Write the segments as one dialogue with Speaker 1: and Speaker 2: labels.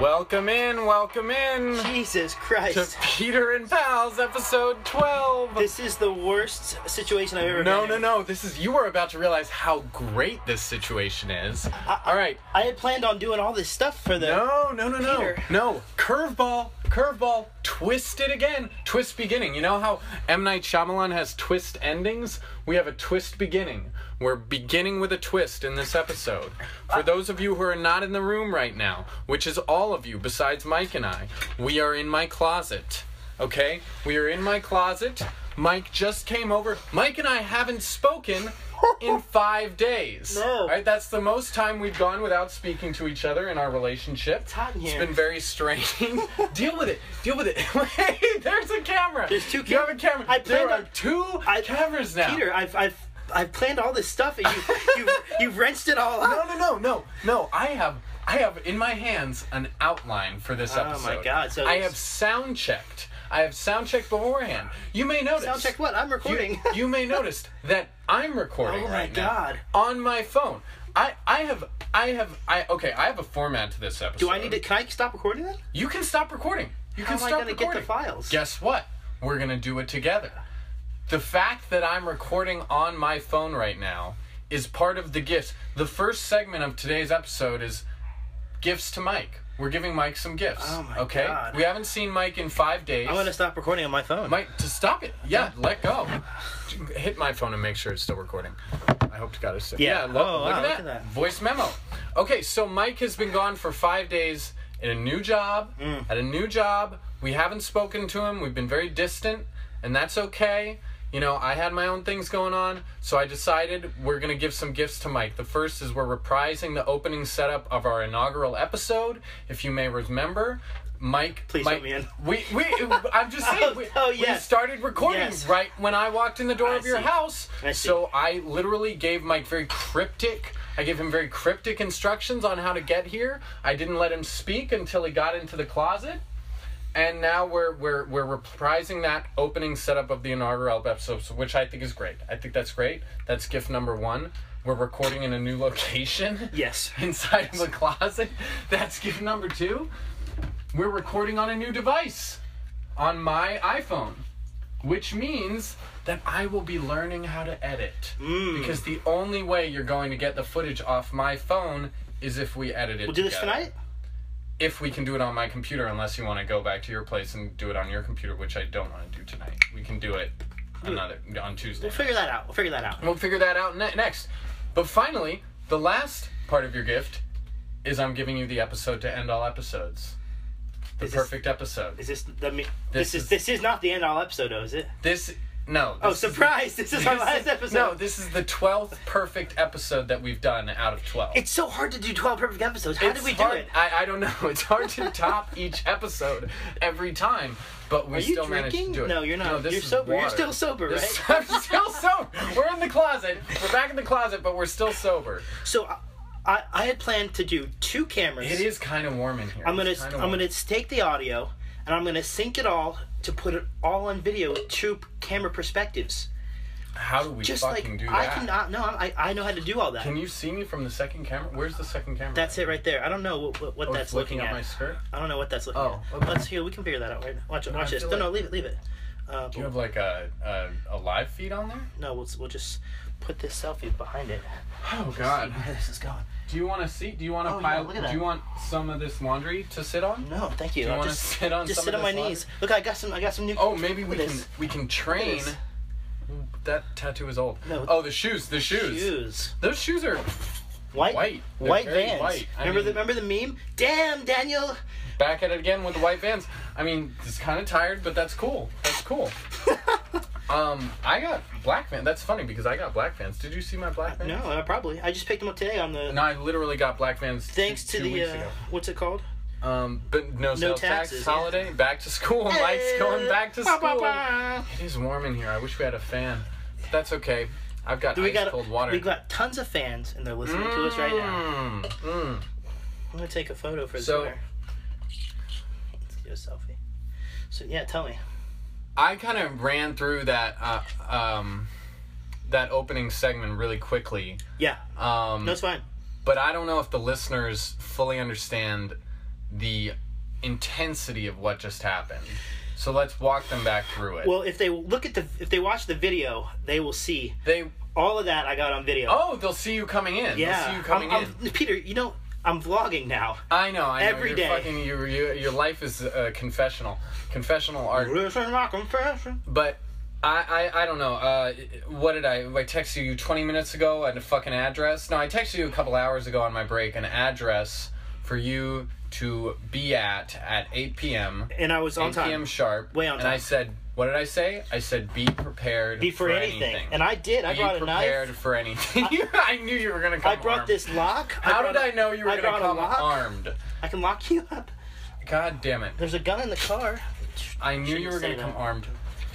Speaker 1: Welcome in, welcome in
Speaker 2: Jesus
Speaker 1: to
Speaker 2: Christ.
Speaker 1: Peter and Pals episode 12.
Speaker 2: This is the worst situation I've ever
Speaker 1: no,
Speaker 2: been
Speaker 1: no,
Speaker 2: in.
Speaker 1: no. This is you were about to realize how great this situation is. All right.
Speaker 2: I had planned on doing all this stuff for the.
Speaker 1: No, no, no, no.
Speaker 2: Peter.
Speaker 1: No. Curveball, curveball, twist it again. Twist beginning. You know how M Night Shyamalan has twist endings? We have a twist beginning. We're beginning with a twist in this episode. For those of you who are not in the room right now, which is all of you besides Mike and I, we are in my closet. Okay? We are in my closet. Mike just came over. Mike and I haven't spoken in five days.
Speaker 2: No.
Speaker 1: All right, that's the most time we've gone without speaking to each other in our relationship. It's
Speaker 2: hot in
Speaker 1: It's
Speaker 2: here.
Speaker 1: been very straining. Deal with it. Deal with it. Wait, there's a camera.
Speaker 2: There's two
Speaker 1: You have a
Speaker 2: cam-
Speaker 1: camera.
Speaker 2: I
Speaker 1: there
Speaker 2: planned
Speaker 1: are
Speaker 2: on-
Speaker 1: two
Speaker 2: I-
Speaker 1: cameras now.
Speaker 2: Peter, I've, I've, I've planned all this stuff and you, you, you've rinsed it all
Speaker 1: No,
Speaker 2: out.
Speaker 1: no, no, no, no. I have, I have in my hands an outline for this
Speaker 2: Oh my
Speaker 1: episode.
Speaker 2: God, so
Speaker 1: I
Speaker 2: it's-
Speaker 1: have sound checked. I have sound checked beforehand. You may notice.
Speaker 2: Sound check what? I'm recording.
Speaker 1: You, you may notice that I'm recording
Speaker 2: Oh my
Speaker 1: right now
Speaker 2: God.
Speaker 1: on my phone. I I have I have I okay. I have a format to this episode.
Speaker 2: Do I need to. Can I stop recording then?
Speaker 1: You can stop recording. You
Speaker 2: How
Speaker 1: can
Speaker 2: am I
Speaker 1: stop
Speaker 2: gonna get the
Speaker 1: recording.
Speaker 2: files?
Speaker 1: Guess what? We're gonna do it together. The fact that I'm recording on my phone right now is part of the gifts. The first segment of today's episode is gifts to Mike. We're giving Mike some gifts.
Speaker 2: Oh my
Speaker 1: okay.
Speaker 2: God.
Speaker 1: We haven't seen Mike in five days.
Speaker 2: I want to stop recording on my phone.
Speaker 1: Mike, to stop it. Yeah, let go. Hit my phone and make sure it's still recording. I hope to God it's still.
Speaker 2: Yeah.
Speaker 1: look,
Speaker 2: Oh,
Speaker 1: look,
Speaker 2: wow,
Speaker 1: at that. Voice memo. Okay, so Mike has been gone for five days in a new job.
Speaker 2: Mm.
Speaker 1: At a new job, we haven't spoken to him. We've been very distant, and that's okay. You know, I had my own things going on, so I decided we're going to give some gifts to Mike. The first is we're reprising the opening setup of our inaugural episode. If you may remember, Mike.
Speaker 2: Please
Speaker 1: Mike,
Speaker 2: let me in.
Speaker 1: We, we, I'm just saying,
Speaker 2: Oh,
Speaker 1: we,
Speaker 2: oh,
Speaker 1: we
Speaker 2: yes.
Speaker 1: started recording
Speaker 2: Yes.
Speaker 1: right when I walked in the door
Speaker 2: I
Speaker 1: of your
Speaker 2: see.
Speaker 1: house.
Speaker 2: I see.
Speaker 1: so I literally gave Mike very cryptic. I gave him very cryptic instructions on how to get here. I didn't let him speak until he got into the closet. And now we're we're we're reprising that opening setup of the inaugural episode, so- which I think is great. I think that's great. That's gift number one. We're recording in a new location
Speaker 2: Yes.
Speaker 1: inside of a closet. That's gift number two. We're recording on a new device, on my iPhone, which means that I will be learning how to edit.
Speaker 2: Mm.
Speaker 1: Because the only way you're going to get the footage off my phone is if we edit it.
Speaker 2: We'll do this
Speaker 1: together.
Speaker 2: tonight?
Speaker 1: If we can do it on my computer, unless you want to go back to your place and do it on your computer, which I don't want to do tonight. We can do it another on Tuesday.
Speaker 2: We'll figure that out. We'll figure that out.
Speaker 1: We'll figure that out ne- next. But finally, the last part of your gift is I'm giving you the episode to end all episodes. The
Speaker 2: Is this-
Speaker 1: perfect episode.
Speaker 2: Is this the. me-
Speaker 1: This
Speaker 2: This,
Speaker 1: is-
Speaker 2: is this is not the end all episode, though, is it?
Speaker 1: This no.
Speaker 2: Oh,
Speaker 1: this is-
Speaker 2: surprise! This is our last episode.
Speaker 1: No, this is the twelfth perfect episode that we've done out of twelve.
Speaker 2: It's so hard to do 12 perfect episodes. How
Speaker 1: It's
Speaker 2: did we
Speaker 1: hard-
Speaker 2: do it?
Speaker 1: I, I don't know. It's hard to top each episode every time, but we
Speaker 2: Are you
Speaker 1: still managed to
Speaker 2: drinking?
Speaker 1: do it.
Speaker 2: No, you're not.
Speaker 1: this
Speaker 2: you're
Speaker 1: is
Speaker 2: sober. You're
Speaker 1: water.
Speaker 2: still sober, right?
Speaker 1: This- I'm still sober. We're in the closet. We're back in the closet, but we're still sober.
Speaker 2: So I, I, I had planned to do two cameras.
Speaker 1: It is kind of warm in here.
Speaker 2: I'm gonna
Speaker 1: It's kinda
Speaker 2: I'm
Speaker 1: warm.
Speaker 2: gonna take the audio and I'm gonna sync it all to put it all on video with two camera perspectives.
Speaker 1: How do we
Speaker 2: Just like
Speaker 1: fucking do that?
Speaker 2: I cannot. No, I I know how to do all that.
Speaker 1: Can you see me from the second camera? Where's the second camera?
Speaker 2: That's it right there. I don't know what, what, what
Speaker 1: Oh,
Speaker 2: that's
Speaker 1: it's looking,
Speaker 2: looking,
Speaker 1: at
Speaker 2: at.
Speaker 1: my skirt.
Speaker 2: I don't know what that's looking
Speaker 1: Oh,
Speaker 2: at.
Speaker 1: okay.
Speaker 2: Let's here. We can figure that out right now. Watch it.
Speaker 1: No, I
Speaker 2: Watch this.
Speaker 1: feel
Speaker 2: No, no,
Speaker 1: like-
Speaker 2: leave it. Leave it. Uh,
Speaker 1: Do you have like a, a a live feed on there?
Speaker 2: no, we'll we'll just put this selfie behind it.
Speaker 1: Oh God.
Speaker 2: See where this is going?
Speaker 1: Do you want to see? Do you want to
Speaker 2: Oh, yeah,
Speaker 1: pile?
Speaker 2: look at that.
Speaker 1: do you want some of this laundry to sit on?
Speaker 2: No, thank you.
Speaker 1: Do you
Speaker 2: I'll
Speaker 1: want to
Speaker 2: just
Speaker 1: sit on?
Speaker 2: just
Speaker 1: some
Speaker 2: sit
Speaker 1: of
Speaker 2: on my
Speaker 1: this laundry?
Speaker 2: knees. Look, I got some. I got some new.
Speaker 1: Oh, maybe we
Speaker 2: Look at
Speaker 1: can
Speaker 2: this.
Speaker 1: we can train.
Speaker 2: this.
Speaker 1: That tattoo is old.
Speaker 2: No.
Speaker 1: Oh, the shoes. The shoes.
Speaker 2: shoes.
Speaker 1: Those shoes are
Speaker 2: White,
Speaker 1: White.
Speaker 2: white,
Speaker 1: They're very
Speaker 2: vans.
Speaker 1: white. I
Speaker 2: Remember
Speaker 1: mean-
Speaker 2: the remember the meme? Damn, Daniel.
Speaker 1: back at it again with the white vans. I mean, it's kind of tired, but that's cool. That's cool. um, I got black van. That's funny because I got black vans. Did you see my black vans?
Speaker 2: No, uh, probably. I just picked them up today on the.
Speaker 1: No, I literally got black vans. t-
Speaker 2: thanks to
Speaker 1: two
Speaker 2: the
Speaker 1: weeks
Speaker 2: uh,
Speaker 1: ago.
Speaker 2: what's it called?
Speaker 1: um, but no, sales
Speaker 2: taxes,
Speaker 1: tax
Speaker 2: yeah.
Speaker 1: holiday. Back to school.
Speaker 2: Eh,
Speaker 1: Lights going back to
Speaker 2: Bah, bah,
Speaker 1: school.
Speaker 2: bah.
Speaker 1: It is warm in here. I wish we had a fan. But that's okay. I've got
Speaker 2: We
Speaker 1: ice
Speaker 2: got
Speaker 1: cold water.
Speaker 2: We got tons of fans, and they're listening to us right
Speaker 1: Mm,
Speaker 2: now.
Speaker 1: mm.
Speaker 2: I'm gonna take a photo for
Speaker 1: So-
Speaker 2: so, Let's get a selfie. So yeah, tell me.
Speaker 1: I kind of ran through that uh, um, that opening segment really quickly.
Speaker 2: Yeah,
Speaker 1: Um,
Speaker 2: no, it's fine.
Speaker 1: but I don't know if the listeners fully understand the intensity of what just happened. So let's walk them back through it.
Speaker 2: Well, if they look at the if they watch the video, they will see
Speaker 1: they
Speaker 2: all of that I got on video.
Speaker 1: oh, they'll see you coming in.
Speaker 2: yeah.
Speaker 1: they'll see you coming
Speaker 2: I'm-
Speaker 1: in.
Speaker 2: I'm- Peter, you know I'm vlogging now.
Speaker 1: I know. I know.
Speaker 2: Every
Speaker 1: You're
Speaker 2: day.
Speaker 1: Fucking, you, you, your life is uh, confessional, confessional art.
Speaker 2: Listen to my confession.
Speaker 1: But I, I, I don't know. Uh, what did I? I texted you 20 minutes ago at a fucking address. No, I texted you a couple hours ago on my break an address for you to be at at 8 p.m.
Speaker 2: And I was on
Speaker 1: 8 p.m.
Speaker 2: time.
Speaker 1: sharp.
Speaker 2: Way on
Speaker 1: And I
Speaker 2: time.
Speaker 1: said, what did I say? I said, be prepared
Speaker 2: Be for, anything. And I did. I
Speaker 1: be
Speaker 2: brought a
Speaker 1: prepared
Speaker 2: knife.
Speaker 1: for anything. I, knew you were gonna come.
Speaker 2: I brought
Speaker 1: armed.
Speaker 2: this lock.
Speaker 1: How
Speaker 2: brought
Speaker 1: did I
Speaker 2: a-
Speaker 1: know you were gonna
Speaker 2: brought a
Speaker 1: come
Speaker 2: lock.
Speaker 1: armed?
Speaker 2: I can lock you up.
Speaker 1: God damn it!
Speaker 2: There's a gun in the car.
Speaker 1: I knew you
Speaker 2: Shouldn't
Speaker 1: were
Speaker 2: say
Speaker 1: going to come
Speaker 2: that.
Speaker 1: armed.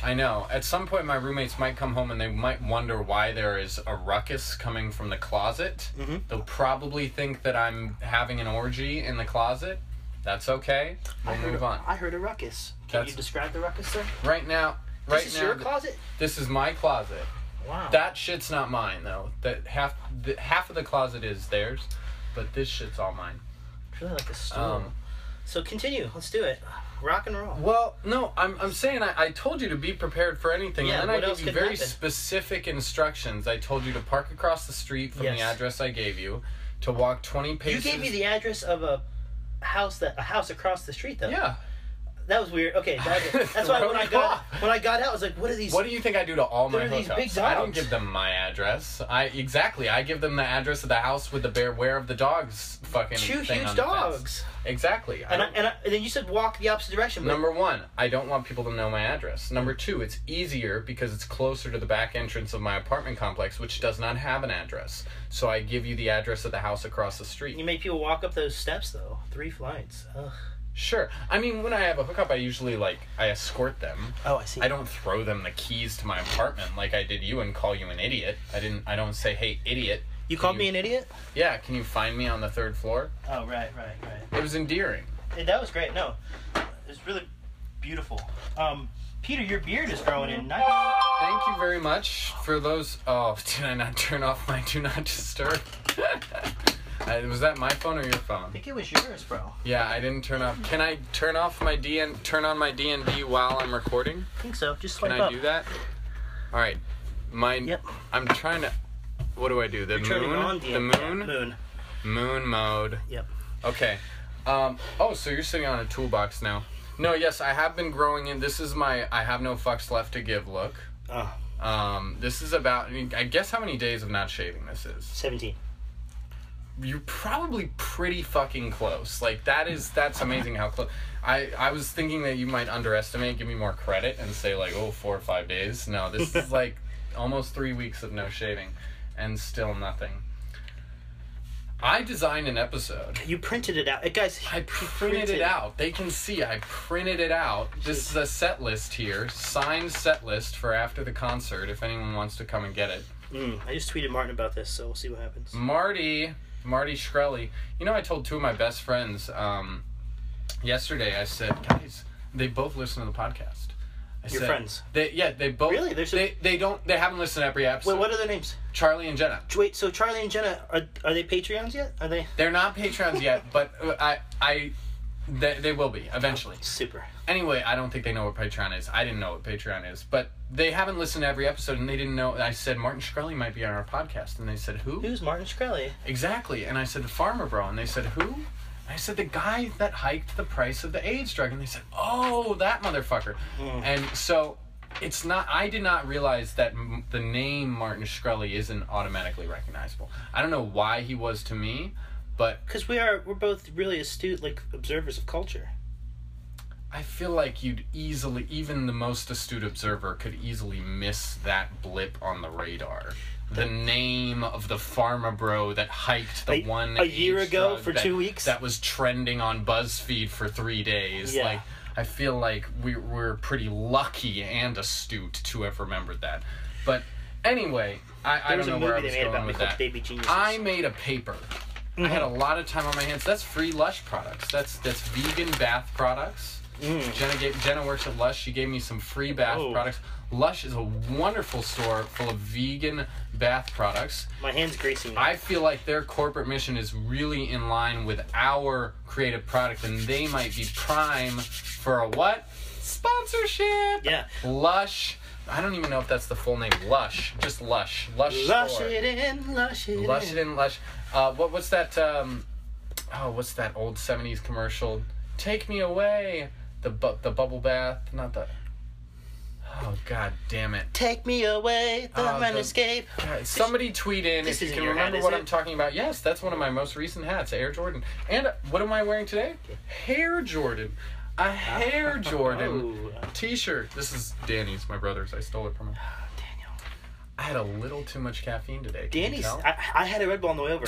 Speaker 1: I know. At some point, my roommates might come home and they might wonder why there is a ruckus coming from the closet.
Speaker 2: Mm-hmm.
Speaker 1: They'll probably think that I'm having an orgy in the closet. That's okay. We'll
Speaker 2: I heard,
Speaker 1: move on.
Speaker 2: I heard a ruckus. Can
Speaker 1: That's-
Speaker 2: you describe the ruckus, sir?
Speaker 1: Right now, right
Speaker 2: this is
Speaker 1: now,
Speaker 2: your
Speaker 1: th-
Speaker 2: closet?
Speaker 1: this is my closet.
Speaker 2: Wow.
Speaker 1: That shit's not mine though. That half, the, half of the closet is theirs, but this shit's all mine.
Speaker 2: It's really like a stool.
Speaker 1: Um,
Speaker 2: so continue. Let's do it. Rock and roll.
Speaker 1: Well, no, I'm, I'm saying I, I told you to be prepared for anything,
Speaker 2: Yeah,
Speaker 1: and then I
Speaker 2: what else
Speaker 1: gave you
Speaker 2: could
Speaker 1: very
Speaker 2: happen?
Speaker 1: specific instructions. I told you to park across the street from the
Speaker 2: Yes.
Speaker 1: address I gave you, to walk 20
Speaker 2: You
Speaker 1: paces.
Speaker 2: gave me the address of a house that a house across the street though.
Speaker 1: Yeah.
Speaker 2: That was weird. Okay, that, that's why when
Speaker 1: Throw
Speaker 2: I
Speaker 1: you
Speaker 2: got
Speaker 1: off.
Speaker 2: when I got out, I was like, what are these?
Speaker 1: What do you think I do to all my
Speaker 2: There are these big
Speaker 1: hookups? I don't
Speaker 2: dogs.
Speaker 1: give them my address. I exactly. I give them the address of the house with the bear where of the dogs fucking
Speaker 2: two
Speaker 1: thing
Speaker 2: huge
Speaker 1: on the fence.
Speaker 2: dogs.
Speaker 1: Exactly. I
Speaker 2: And, I,
Speaker 1: don't-
Speaker 2: and, I, and then you said walk the opposite direction. But
Speaker 1: Number one, I don't want people to know my address. Number two, it's easier because it's closer to the back entrance of my apartment complex, which does not have an address. So I give you the address of the house across the
Speaker 2: you
Speaker 1: street.
Speaker 2: made people walk up those steps though. Three flights. Ugh.
Speaker 1: Sure. I mean, when I have a hookup, I usually like I escort them.
Speaker 2: Oh, I see.
Speaker 1: I don't throw them the keys to my apartment like I did you and call you an idiot. I didn't. I don't say, "Hey, idiot."
Speaker 2: You called
Speaker 1: you-
Speaker 2: me an idiot.
Speaker 1: Yeah, can you find me on the third floor?
Speaker 2: Oh right, right, right.
Speaker 1: It was endearing.
Speaker 2: Hey, that was great. No, it's really beautiful. Um, Peter, your beard is growing in. Nice.
Speaker 1: Thank you very much for those. Oh, did I not turn off my do not disturb? Uh, Was that my phone or your
Speaker 2: I
Speaker 1: phone?
Speaker 2: think it was yours, bro.
Speaker 1: Yeah, I didn't turn off. Can I turn off my DN? Turn on my DND while I'm recording?
Speaker 2: I think so. Just
Speaker 1: Can
Speaker 2: swipe
Speaker 1: I
Speaker 2: up.
Speaker 1: do that? All right. My.
Speaker 2: Yep.
Speaker 1: I'm trying to. What do I do? The
Speaker 2: Turning on
Speaker 1: moon.
Speaker 2: the,
Speaker 1: The
Speaker 2: Yeah,
Speaker 1: moon.
Speaker 2: moon.
Speaker 1: Moon mode.
Speaker 2: Yep.
Speaker 1: Okay. Um, oh, so you're sitting on a toolbox now. No, yes, I have been growing in. This is my I have no fucks left to give look.
Speaker 2: Oh,
Speaker 1: Um, this is about, I mean, I guess how many days of not shaving this is.
Speaker 2: 17.
Speaker 1: You're probably pretty fucking close. Like that is, that's amazing how close. I, I was thinking that you might underestimate, give me more credit and say like, oh, four or five days. No, this is like almost three weeks of no shaving and still nothing. I designed an episode.
Speaker 2: You printed it out. Uh, guys,
Speaker 1: I
Speaker 2: he
Speaker 1: printed it out. They can see I printed it out. This is a set list here, signed set list for after the concert if anyone wants to come and get it.
Speaker 2: Mm, I just tweeted Martin about this, so we'll see what happens.
Speaker 1: Marty, Marty Shkreli. You know, I told two of my best friends um, yesterday. I said, guys, they both listen to the podcast. I
Speaker 2: Your
Speaker 1: said-
Speaker 2: friends?
Speaker 1: They yeah, they both.
Speaker 2: Really? They're so-
Speaker 1: They they don't. They haven't listened to every episode.
Speaker 2: Wait, what are their names?
Speaker 1: Charlie and Jenna.
Speaker 2: Wait, so Charlie and Jenna, are, are they Patreons yet? Are they?
Speaker 1: They're not patrons yet, but uh, I I. They, they will be eventually.
Speaker 2: Super.
Speaker 1: Anyway, I don't think they know what Patreon is. I didn't know what Patreon is, but they haven't listened to every episode, and they didn't know. I said Martin Shkreli might be on our podcast, and they said who?
Speaker 2: Who's Martin Shkreli?
Speaker 1: Exactly. And I said, Farmer Bro. And they said, Who? I said, The guy that hiked the price of the AIDS drug. And they said, Oh, that motherfucker. And so it's not, I did not realize that m- the name Martin Shkreli isn't automatically recognizable. I don't know why he was to me, but
Speaker 2: Because we are, we're both really astute, like, observers of culture.
Speaker 1: I feel like you'd easily, even the most astute observer could easily miss that blip on the radar. The name of the pharma bro that hiked the
Speaker 2: A-
Speaker 1: one
Speaker 2: a year
Speaker 1: AIDS
Speaker 2: ago
Speaker 1: drug
Speaker 2: for
Speaker 1: that-
Speaker 2: two weeks?
Speaker 1: that was trending on BuzzFeed for three days.
Speaker 2: Yeah.
Speaker 1: Like I feel like we we're pretty lucky and astute to have remembered that. But anyway, I, I
Speaker 2: There was
Speaker 1: don't
Speaker 2: a
Speaker 1: know where I
Speaker 2: movie
Speaker 1: was
Speaker 2: they made
Speaker 1: going
Speaker 2: about me
Speaker 1: with
Speaker 2: called
Speaker 1: that.
Speaker 2: Baby Geniuses.
Speaker 1: I made a paper.
Speaker 2: Mm-hmm.
Speaker 1: I had a lot of time on my hands. That's free Lush products. That's that's vegan bath products. Mm, Jenna gave, Jenna works at Lush. She gave me some free bath
Speaker 2: Oh.
Speaker 1: products. Lush is a wonderful store full of vegan bath products.
Speaker 2: My hand's greasy.
Speaker 1: I feel like their corporate mission is really in line with our creative product, and they might be prime for a what? Sponsorship.
Speaker 2: Yeah.
Speaker 1: Lush. I don't even know if that's the full name. Lush. Just Lush. Lush.
Speaker 2: lush
Speaker 1: store.
Speaker 2: it in, lush it
Speaker 1: Lush
Speaker 2: in.
Speaker 1: it in lush. Uh, what what's that? Um, oh, what's that old '70s commercial? Take me away. The bu- the bubble bath, not the. Oh God damn it!
Speaker 2: Take me away, the
Speaker 1: Uh,
Speaker 2: man
Speaker 1: the-
Speaker 2: escape.
Speaker 1: God, somebody tweet in
Speaker 2: this
Speaker 1: if you
Speaker 2: isn't
Speaker 1: can
Speaker 2: your hat,
Speaker 1: remember
Speaker 2: is
Speaker 1: what
Speaker 2: it?
Speaker 1: I'm talking about. Yes, that's one of my most recent hats, Air Jordan. And uh, what am I wearing today? Hair Jordan. A Hair Jordan
Speaker 2: Oh,
Speaker 1: T-shirt. This is Danny's, my brother's. I stole it from him.
Speaker 2: Daniel.
Speaker 1: I had a little too much caffeine today. Can you
Speaker 2: Danny's.
Speaker 1: tell?
Speaker 2: I, I had a Red Bull on the way over.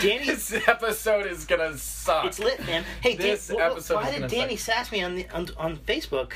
Speaker 2: Danny's-
Speaker 1: this episode is gonna suck.
Speaker 2: It's lit, man. Hey, Dan,
Speaker 1: This
Speaker 2: wh- wh-
Speaker 1: episode
Speaker 2: why
Speaker 1: is
Speaker 2: did
Speaker 1: gonna
Speaker 2: Danny sass me on the on, on Facebook?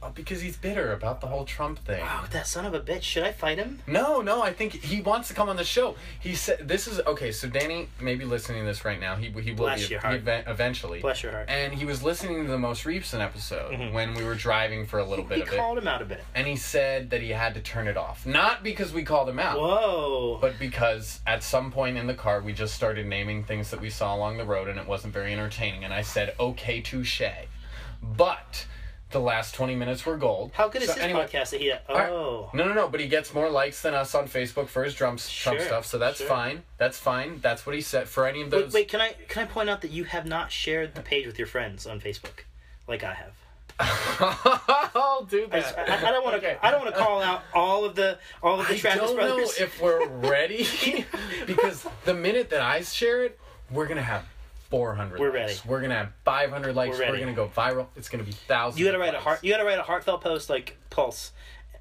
Speaker 1: Uh, because he's bitter about the whole Trump thing.
Speaker 2: Oh, that son of a bitch! Should I fight him?
Speaker 1: No, no, I think he wants to come on the show. He said, "This is okay." So Danny may be listening to this right now. He he will
Speaker 2: Bless
Speaker 1: be
Speaker 2: your heart.
Speaker 1: ev- eventually.
Speaker 2: Bless your heart. Mm-hmm.
Speaker 1: And he was listening to the most recent episode when we were driving for a little bit
Speaker 2: He
Speaker 1: of it,
Speaker 2: called him out a bit.
Speaker 1: and he said that he had to turn it off, not because we called him out.
Speaker 2: Whoa.
Speaker 1: But because at some point in the car, we just started naming things that we saw along the road and it wasn't very entertaining. And I said, okay, touche. But the last 20 minutes were gold.
Speaker 2: How good is
Speaker 1: So
Speaker 2: his
Speaker 1: anyway-
Speaker 2: podcast that he?
Speaker 1: all right.
Speaker 2: Oh,
Speaker 1: No, no, no. But he gets more likes than us on Facebook for his drum, Trump
Speaker 2: Sure,
Speaker 1: stuff. So that's
Speaker 2: sure.
Speaker 1: fine. That's fine. That's what he said. For any of
Speaker 2: wait,
Speaker 1: those.
Speaker 2: wait. Can I can I point out that you have not shared the page with your friends on Facebook, like I have.
Speaker 1: I'll do
Speaker 2: I,
Speaker 1: that.
Speaker 2: I- I don't want to.
Speaker 1: Okay.
Speaker 2: I don't want to call out all of the all of the
Speaker 1: I
Speaker 2: Travis
Speaker 1: don't
Speaker 2: brothers.
Speaker 1: know if we're ready because the minute that I share it, we're gonna have 400.
Speaker 2: We're
Speaker 1: likes.
Speaker 2: ready.
Speaker 1: We're gonna have 500 likes.
Speaker 2: We're
Speaker 1: We're,
Speaker 2: ready.
Speaker 1: gonna go viral. It's gonna be thousands.
Speaker 2: you gotta write a
Speaker 1: likes.
Speaker 2: heart. You gotta write a heartfelt post like Pulse,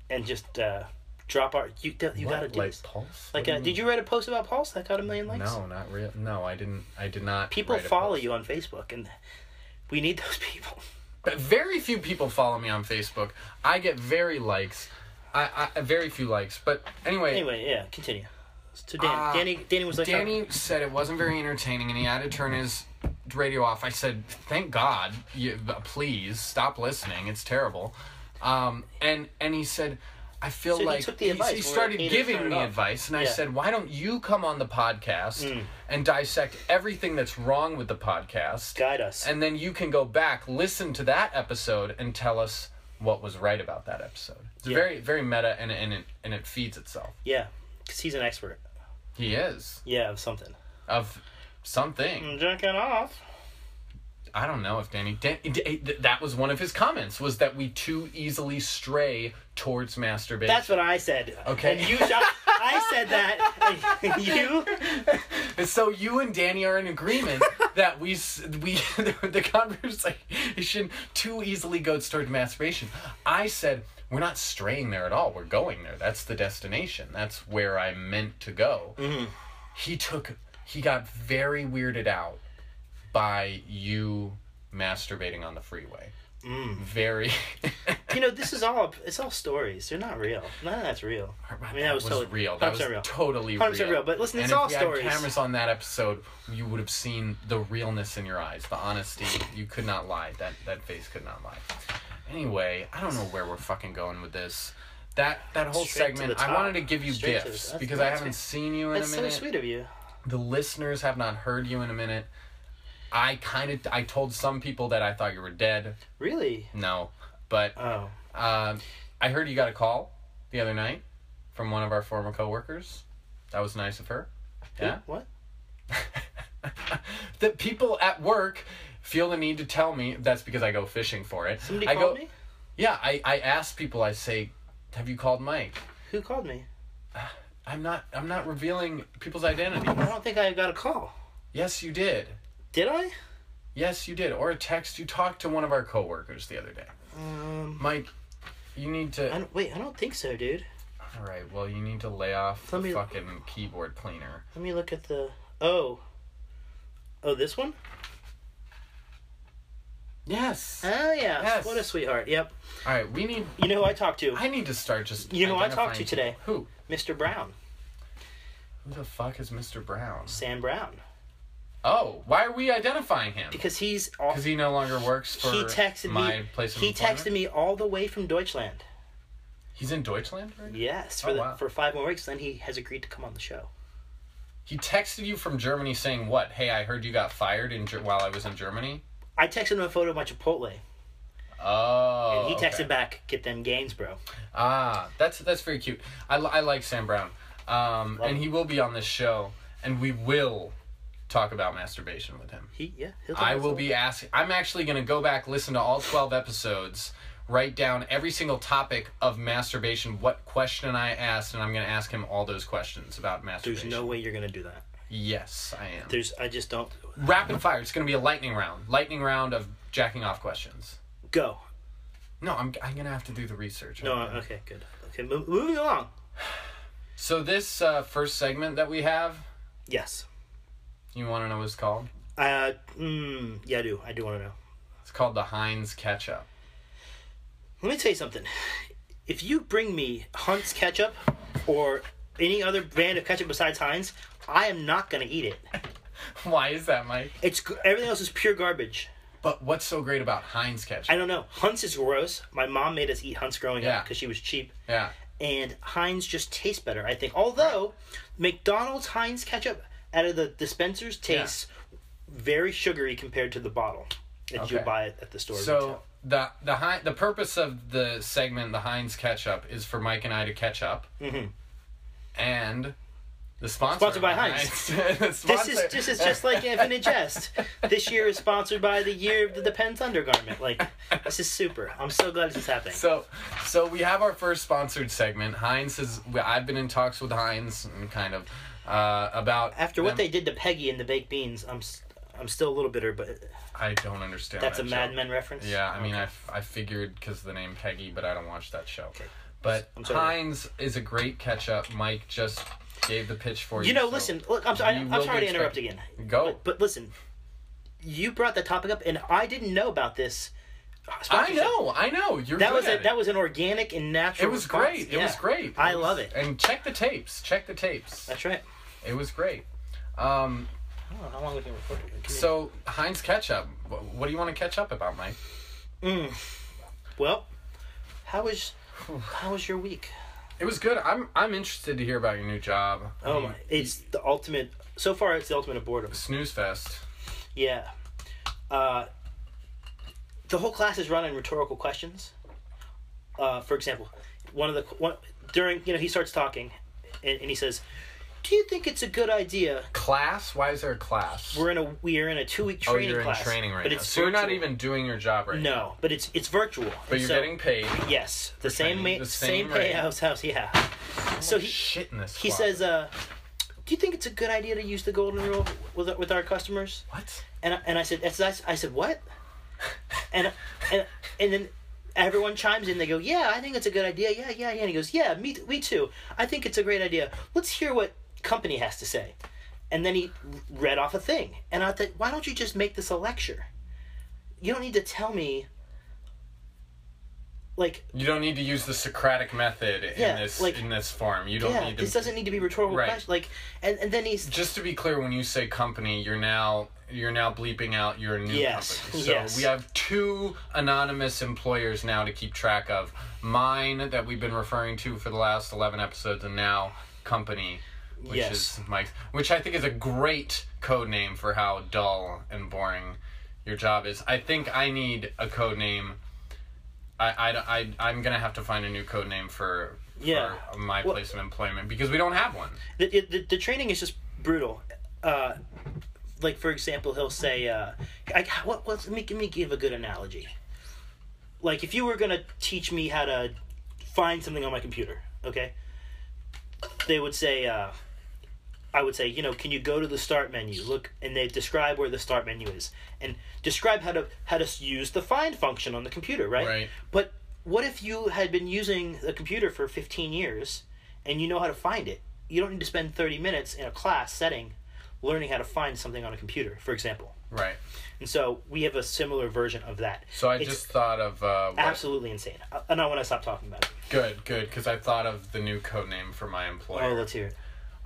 Speaker 2: and just uh, drop our. You you
Speaker 1: What?
Speaker 2: gotta do
Speaker 1: like
Speaker 2: this.
Speaker 1: pulse.
Speaker 2: Like,
Speaker 1: What
Speaker 2: uh,
Speaker 1: do
Speaker 2: did you write a post about Pulse that got a million
Speaker 1: mean?
Speaker 2: likes?
Speaker 1: No, not real. No, I didn't. I did not.
Speaker 2: People
Speaker 1: write a
Speaker 2: follow
Speaker 1: post.
Speaker 2: you on Facebook, and we need those people.
Speaker 1: But very few people follow me on Facebook. I get very likes. I, I very few likes. But anyway,
Speaker 2: Anyway, yeah, continue. So Dan,
Speaker 1: Uh,
Speaker 2: Danny, Danny was like,
Speaker 1: Danny said it wasn't very entertaining, and he had to turn his radio off. I said, "Thank God, you, uh, please stop listening. It's terrible." Um, and and he said, "I feel
Speaker 2: So he
Speaker 1: like
Speaker 2: took the
Speaker 1: he-
Speaker 2: advice
Speaker 1: he
Speaker 2: when we
Speaker 1: started
Speaker 2: were eight or
Speaker 1: giving
Speaker 2: started
Speaker 1: me
Speaker 2: off.
Speaker 1: advice, and I
Speaker 2: Yeah. Mm.
Speaker 1: said, "Why don't you come on the podcast and dissect everything that's wrong with the podcast?"
Speaker 2: guide us.
Speaker 1: And then you can go back, listen to that episode, and tell us what was right about that episode. It's
Speaker 2: Yeah.
Speaker 1: very, very meta, and and it and it feeds itself.
Speaker 2: yeah, because he's an expert.
Speaker 1: He is
Speaker 2: Yeah, of something.
Speaker 1: of something.
Speaker 2: I'm jerking off.
Speaker 1: I don't know if Danny. Dan, d- th- that was one of his comments was that we too easily stray towards masturbation.
Speaker 2: That's what I said.
Speaker 1: Okay.
Speaker 2: And you shot. I said that. and you.
Speaker 1: And so you and Danny are in agreement that we s- we the conversation too easily goes toward masturbation. I said we're not straying there at all. We're going there. That's the destination. That's where I meant to go. He took. He got very weirded out by you masturbating on the freeway. Very.
Speaker 2: You know, this is all. It's all stories. They're not real. None of that's real. I mean, that was, totally
Speaker 1: real. That
Speaker 2: 100%
Speaker 1: was
Speaker 2: real.
Speaker 1: totally
Speaker 2: 100%
Speaker 1: real.
Speaker 2: real, but listen,
Speaker 1: And
Speaker 2: it's
Speaker 1: if
Speaker 2: all
Speaker 1: we
Speaker 2: stories.
Speaker 1: Had cameras on that episode, you would have seen the realness in your eyes, the honesty. You could not lie. That that face could not lie. Anyway, I don't know where we're fucking going with this. That that whole
Speaker 2: Straight to
Speaker 1: segment,
Speaker 2: the
Speaker 1: I
Speaker 2: top.
Speaker 1: wanted to give you
Speaker 2: Straight to the-
Speaker 1: gifts
Speaker 2: that's-
Speaker 1: because I
Speaker 2: that's-
Speaker 1: haven't seen you in
Speaker 2: That's
Speaker 1: a
Speaker 2: so
Speaker 1: minute.
Speaker 2: sweet of you.
Speaker 1: The listeners have not heard you in a minute. I kind of I told some people that I thought you were dead.
Speaker 2: Really?
Speaker 1: No, but
Speaker 2: Oh.
Speaker 1: um, I heard you got a call the other night from one of our former coworkers. That was nice of her. Yeah.
Speaker 2: What?
Speaker 1: that people at work feel the need to tell me. That's because I go fishing for it.
Speaker 2: Somebody
Speaker 1: I
Speaker 2: called
Speaker 1: go,
Speaker 2: me.
Speaker 1: Yeah, I, I ask people. I say, "Have you called Mike?"
Speaker 2: Who called me?
Speaker 1: I'm not. I'm not revealing people's identity.
Speaker 2: I don't think I got a call.
Speaker 1: Yes, you did.
Speaker 2: Did I?
Speaker 1: Yes, you did. Or a text. You talked to one of our coworkers the other day.
Speaker 2: Um.
Speaker 1: Mike, you need to.
Speaker 2: I don't, wait, I don't think so, dude.
Speaker 1: All right. Well, you need to lay off
Speaker 2: Let
Speaker 1: the
Speaker 2: me-
Speaker 1: fucking keyboard cleaner.
Speaker 2: Let me look at the. Oh. Oh, this one?
Speaker 1: Yes.
Speaker 2: Oh, yeah.
Speaker 1: Yes.
Speaker 2: What a sweetheart. Yep.
Speaker 1: All right. We need.
Speaker 2: You know who I talked to?
Speaker 1: I need to start just.
Speaker 2: You know who I talked
Speaker 1: identifying
Speaker 2: to today?
Speaker 1: people. Who?
Speaker 2: Mr. Brown.
Speaker 1: Who the fuck is Mr. Brown?
Speaker 2: Sam Brown.
Speaker 1: Oh, why are we identifying him?
Speaker 2: because he's all,
Speaker 1: Because he no longer works for
Speaker 2: he texted
Speaker 1: my
Speaker 2: me
Speaker 1: place of
Speaker 2: he
Speaker 1: employment?
Speaker 2: texted me all the way from Deutschland.
Speaker 1: He's in Deutschland right now?
Speaker 2: Yes, for
Speaker 1: Oh,
Speaker 2: the,
Speaker 1: wow.
Speaker 2: for five more weeks. Then he has agreed to come on the show.
Speaker 1: He texted you from Germany saying what? Hey, I heard you got fired in Ger- while I was in Germany.
Speaker 2: I texted him a photo of my Chipotle,
Speaker 1: Oh.
Speaker 2: and he texted
Speaker 1: okay.
Speaker 2: back, "Get them gains, bro."
Speaker 1: Ah, that's that's very cute. I, li- I like Sam Brown, um, and
Speaker 2: him.
Speaker 1: he will be on this show, and we will talk about masturbation with him.
Speaker 2: He yeah. He'll
Speaker 1: I
Speaker 2: talk
Speaker 1: will
Speaker 2: to
Speaker 1: be asking. I'm actually going to go back, listen to all 12 episodes, write down every single topic of masturbation, what question I asked, and I'm going to ask him all those questions about
Speaker 2: There's
Speaker 1: masturbation.
Speaker 2: no way you're gonna do that.
Speaker 1: Yes, I am.
Speaker 2: There's I just don't
Speaker 1: Rapid fire. It's going to be a lightning round. Lightning round of jacking off questions.
Speaker 2: go.
Speaker 1: No, I'm, I'm going to have to do the research.
Speaker 2: No, uh,
Speaker 1: Okay.
Speaker 2: okay, good. Okay, mo- moving along.
Speaker 1: So, this uh, first segment that we have,
Speaker 2: Yes.
Speaker 1: you want to know what it's called?
Speaker 2: Uh, mm, yeah, I do. I do want to know.
Speaker 1: It's called the Heinz Ketchup.
Speaker 2: Let me tell you something. If you bring me Hunt's ketchup or any other brand of ketchup besides Heinz, I am not gonna eat it.
Speaker 1: Why is that, Mike?
Speaker 2: It's g- everything else is pure garbage.
Speaker 1: But what's so great about Heinz Ketchup?
Speaker 2: I don't know. Hunt's is gross. My mom made us eat Hunt's growing
Speaker 1: Yeah.
Speaker 2: up because she was cheap.
Speaker 1: yeah.
Speaker 2: And Heinz just tastes better, I think. Although McDonald's Heinz ketchup out of the dispensers tastes very sugary compared to the bottle that you
Speaker 1: Okay.
Speaker 2: buy it at the store.
Speaker 1: So
Speaker 2: retail.
Speaker 1: the the Hein- the purpose of the segment, the Heinz ketchup, is for Mike and I to catch up. And the sponsor
Speaker 2: Mm-hmm. Sponsored by
Speaker 1: of
Speaker 2: Heinz.
Speaker 1: Heinz- the
Speaker 2: This is
Speaker 1: sponsor-
Speaker 2: this is just like Infinite Jest. This year is sponsored by the year of the Depends undergarment. Like this is super. I'm so glad this is happening.
Speaker 1: So, so we have our first sponsored segment. Heinz is. I've been in talks with Heinz and kind of uh, about
Speaker 2: After what
Speaker 1: them.
Speaker 2: they did to Peggy and the baked beans, I'm s- I'm still a little bitter, but
Speaker 1: I don't understand.
Speaker 2: that's a
Speaker 1: that
Speaker 2: Mad
Speaker 1: joke.
Speaker 2: Men reference.
Speaker 1: Yeah, I mean,
Speaker 2: Okay.
Speaker 1: I, f- I figured because the name Peggy, but I don't watch that show. But
Speaker 2: I'm sorry.
Speaker 1: Heinz is a great catch up. Mike just gave the pitch for you.
Speaker 2: You know,
Speaker 1: so-
Speaker 2: listen. Look, I'm sorry.
Speaker 1: You
Speaker 2: I'm
Speaker 1: will
Speaker 2: sorry to
Speaker 1: be
Speaker 2: interrupt
Speaker 1: expected-
Speaker 2: again.
Speaker 1: Go.
Speaker 2: But, but listen, you brought that topic up, and I didn't know about this.
Speaker 1: I
Speaker 2: sponsorship.
Speaker 1: know, I know. You're
Speaker 2: That
Speaker 1: good
Speaker 2: was
Speaker 1: at
Speaker 2: a,
Speaker 1: it.
Speaker 2: that was an organic and natural.
Speaker 1: It was
Speaker 2: response.
Speaker 1: great. It
Speaker 2: Yeah.
Speaker 1: was great.
Speaker 2: I
Speaker 1: was-
Speaker 2: love it.
Speaker 1: And check the tapes. Check the tapes.
Speaker 2: That's right.
Speaker 1: It was great. Um,
Speaker 2: I don't know how long we can record. it. Can
Speaker 1: so Heinz ketchup. wh- What do you want to catch up about, Mike?
Speaker 2: we- well, how was how was your week?
Speaker 1: It was good. I'm I'm interested to hear about your new job.
Speaker 2: Oh my! It's the ultimate. So far, it's the ultimate of boredom.
Speaker 1: snooze fest.
Speaker 2: Yeah. Uh, the whole class is running rhetorical questions. Uh, for example, one of the one during you know he starts talking, and, and he says, "Do you think it's a good idea?
Speaker 1: Class? Why is there a class?
Speaker 2: We're in a we're in a two week
Speaker 1: oh,
Speaker 2: training
Speaker 1: you're
Speaker 2: class,
Speaker 1: in training right
Speaker 2: but
Speaker 1: now.
Speaker 2: it's
Speaker 1: so you're not
Speaker 2: virtual.
Speaker 1: even doing your job right now.
Speaker 2: no, but it's it's virtual.
Speaker 1: But you're
Speaker 2: So,
Speaker 1: getting paid.
Speaker 2: yes the
Speaker 1: training,
Speaker 2: same ma-
Speaker 1: the
Speaker 2: same
Speaker 1: same rate.
Speaker 2: payhouse house yeah. So he
Speaker 1: Shit in this.
Speaker 2: he
Speaker 1: squad.
Speaker 2: says, uh, "Do you think it's a good idea to use the golden rule with with our customers?"
Speaker 1: "What?
Speaker 2: and I, and I said, I said, I said, what? And and and then everyone chimes in. They go, yeah, I think it's a good idea. Yeah, yeah, yeah. And he goes, yeah, me, t- me too. I think it's a great idea. Let's hear what company has to say. And then he read off a thing, and I thought, why don't you just make this a lecture? You don't need to tell me. Like
Speaker 1: You don't need to use the Socratic method in
Speaker 2: Yeah,
Speaker 1: this
Speaker 2: like-
Speaker 1: in this form. You don't
Speaker 2: yeah,
Speaker 1: need to
Speaker 2: this doesn't need to be rhetorical
Speaker 1: Right.
Speaker 2: question. Like, and, and then he's
Speaker 1: just to be clear, when you say company, you're now you're now bleeping out your new
Speaker 2: Yes,
Speaker 1: company. So
Speaker 2: yes.
Speaker 1: we have two anonymous employers now to keep track of. Mine that we've been referring to for the last eleven episodes, and now company, which is
Speaker 2: Yes.
Speaker 1: Mike's, which I think is a great code name for how dull and boring your job is. I think I need a code name. I, I, I, am gonna have to find a new code name for, for
Speaker 2: Yeah.
Speaker 1: my
Speaker 2: Well-
Speaker 1: place of employment because we don't have one.
Speaker 2: the, it- the, the training is just brutal. Uh, like for example, he'll say, uh, I, "What? What? Let me, let me give a good analogy. Like if you were gonna teach me how to find something on my computer, okay? They would say, uh, I would say, you know, can you go to the start menu? Look, and they describe where the start menu is, and describe how to how to s- use the find function on the computer, right?
Speaker 1: Right.
Speaker 2: But what if you had been using the computer for 15 years and you know how to find it? You don't need to spend 30 minutes in a class setting learning how to find something on a computer, for example.
Speaker 1: Right.
Speaker 2: And so we have a similar version of that.
Speaker 1: So I
Speaker 2: It's
Speaker 1: just thought of uh, what-
Speaker 2: absolutely insane. Uh, And I want to stop talking about it.
Speaker 1: Good, good, because I thought of the new code name for my
Speaker 2: Oh,
Speaker 1: employer.
Speaker 2: let's hear it.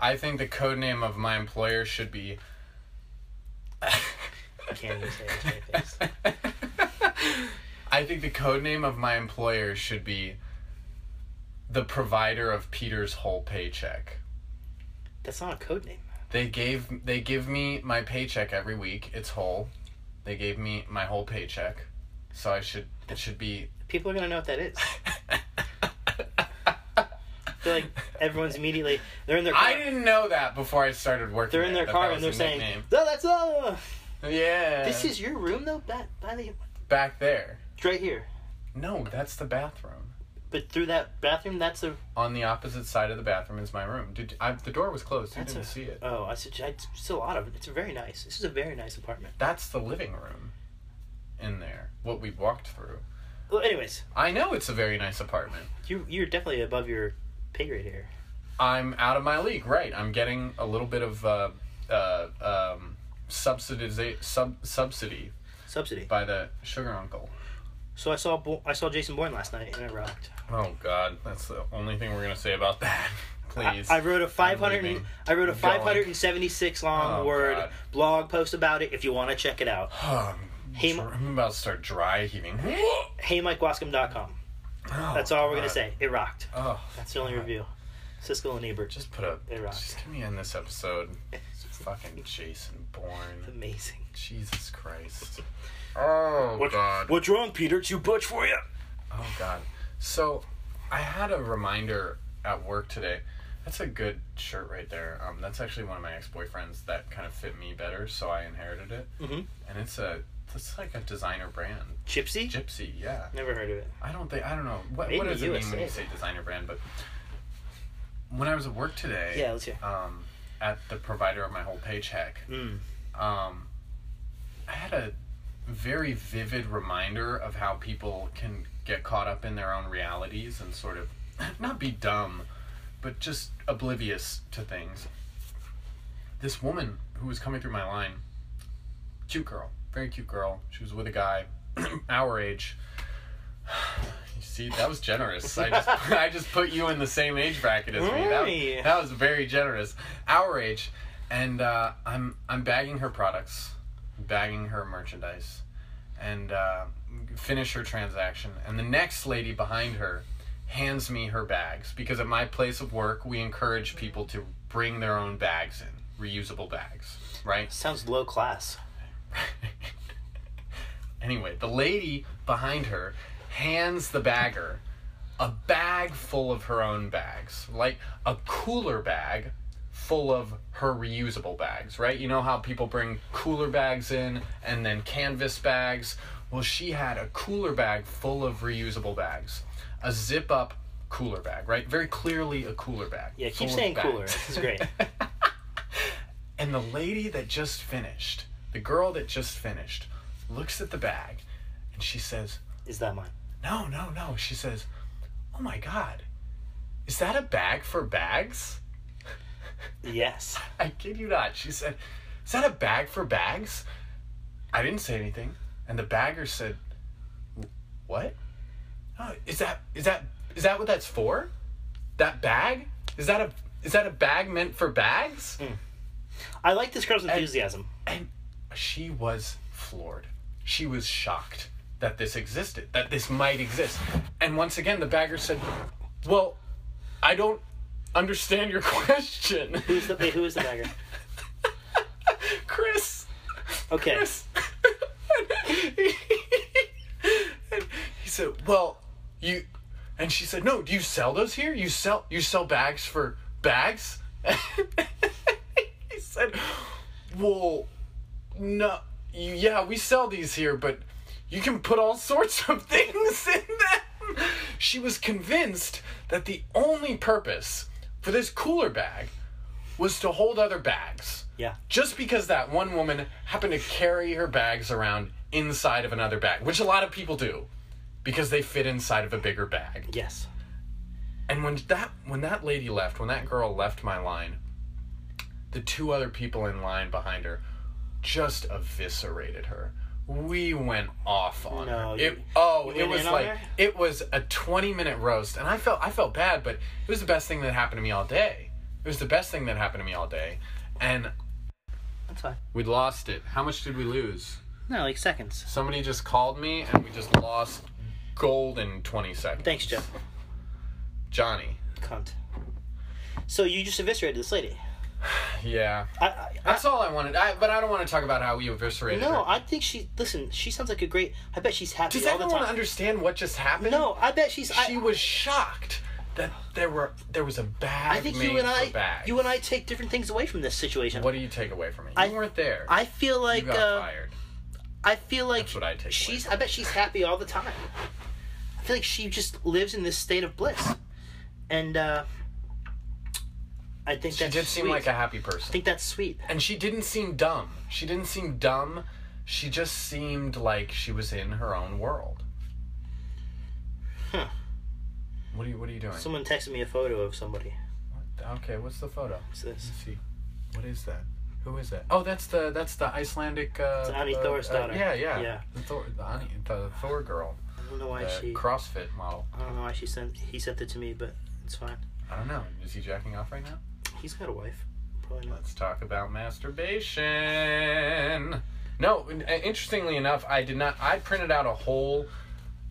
Speaker 1: I think the code name of my employer should be
Speaker 2: I can't even say it to my face.
Speaker 1: I think the code name of my employer should be the provider of Peter's whole paycheck.
Speaker 2: That's not a code name.
Speaker 1: They gave they give me my paycheck every week. It's whole. They gave me my whole paycheck. So I should it should be
Speaker 2: People are gonna know what that is. I feel like everyone's immediately they're in their car.
Speaker 1: I didn't know that before I started working.
Speaker 2: they're in
Speaker 1: there,
Speaker 2: their
Speaker 1: that
Speaker 2: car
Speaker 1: that
Speaker 2: and they're
Speaker 1: was the
Speaker 2: saying,
Speaker 1: nickname.
Speaker 2: "No, that's uh,
Speaker 1: "Yeah."
Speaker 2: this is your room though, back by the
Speaker 1: back there.
Speaker 2: it's right here."
Speaker 1: No, that's the bathroom.
Speaker 2: But through that bathroom, that's a
Speaker 1: On the opposite side of the bathroom is my room. Did I, the door was closed? You
Speaker 2: that's
Speaker 1: didn't
Speaker 2: a,
Speaker 1: see it.
Speaker 2: Oh, I said I still a lot of it. It's very nice. This is a very nice apartment.
Speaker 1: That's the living room. In there, what we walked through.
Speaker 2: Well, anyways,
Speaker 1: I know it's a very nice apartment.
Speaker 2: you you're definitely above your pay grade here.
Speaker 1: I'm out of my league, right? I'm getting a little bit of uh, uh, um, subsidiza- sub- subsidy
Speaker 2: Subsidy.
Speaker 1: by the sugar uncle.
Speaker 2: So I saw Bo- I saw Jason Bourne last night and it rocked.
Speaker 1: Oh God, that's the only thing we're gonna say about that. Please.
Speaker 2: I, I wrote a 500
Speaker 1: leaving.
Speaker 2: I wrote a
Speaker 1: I'm going.
Speaker 2: 576 long
Speaker 1: Oh,
Speaker 2: word
Speaker 1: God.
Speaker 2: blog post about it if you want to check it out.
Speaker 1: Oh,
Speaker 2: Hey,
Speaker 1: I'm,
Speaker 2: Ma-
Speaker 1: I'm about to start dry heaving.
Speaker 2: HeyMikeWascom.com. That's all we're going to say. It rocked.
Speaker 1: Oh,
Speaker 2: That's the only review. Siskel and Ebert. Just
Speaker 1: just put a.
Speaker 2: It rocked.
Speaker 1: Just give me in this episode. Fucking Jason Bourne.
Speaker 2: amazing.
Speaker 1: Jesus Christ. Oh God.
Speaker 2: What's wrong, Peter? Too butch for you.
Speaker 1: Oh God. So, I had a reminder at work today. That's a good shirt right there. Um, that's actually one of my ex-boyfriends that kind of fit me better, so I inherited it.
Speaker 2: Mhm.
Speaker 1: And it's a, it's like a designer brand.
Speaker 2: Gypsy?
Speaker 1: Gypsy, yeah.
Speaker 2: Never heard of it.
Speaker 1: I don't think I don't know what,
Speaker 2: Made
Speaker 1: what
Speaker 2: in
Speaker 1: does
Speaker 2: the
Speaker 1: it mean when you
Speaker 2: USA.
Speaker 1: say designer brand, but when I was at work today,
Speaker 2: Yeah, let's hear.
Speaker 1: um, at the provider of my whole paycheck,
Speaker 2: Mm.
Speaker 1: um, I had a very vivid reminder of how people can get caught up in their own realities and sort of not be dumb, but just oblivious to things. This woman who was coming through my line, cute girl, very cute girl. She was with a guy our age. You see, that was generous. I just, I just put you in the same age bracket as me.
Speaker 2: Right.
Speaker 1: That, that was very generous. Our age, and uh, I'm I'm bagging her products, bagging her merchandise, and uh, finish her transaction. And the next lady behind her hands me her bags because at my place of work we encourage people to bring their own bags in, reusable bags, right?
Speaker 2: Sounds low class.
Speaker 1: anyway, the lady behind her hands the bagger a bag full of her own bags, like a cooler bag full of her reusable bags, right? You know how people bring cooler bags in and then canvas bags? Well, she had a cooler bag full of reusable bags, a zip up cooler bag, right? Very clearly a cooler bag.
Speaker 2: Yeah,
Speaker 1: full
Speaker 2: keep
Speaker 1: of
Speaker 2: saying cooler.
Speaker 1: bags.
Speaker 2: This is great.
Speaker 1: And the lady that just finished, the girl that just finished, looks at the bag and she says,
Speaker 2: Is that mine?
Speaker 1: No, no, no. She says, Oh my God, is that a bag for bags?
Speaker 2: Yes.
Speaker 1: I kid you not. She said, Is that a bag for bags? I didn't say anything. And the bagger said, What? Oh, is that is that is that what that's for? That bag? Is that a is that a bag meant for bags?
Speaker 2: I like this girl's enthusiasm.
Speaker 1: And she was floored. She was shocked that this existed, that this might exist. And once again, the bagger said, Well, I don't understand your question.
Speaker 2: Who's the, wait, who is the bagger?
Speaker 1: Chris!
Speaker 2: Okay.
Speaker 1: Chris! and he said, Well, you. And she said, No, do you sell those here? You sell you sell bags for bags? he said, Well, no, you, yeah, we sell these here, but you can put all sorts of things in them. She was convinced that the only purpose for this cooler bag was to hold other bags.
Speaker 2: Yeah.
Speaker 1: Just because that one woman happened to carry her bags around inside of another bag, which a lot of people do because they fit inside of a bigger bag.
Speaker 2: Yes.
Speaker 1: And when that when that lady left, when that girl left my line, the two other people in line behind her just eviscerated her. We went off on
Speaker 2: No,
Speaker 1: her.
Speaker 2: you-
Speaker 1: It, oh,
Speaker 2: you
Speaker 1: it
Speaker 2: went
Speaker 1: was
Speaker 2: in on
Speaker 1: like
Speaker 2: her?
Speaker 1: it was a twenty minute roast, and I felt I felt bad, but it was the best thing that happened to me all day. It was the best thing that happened to me all day, and
Speaker 2: That's fine.
Speaker 1: We lost it. How much did we lose?
Speaker 2: No, like seconds.
Speaker 1: Somebody just called me and we just lost gold in 20 seconds.
Speaker 2: Thanks, Jeff.
Speaker 1: Johnny.
Speaker 2: Cunt. So you just eviscerated this lady.
Speaker 1: Yeah.
Speaker 2: I, I, I
Speaker 1: That's all I wanted. I, but I don't want to talk about how we eviscerated
Speaker 2: no,
Speaker 1: her.
Speaker 2: I think she. Listen, she sounds like a great. I bet she's happy
Speaker 1: Does
Speaker 2: all the
Speaker 1: everyone
Speaker 2: time.
Speaker 1: understand what just happened?
Speaker 2: no, I bet she's.
Speaker 1: She
Speaker 2: I,
Speaker 1: was shocked that there were there was a bag.
Speaker 2: I think
Speaker 1: made
Speaker 2: you and
Speaker 1: for
Speaker 2: I,
Speaker 1: bags.
Speaker 2: you and I take different things away from this situation.
Speaker 1: What do you take away from it? You
Speaker 2: I-
Speaker 1: weren't there.
Speaker 2: I feel like
Speaker 1: you got
Speaker 2: uh,
Speaker 1: fired.
Speaker 2: I feel like
Speaker 1: That's what I take away
Speaker 2: she's. I bet she's happy all the time. I feel like she just lives in this state of bliss, and uh, I think
Speaker 1: She
Speaker 2: that's
Speaker 1: did seem
Speaker 2: sweet.
Speaker 1: like a happy
Speaker 2: I
Speaker 1: person.
Speaker 2: think that's sweet.
Speaker 1: and she didn't seem dumb. She didn't seem dumb. She just seemed like she was in her own world.
Speaker 2: Huh.
Speaker 1: What are you What are you doing?
Speaker 2: Someone texted me a photo of somebody.
Speaker 1: What- Okay, what's the photo?
Speaker 2: What's this?
Speaker 1: Let's see. What is that? Who is that? Oh, that's the that's the Icelandic. Uh,
Speaker 2: It's Ani
Speaker 1: uh,
Speaker 2: Thor's
Speaker 1: uh,
Speaker 2: daughter.
Speaker 1: yeah, yeah,
Speaker 2: Yeah.
Speaker 1: The Thor, the, Ani, the Thor girl,
Speaker 2: I don't know why
Speaker 1: the
Speaker 2: she.
Speaker 1: CrossFit model.
Speaker 2: I don't know why she sent. He sent it to me, but it's fine.
Speaker 1: I don't know. Is he jacking off right now?
Speaker 2: He's got a wife. Probably not.
Speaker 1: Let's talk about masturbation. No, in- uh, interestingly enough, I did not. I printed out a whole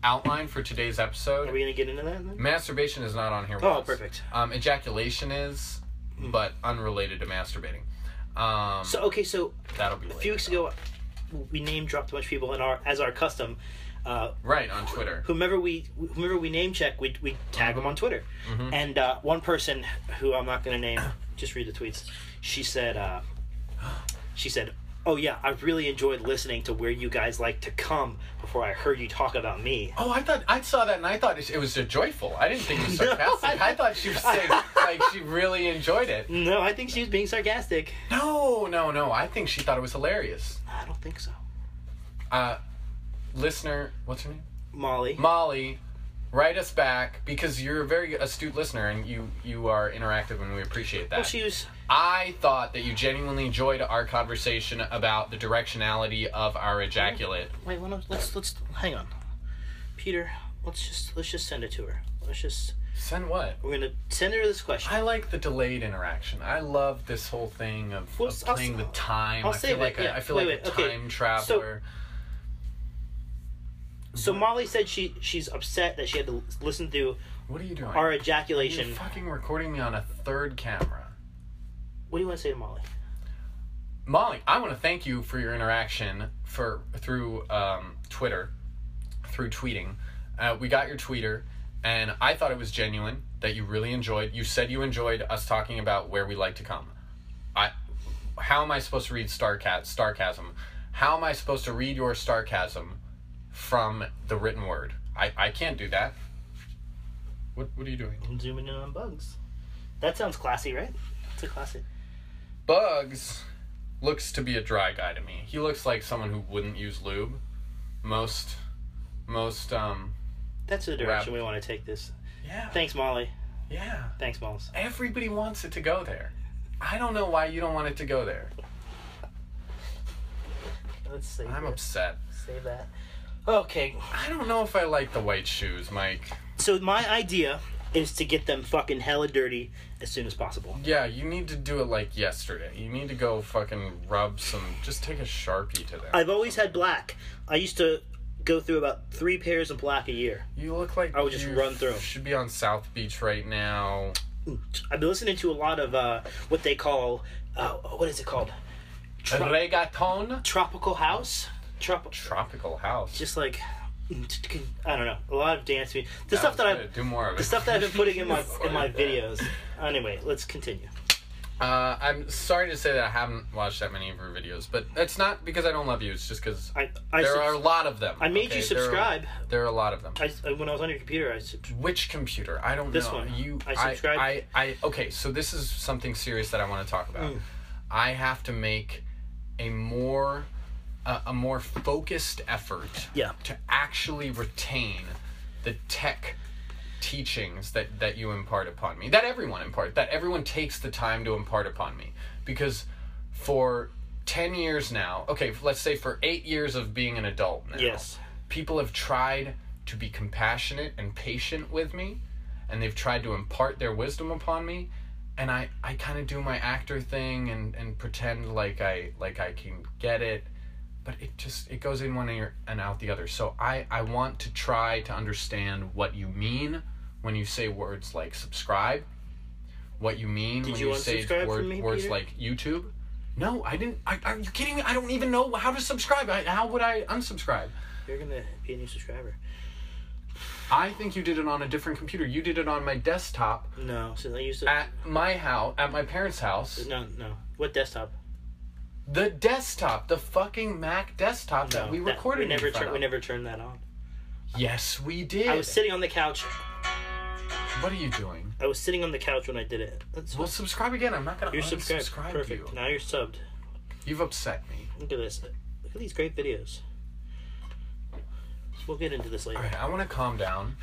Speaker 1: outline for today's
Speaker 2: Are
Speaker 1: episode.
Speaker 2: we gonna get into that? Then?
Speaker 1: Masturbation is not on here.
Speaker 2: Oh,
Speaker 1: once.
Speaker 2: perfect. Hmm.
Speaker 1: Um, ejaculation is, but unrelated to masturbating. Um,
Speaker 2: So okay, so
Speaker 1: that'll be
Speaker 2: a few weeks ago, we name dropped a bunch of people, and our as our custom, uh,
Speaker 1: Right on Twitter.
Speaker 2: whomever we whomever we name check, we we tag them on Twitter. And uh, one person who I'm not going to name, just read the tweets. She said, uh, she said, "Oh yeah, I really enjoyed listening to where you guys like to come before I heard you talk about me."
Speaker 1: Oh, I thought I saw that, and I thought it was a joyful. I didn't think it was sarcastic. I thought she was saying like she really enjoyed it.
Speaker 2: No, I think she was being sarcastic.
Speaker 1: No, no, no. I think she thought it was hilarious.
Speaker 2: I don't think so.
Speaker 1: Uh, listener, what's her name?
Speaker 2: Molly,
Speaker 1: Molly, write us back because you're a very astute listener and you you are interactive and we appreciate that.
Speaker 2: well, she was.
Speaker 1: I thought that you genuinely enjoyed our conversation about the directionality of our ejaculate.
Speaker 2: Wait, why don't- let's let's hang on, Peter. Let's just let's just send it to her. Let's just
Speaker 1: Send what?
Speaker 2: we're gonna send her this question.
Speaker 1: I like the delayed interaction. I love this whole thing of,
Speaker 2: Well,
Speaker 1: of
Speaker 2: I'll-
Speaker 1: playing with time.
Speaker 2: I'll
Speaker 1: I
Speaker 2: save
Speaker 1: feel like
Speaker 2: it, yeah.
Speaker 1: a, I feel
Speaker 2: Wait,
Speaker 1: like a
Speaker 2: wait, okay.
Speaker 1: time traveler.
Speaker 2: So Molly said she she's upset that she had to listen through
Speaker 1: what are you doing?
Speaker 2: our
Speaker 1: you're
Speaker 2: ejaculation.
Speaker 1: fucking recording me on a third camera.
Speaker 2: What do you want to say to Molly?
Speaker 1: Molly, I want to thank you for your interaction for through um, Twitter, through tweeting. Uh, we got your tweeter, and I thought it was genuine that you really enjoyed. You said you enjoyed us talking about where we like to come. I, how am I supposed to read starca- sarcasm? How am I supposed to read your sarcasm from the written word? I, I can't do that. What What are you doing?
Speaker 2: I'm zooming in on bugs. That sounds classy, right? It's a classy.
Speaker 1: Bugs looks to be a dry guy to me. He looks like someone who wouldn't use lube. Most, most, um.
Speaker 2: That's the direction
Speaker 1: Rap.
Speaker 2: we want to take this.
Speaker 1: Yeah.
Speaker 2: Thanks, Molly.
Speaker 1: yeah.
Speaker 2: Thanks, Moms.
Speaker 1: Everybody wants it to go there. I don't know why you don't want it to go there.
Speaker 2: Let's save,
Speaker 1: I'm
Speaker 2: this.
Speaker 1: upset.
Speaker 2: save that. Okay,
Speaker 1: I don't know if I like the white shoes, Mike.
Speaker 2: so my idea is to get them fucking hella dirty as soon as possible.
Speaker 1: Yeah, you need to do it like yesterday. You need to go fucking rub some. Just take a sharpie to them.
Speaker 2: I've always had black. I used to go through about three pairs of black a year.
Speaker 1: you look like
Speaker 2: I would just
Speaker 1: you
Speaker 2: run through 'em.
Speaker 1: Should be on South Beach right now.
Speaker 2: I've been listening to a lot of uh, what they call uh, what is it called? Tro-
Speaker 1: Reggaeton.
Speaker 2: tropical house. Trop-
Speaker 1: Tropical house.
Speaker 2: just like I don't know, a lot of dance music. The stuff that
Speaker 1: was
Speaker 2: I
Speaker 1: good. do more of
Speaker 2: the
Speaker 1: it.
Speaker 2: stuff that I've been putting in my in my
Speaker 1: Sorry.
Speaker 2: videos. Anyway, let's continue.
Speaker 1: Uh, I'm sorry to say that I haven't watched that many of your videos, but that's not because I don't love you. It's just because
Speaker 2: I I,
Speaker 1: there
Speaker 2: subs-
Speaker 1: are a lot of them.
Speaker 2: I made
Speaker 1: There are-
Speaker 2: you subscribe.
Speaker 1: There are, a lot of them.
Speaker 2: I s- when I was on your computer, I sub-
Speaker 1: Which computer? I don't
Speaker 2: This
Speaker 1: know.
Speaker 2: one.
Speaker 1: You.
Speaker 2: I subscribed.
Speaker 1: I, I, Okay, so this is something serious that I want to talk about.
Speaker 2: Mm.
Speaker 1: I have to make a more a, a more focused effort.
Speaker 2: Yeah.
Speaker 1: To actually retain the tech teachings that that you impart upon me that everyone impart that everyone takes the time to impart upon me because for 10 years now okay let's say for 8 years of being an adult now
Speaker 2: Yes.
Speaker 1: people have tried to be compassionate and patient with me and they've tried to impart their wisdom upon me and I I kind of do my actor thing and and pretend like I like I can get it, but it just it goes in one ear and out the other. So I I want to try to understand what you mean when you say words like subscribe, what you mean
Speaker 2: Did
Speaker 1: when
Speaker 2: you
Speaker 1: you, say
Speaker 2: unsubscribe from
Speaker 1: word,
Speaker 2: me,
Speaker 1: words
Speaker 2: Peter?
Speaker 1: like YouTube. No, I didn't. I, are you kidding me? I don't even know how to subscribe. I, how would I unsubscribe?
Speaker 2: You're gonna be a new subscriber.
Speaker 1: I think you did it on a different computer. You did it on my desktop
Speaker 2: No, so I used to.
Speaker 1: at my house, at my parents' house.
Speaker 2: no, no. What desktop?
Speaker 1: The desktop, the fucking Mac desktop
Speaker 2: No,
Speaker 1: that we
Speaker 2: that-
Speaker 1: recorded.
Speaker 2: we never
Speaker 1: in front
Speaker 2: tur-
Speaker 1: of.
Speaker 2: We never turned that on.
Speaker 1: Yes, we did.
Speaker 2: I was sitting on the couch.
Speaker 1: what are you doing?
Speaker 2: I was sitting on the couch when I did it. That's
Speaker 1: Well, subscribe again. I'm not gonna
Speaker 2: you're subscribed.
Speaker 1: unsubscribe
Speaker 2: Perfect.
Speaker 1: you.
Speaker 2: Now you're subbed.
Speaker 1: You've upset me.
Speaker 2: Look at this. Look at these great videos. We'll get into this
Speaker 1: All
Speaker 2: later.
Speaker 1: right, I want to calm down.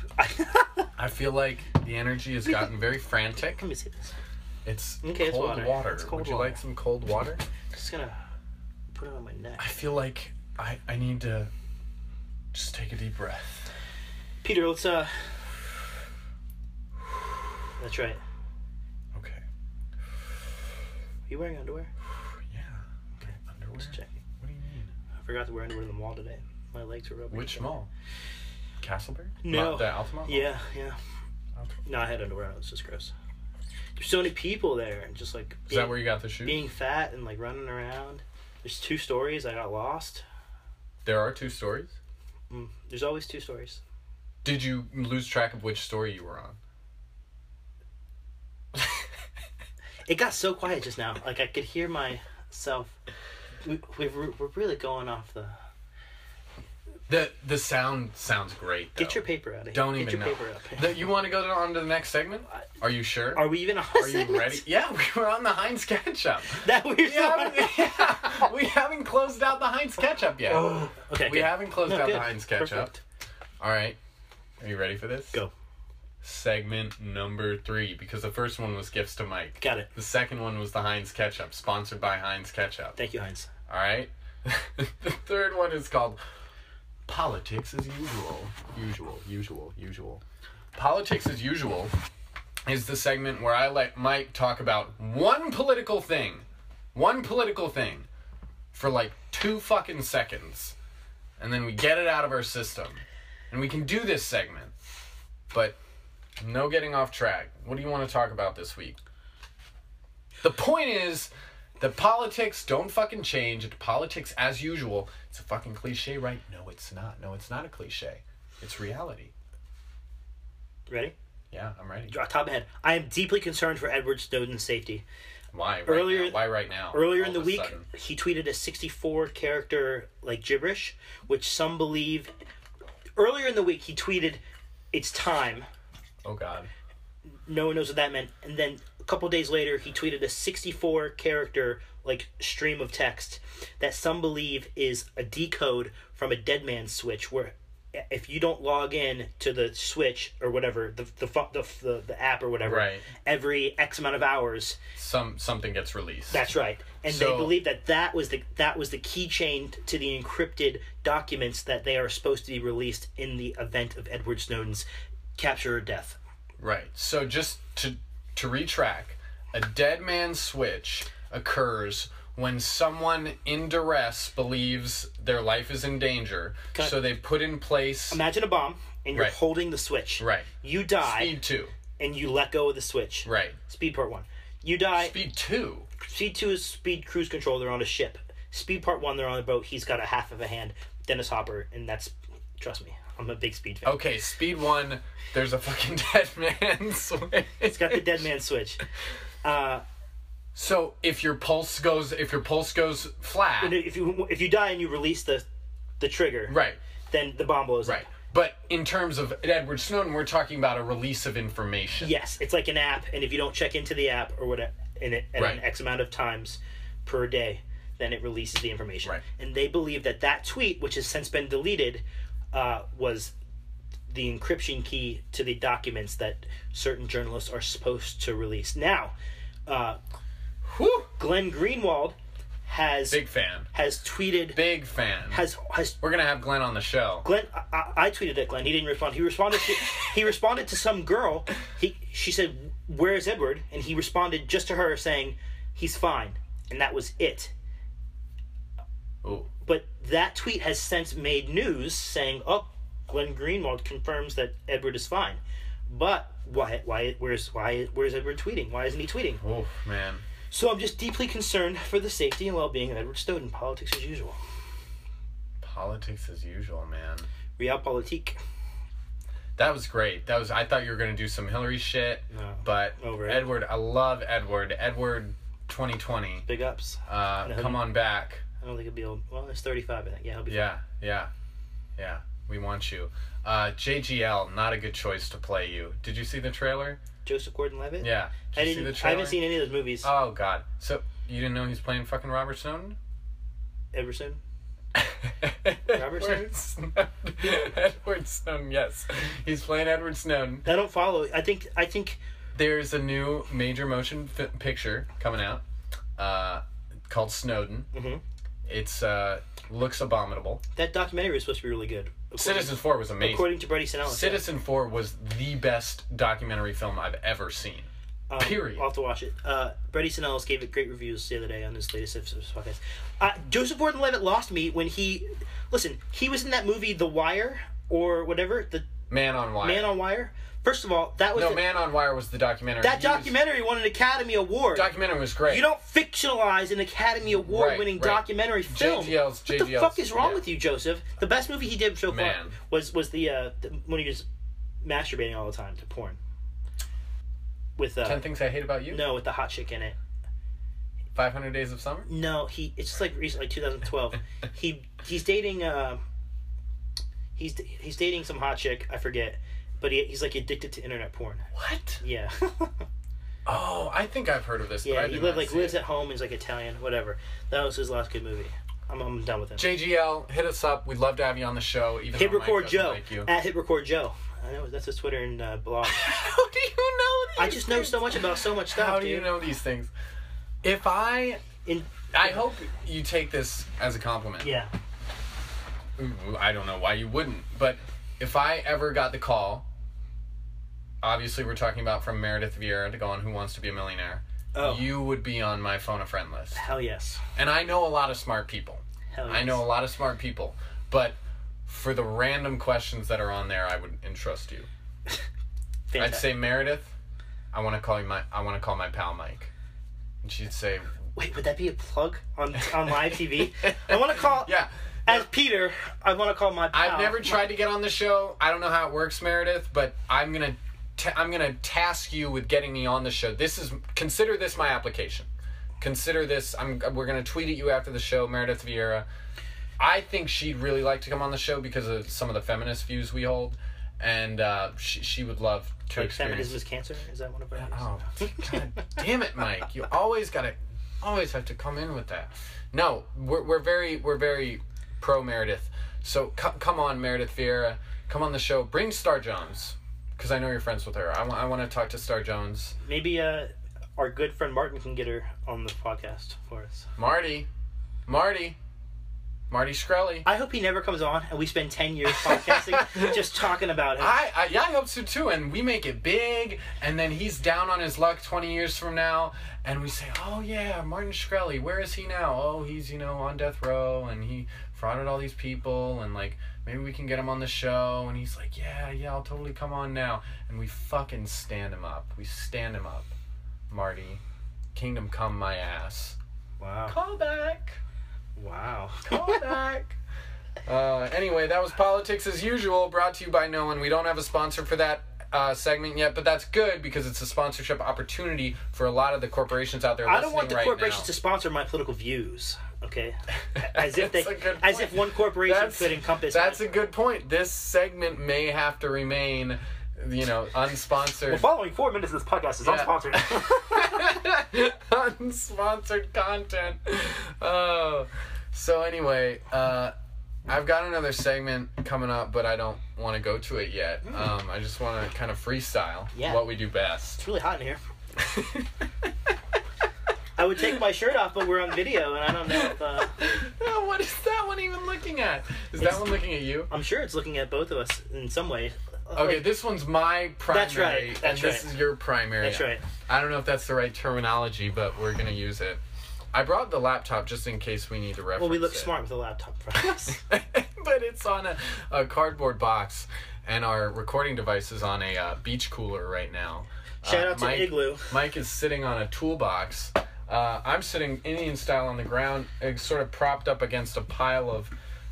Speaker 1: I feel like the energy has gotten very frantic.
Speaker 2: Let me see this.
Speaker 1: It's
Speaker 2: Okay, it's
Speaker 1: cold
Speaker 2: water.
Speaker 1: water.
Speaker 2: It's cold
Speaker 1: Would you
Speaker 2: water.
Speaker 1: like some cold water?
Speaker 2: Just gonna put it on my neck.
Speaker 1: I feel like I I need to just take a deep breath.
Speaker 2: Peter, let's uh. That's right.
Speaker 1: Okay.
Speaker 2: Are you wearing underwear?
Speaker 1: Yeah. Okay. Underwear.
Speaker 2: Just checking.
Speaker 1: What do you mean?
Speaker 2: I forgot to wear underwear in the mall today. My legs were rubbing.
Speaker 1: Which
Speaker 2: each other.
Speaker 1: mall? Castleberry?
Speaker 2: No.
Speaker 1: Not the Altamont? Mall?
Speaker 2: Yeah, yeah.
Speaker 1: Altamont.
Speaker 2: No, I had underwear. on. It was just gross. There's so many people there, and just like
Speaker 1: Is that where you got the shoes?
Speaker 2: being fat and like running around. There's two stories. I got lost.
Speaker 1: there are two stories.
Speaker 2: Mm. There's always two stories.
Speaker 1: Did you lose track of which story you were on?
Speaker 2: It got so quiet just now. Like I could hear myself. We, we we're, we're really going off the.
Speaker 1: The the sound sounds great. Though.
Speaker 2: Get your paper out of here.
Speaker 1: Don't
Speaker 2: Get
Speaker 1: even
Speaker 2: your
Speaker 1: know.
Speaker 2: paper up.
Speaker 1: The- you want to go to, on to the next segment? Are you sure?
Speaker 2: Are we even on
Speaker 1: Are you ready? Yeah, we were on the Heinz ketchup.
Speaker 2: That weird.
Speaker 1: We haven't, yeah, we haven't closed out the Heinz ketchup yet.
Speaker 2: okay.
Speaker 1: we
Speaker 2: good.
Speaker 1: haven't closed
Speaker 2: Oh, No,
Speaker 1: out
Speaker 2: good.
Speaker 1: the Heinz ketchup.
Speaker 2: Perfect.
Speaker 1: All right. Are you ready for this?
Speaker 2: Go.
Speaker 1: Segment number three, because the first one was gifts to Mike.
Speaker 2: Got it.
Speaker 1: The second one was the Heinz ketchup, sponsored by Heinz ketchup.
Speaker 2: Thank you, Heinz.
Speaker 1: All right. the third one is called politics as usual. Usual, usual, usual. Politics as usual is the segment where I let Mike talk about one political thing, one political thing, for like two fucking seconds, and then we get it out of our system, and we can do this segment, but. No getting off track. What do you want to talk about this week? The point is, the politics don't fucking change. It's politics as usual. It's a fucking cliche, right? No, it's not. No, it's not a cliche. It's reality.
Speaker 2: Ready?
Speaker 1: Yeah, I'm ready.
Speaker 2: Draw top of head. I am deeply concerned for Edward Snowden's safety.
Speaker 1: Why right
Speaker 2: Earlier-
Speaker 1: now? Why right now?
Speaker 2: Earlier in
Speaker 1: All
Speaker 2: the
Speaker 1: of a
Speaker 2: week,
Speaker 1: sudden.
Speaker 2: he tweeted a 64 character like gibberish, which some believe. Earlier in the week, he tweeted, "It's time."
Speaker 1: Oh God.
Speaker 2: No one knows what that meant. And then a couple days later, he tweeted a 64 character like stream of text that some believe is a decode from a dead man's switch, where if you don't log in to the switch or whatever the the fu- the the, the app or whatever,
Speaker 1: Right.
Speaker 2: every X amount of hours,
Speaker 1: Some something gets released.
Speaker 2: that's right. And they
Speaker 1: So-
Speaker 2: believe that that was the that was the keychain t- to the encrypted documents that they are supposed to be released in the event of Edward Snowden's capture or death.
Speaker 1: Right. So just to to retrack, a dead man switch occurs when someone in duress believes their life is in danger,
Speaker 2: Cut.
Speaker 1: so they put in place
Speaker 2: Imagine a bomb and you're
Speaker 1: Right.
Speaker 2: holding the switch.
Speaker 1: right
Speaker 2: You die
Speaker 1: speed two.
Speaker 2: and you let go of the switch.
Speaker 1: Right.
Speaker 2: Speed part one. You die.
Speaker 1: Speed two.
Speaker 2: Speed two is speed cruise control. They're on a ship. Speed part one. They're on a boat. He's got a half of a hand. Dennis Hopper, and that's trust me. I'm a big speed fan.
Speaker 1: Okay, speed one. There's a fucking dead man switch.
Speaker 2: It's got the dead man switch.
Speaker 1: So if your pulse goes, if your pulse goes flat,
Speaker 2: And if you if you die and you release the the trigger,
Speaker 1: right,
Speaker 2: then the bomb blows
Speaker 1: right.
Speaker 2: up.
Speaker 1: But in terms of Edward Snowden, we're talking about a release of information.
Speaker 2: Yes, it's like an app, and if you don't check into the app or whatever, in it, at an
Speaker 1: Right.
Speaker 2: X amount of times per day, then it releases the information.
Speaker 1: Right.
Speaker 2: And they believe that that tweet, which has since been deleted, uh, was the encryption key to the documents that certain journalists are supposed to release. Now, uh,
Speaker 1: Whew.
Speaker 2: Glenn Greenwald has
Speaker 1: Big fan.
Speaker 2: has tweeted
Speaker 1: Big fan.
Speaker 2: has has
Speaker 1: We're gonna have Glenn on the show.
Speaker 2: Glenn, I- I, I tweeted at Glenn. He didn't respond. He responded. To, he responded to some girl. He she said, "Where's Edward?" And he responded just to her saying, "He's fine." And that was it.
Speaker 1: Ooh.
Speaker 2: But that tweet has since made news, saying, "Oh, Glenn Greenwald confirms that Edward is fine." But why? Why? Where's why? Where's Edward tweeting? Why isn't he tweeting?
Speaker 1: Oof, man.
Speaker 2: So I'm just deeply concerned for the safety and well-being of Edward Snowden. Politics as usual.
Speaker 1: Politics as usual, man.
Speaker 2: Realpolitik.
Speaker 1: That was great. That was I thought you were gonna do some Hillary shit.
Speaker 2: No.
Speaker 1: But
Speaker 2: Over it.
Speaker 1: Edward, I love Edward. Edward twenty twenty.
Speaker 2: Big ups.
Speaker 1: Uh,
Speaker 2: No.
Speaker 1: come on back.
Speaker 2: I don't think it'll be. old. Well, it's 35. I think. Yeah, he'll be.
Speaker 1: Yeah, yeah, yeah. We want you. Uh, JGL, not a good choice to play you. Did you see the trailer?
Speaker 2: Joseph Gordon-Levitt.
Speaker 1: Yeah. Did
Speaker 2: I
Speaker 1: you see
Speaker 2: didn't.
Speaker 1: the
Speaker 2: I
Speaker 1: trailer?
Speaker 2: haven't seen any of those movies.
Speaker 1: Oh God. So you didn't know he's playing fucking Robert Snowden?
Speaker 2: ever since.
Speaker 1: Robert
Speaker 2: Snowden?
Speaker 1: Edward Snowden. Yes, he's playing Edward Snowden.
Speaker 2: I don't follow. I think. I think.
Speaker 1: There's a new major motion fi- picture coming out uh, called Snowden.
Speaker 2: Mhm.
Speaker 1: It's uh, looks abominable.
Speaker 2: That documentary was supposed to be really good. According,
Speaker 1: Citizen Four was amazing.
Speaker 2: According to Brady Sinella.
Speaker 1: Citizen Four was the best documentary film I've ever seen.
Speaker 2: Um,
Speaker 1: period.
Speaker 2: I'll have to watch it. Uh, Brady Sinellis gave it great reviews the other day on his latest episode of his podcast. Uh, Joseph Gordon-Levitt lost me when he. Listen, he was in that movie The Wire or whatever. The
Speaker 1: Man on Wire.
Speaker 2: Man on Wire. First of all, that was
Speaker 1: no,
Speaker 2: the-
Speaker 1: Man on Wire was the documentary.
Speaker 2: that
Speaker 1: He was-
Speaker 2: documentary won an Academy Award.
Speaker 1: documentary was great.
Speaker 2: You don't fictionalize an Academy Award winning
Speaker 1: Right, right.
Speaker 2: documentary film.
Speaker 1: JGLs,
Speaker 2: what the fuck
Speaker 1: JGLs,
Speaker 2: is wrong
Speaker 1: yeah.
Speaker 2: with you, Joseph? The best movie he did so far
Speaker 1: Man.
Speaker 2: was was the, uh, the when he was masturbating all the time to porn. With uh,
Speaker 1: Ten Things I Hate About You.
Speaker 2: no, with the hot chick in it.
Speaker 1: Five Hundred Days of Summer.
Speaker 2: No, he it's just like recently 2012. he he's dating uh, he's he's dating some hot chick I forget, but he, he's like addicted to internet porn.
Speaker 1: What?
Speaker 2: Yeah.
Speaker 1: Oh, I think I've heard of this. but
Speaker 2: Yeah,
Speaker 1: I
Speaker 2: he
Speaker 1: did
Speaker 2: live,
Speaker 1: not
Speaker 2: like
Speaker 1: see
Speaker 2: lives
Speaker 1: it.
Speaker 2: at home. He's like Italian, whatever. That was his last good movie. I'm, I'm done with him.
Speaker 1: JGL, hit us up. We'd love to have you on the show. Even
Speaker 2: Hit
Speaker 1: though Mike
Speaker 2: record
Speaker 1: doesn't
Speaker 2: Joe
Speaker 1: Like you.
Speaker 2: at Hit record Joe. I know that's his Twitter and uh, blog.
Speaker 1: How do you know? These
Speaker 2: I just know so much about so much stuff.
Speaker 1: How do
Speaker 2: dude.
Speaker 1: you know these things? If I,
Speaker 2: In,
Speaker 1: I hope you take this as a compliment.
Speaker 2: yeah,
Speaker 1: Ooh, I don't know why you wouldn't, but if I ever got the call, obviously we're talking about from Meredith Vieira to go on Who Wants to Be a Millionaire.
Speaker 2: Oh.
Speaker 1: You would be on my phone a friend list.
Speaker 2: hell yes,
Speaker 1: And I know a lot of smart people.
Speaker 2: hell yes.
Speaker 1: I know a lot of smart people, but for the random questions that are on there, I would entrust you. I'd
Speaker 2: Fantastic.
Speaker 1: say Meredith, I want to call you my I want to call my pal Mike. And she'd say,
Speaker 2: Wait, would that be a plug on on live TV? I want to call.
Speaker 1: "Yeah,
Speaker 2: As Peter, I want to call my. Pal.
Speaker 1: I've never tried to get on the show. I don't know how it works, Meredith, but I'm gonna t- I'm gonna task you with getting me on the show. This is consider this my application. Consider this. I'm we're gonna tweet at you after the show, Meredith Vieira. I think she'd really like to come on the show because of some of the feminist views we hold, and uh, she she would love to
Speaker 2: Like
Speaker 1: experience.
Speaker 2: feminism is cancer. Is that one of our?
Speaker 1: Oh God, damn it, Mike! You always gotta always have to come in with that. No, we're we're very we're very pro Meredith. So c- come on, Meredith Vieira, come on the show. Bring Star Jones because I know you're friends with her. I want to talk to Star Jones.
Speaker 2: Maybe uh, our good friend Martin can get her on the podcast for us.
Speaker 1: Marty, Marty, Marty Shkreli.
Speaker 2: I hope he never comes on and we spend 10 years podcasting just talking about him.
Speaker 1: I, I yeah, I hope so too. And we make it big, and then he's down on his luck twenty years from now, and we say, oh yeah, Martin Shkreli, where is he now? Oh, he's you know on death row, and he frauded all these people, and like maybe we can get him on the show, and he's like, yeah, yeah, I'll totally come on now, and we fucking stand him up. We stand him up, Marty. Kingdom come my ass.
Speaker 2: Wow.
Speaker 1: Call back.
Speaker 2: Wow.
Speaker 1: Call back. Uh, anyway, that was politics as usual, brought to you by no one. We don't have a sponsor for that uh, segment yet, but that's good because it's a sponsorship opportunity for a lot of the corporations out there.
Speaker 2: I don't want
Speaker 1: listening
Speaker 2: the
Speaker 1: right
Speaker 2: corporations
Speaker 1: now.
Speaker 2: to sponsor my political views, okay? As if they
Speaker 1: That's a good
Speaker 2: as
Speaker 1: point.
Speaker 2: if one corporation
Speaker 1: That's-
Speaker 2: could encompass
Speaker 1: That's
Speaker 2: my-
Speaker 1: a good point. This segment may have to remain, you know, unsponsored.
Speaker 2: The following 4 minutes of this podcast is
Speaker 1: Yeah.
Speaker 2: unsponsored.
Speaker 1: unsponsored content. Oh, so anyway, uh, I've got another segment coming up, but I don't want to go to it yet. Um, I just want to kind of freestyle
Speaker 2: Hmm. Yeah.
Speaker 1: what we do best.
Speaker 2: it's really hot in here. I would take my shirt off, but we're on video, and I don't know if. Uh,
Speaker 1: Oh, what is that one even looking at? Is that
Speaker 2: It's-
Speaker 1: one looking at you?
Speaker 2: I'm sure it's looking at both of us in some way.
Speaker 1: Okay,
Speaker 2: Like,
Speaker 1: this one's my primary,
Speaker 2: Oh. That's right,
Speaker 1: and
Speaker 2: that's
Speaker 1: this
Speaker 2: right.
Speaker 1: is your primary.
Speaker 2: That's right.
Speaker 1: I don't know if that's the right terminology, but we're gonna use it. I brought the laptop just in case we need to reference.
Speaker 2: well, we look
Speaker 1: it.
Speaker 2: smart with a laptop in front of us.
Speaker 1: but it's on a, a cardboard box, and our recording device is on a uh, beach cooler right now.
Speaker 2: Shout
Speaker 1: Uh,
Speaker 2: out to
Speaker 1: Mike-
Speaker 2: Igloo.
Speaker 1: Mike is sitting on a toolbox. Uh, I'm sitting Indian style on the ground, uh, sort of propped up against a pile of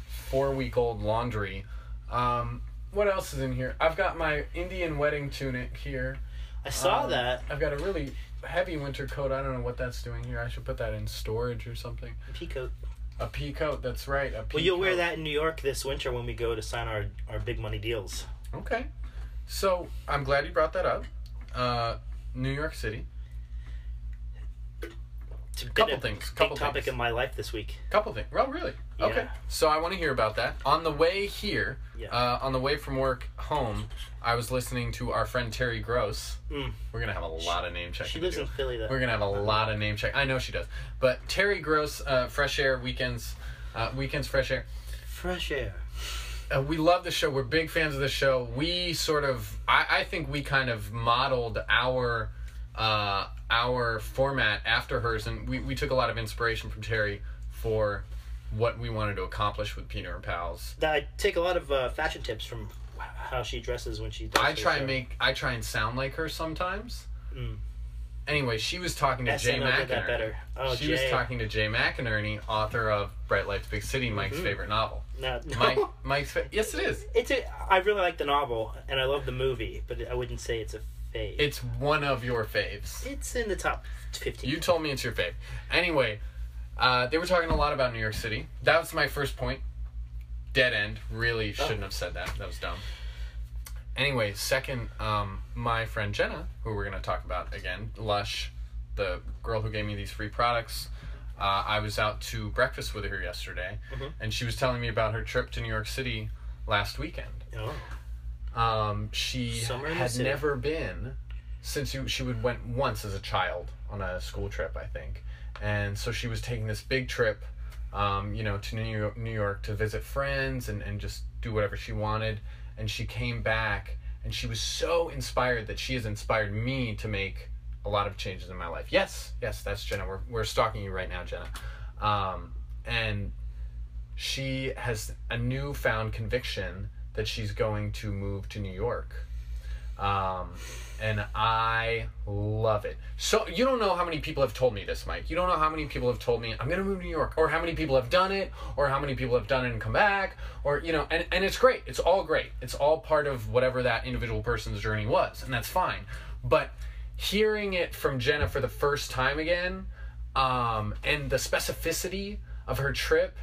Speaker 1: four week old laundry. Um, what else is in here? I've got my Indian wedding tunic here.
Speaker 2: I saw
Speaker 1: Um,
Speaker 2: that.
Speaker 1: I've got a really heavy winter coat. I don't know what that's doing here. I should put that in storage or something.
Speaker 2: Peacoat.
Speaker 1: A pea coat. That's right. A pea
Speaker 2: Well, you'll wear
Speaker 1: coat.
Speaker 2: that in New York this winter when we go to sign our, our big money deals.
Speaker 1: Okay. So I'm glad you brought that up. Uh, New York City.
Speaker 2: It's been
Speaker 1: Couple
Speaker 2: a
Speaker 1: things,
Speaker 2: big
Speaker 1: couple
Speaker 2: topic
Speaker 1: things.
Speaker 2: in my life this week.
Speaker 1: Couple things. Well, really. Okay.
Speaker 2: Yeah.
Speaker 1: So I want to hear about that. On the way here,
Speaker 2: Yeah.
Speaker 1: uh, on the way from work home, I was listening to our friend Terry Gross.
Speaker 2: Mm.
Speaker 1: We're gonna have a lot of name checking.
Speaker 2: She
Speaker 1: to
Speaker 2: lives
Speaker 1: do.
Speaker 2: in Philly, though.
Speaker 1: We're gonna have a lot of name check. I know she does. But Terry Gross, uh, Fresh Air Weekends, uh, Weekends Fresh Air.
Speaker 2: Fresh air.
Speaker 1: uh, we love the show. We're big fans of the show. We sort of, I, I think we kind of modeled our uh, our format after hers, and we, we took a lot of inspiration from Terry for what we wanted to accomplish with Peter and Pals.
Speaker 2: That- I take a lot of uh, fashion tips from how she dresses when she does
Speaker 1: I
Speaker 2: her
Speaker 1: try
Speaker 2: show.
Speaker 1: and make, I try and sound like her sometimes.
Speaker 2: Mm.
Speaker 1: Anyway, she was talking to Jay
Speaker 2: SNL did that
Speaker 1: McInerney.
Speaker 2: better. Oh,
Speaker 1: she
Speaker 2: Jay.
Speaker 1: was talking to Jay McInerney, author of Bright Lights, Big City, Mike's
Speaker 2: Mm-hmm.
Speaker 1: favorite novel.
Speaker 2: No, no.
Speaker 1: Mike, Mike's, fa- yes, it is.
Speaker 2: It's a, I really like the novel and I love the movie, but I wouldn't say it's a fave.
Speaker 1: It's one of your faves.
Speaker 2: it's in the top 15.
Speaker 1: You told me it's your fave. Anyway, uh, they were talking a lot about New York City. That was my first point. Dead end. Really shouldn't have said that. That was dumb. Anyway, second, um, my friend Jenna, who we're going to talk about again, Lush, the girl who gave me these free products. Uh, I was out to breakfast with her yesterday,
Speaker 2: Mhm.
Speaker 1: and she was telling me about her trip to New York City last weekend.
Speaker 2: Oh.
Speaker 1: Um, she
Speaker 2: Summer in the
Speaker 1: had
Speaker 2: city.
Speaker 1: never been since you, she would went once as a child on a school trip, I think, and so she was taking this big trip, um, you know, to New York, New York to visit friends and and just do whatever she wanted, and she came back and she was so inspired that she has inspired me to make a lot of changes in my life. Yes, yes, that's Jenna. We're we're stalking you right now, Jenna, um, and she has a newfound conviction that she's going to move to New York. Um, and I love it. So you don't know how many people have told me this, Mike. You don't know how many people have told me I'm going to move to New York, or how many people have done it, or how many people have done it and come back, or you know, and and it's great. It's all great. It's all part of whatever that individual person's journey was, and that's fine. But hearing it from Jenna for the first time again, um, and the specificity of her trip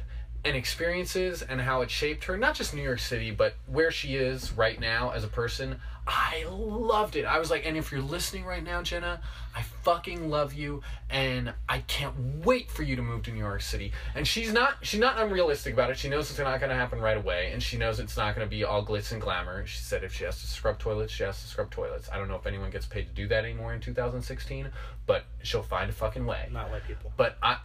Speaker 1: and experiences and how it shaped her not just new york city but where she is right now as a person i loved it i was like and if you're listening right now jenna i fucking love you and i can't wait for you to move to new york city and she's not she's not unrealistic about it she knows it's not going to happen right away and she knows it's not going to be all glitz and glamour she said if she has to scrub toilets she has to scrub toilets i don't know if anyone gets paid to do that anymore in 2016 but she'll find a fucking way
Speaker 2: Not white people.
Speaker 1: but I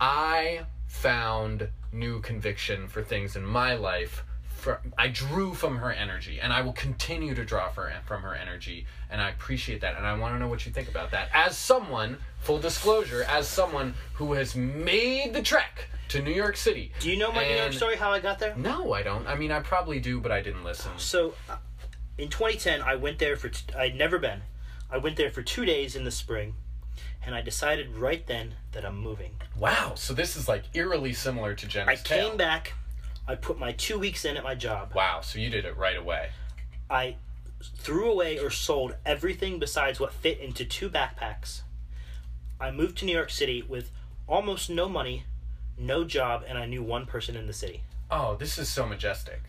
Speaker 1: I found new conviction for things in my life. For, I drew from her energy, and I will continue to draw for, from her energy, and I appreciate that. And I want to know what you think about that. As someone, full disclosure, as someone who has made the trek to New York City.
Speaker 2: Do you know my New York
Speaker 1: And-
Speaker 2: story, how I got there?
Speaker 1: No, I don't. I mean, I probably do, but I didn't listen.
Speaker 2: So, uh, in 2010, I went there for, t- I'd never been. I went there for two days in the spring, and I decided right then that I'm moving.
Speaker 1: Wow. So this is like eerily similar to Jenna's
Speaker 2: I
Speaker 1: tale.
Speaker 2: came back, I put my two weeks in at my job.
Speaker 1: Wow. So you did it right away.
Speaker 2: I threw away or sold everything besides what fit into two backpacks. I moved to New York City with almost no money, no job, and I knew one person in the city.
Speaker 1: Oh, this is so majestic.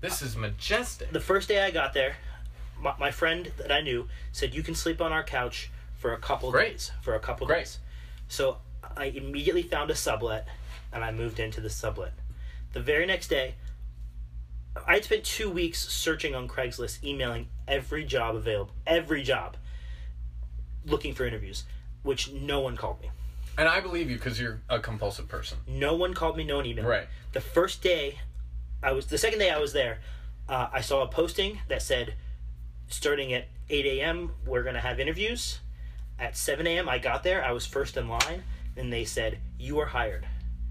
Speaker 1: This is majestic.
Speaker 2: The first day I got there, my, my friend that I knew said, You can sleep on our couch for a couple
Speaker 1: Great.
Speaker 2: days. For a couple
Speaker 1: Great.
Speaker 2: days. So I immediately found a sublet and I moved into the sublet. The very next day, I'd spent two weeks searching on Craigslist, emailing every job available, every job. looking for interviews, which no one called me.
Speaker 1: And I believe you because you're a compulsive person.
Speaker 2: No one called me, no one emailed. me.
Speaker 1: Right.
Speaker 2: The first day, I was the second day I was there. Uh, I saw a posting that said, starting at eight a.m. We're gonna have interviews. At seven a.m. I got there. I was first in line, and they said you are hired.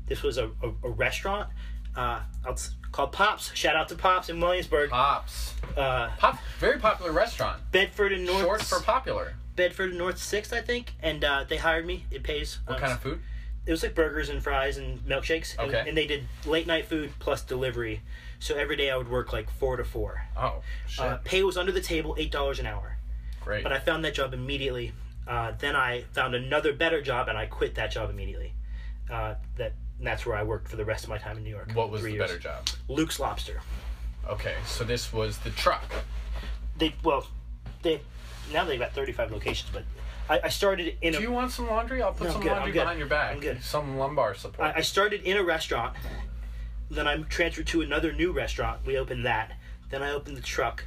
Speaker 2: This was a, a, a restaurant. Uh, I'll s- called Pops. Shout out to Pops in Williamsburg,
Speaker 1: Pops.
Speaker 2: uh,
Speaker 1: Pop, very popular restaurant.
Speaker 2: Bedford and North.
Speaker 1: Short for popular.
Speaker 2: Bedford and North Sixth, I think, and uh, they hired me. It pays. Uh,
Speaker 1: What kind of food?
Speaker 2: It was like burgers and fries and milkshakes. And,
Speaker 1: Okay.
Speaker 2: and they did late night food plus delivery. So every day I would work like four to four.
Speaker 1: Oh, shit.
Speaker 2: Uh, pay was under the table, eight dollars an hour.
Speaker 1: Great.
Speaker 2: But I found that job immediately. Uh, then I found another better job, and I quit that job immediately. Uh, that and that's where I worked for the rest of my time in New York.
Speaker 1: what was the
Speaker 2: three
Speaker 1: better
Speaker 2: years.
Speaker 1: job?
Speaker 2: Luke's Lobster.
Speaker 1: Okay, so this was the truck.
Speaker 2: They well, they now they've got thirty five locations, but I, I started in a
Speaker 1: Do you want some laundry? I'll put
Speaker 2: No,
Speaker 1: some
Speaker 2: good,
Speaker 1: laundry
Speaker 2: I'm good.
Speaker 1: behind your back.
Speaker 2: I'm good.
Speaker 1: Some lumbar support.
Speaker 2: I, I started in a restaurant, then I transferred to another new restaurant. We opened that. Then I opened the truck.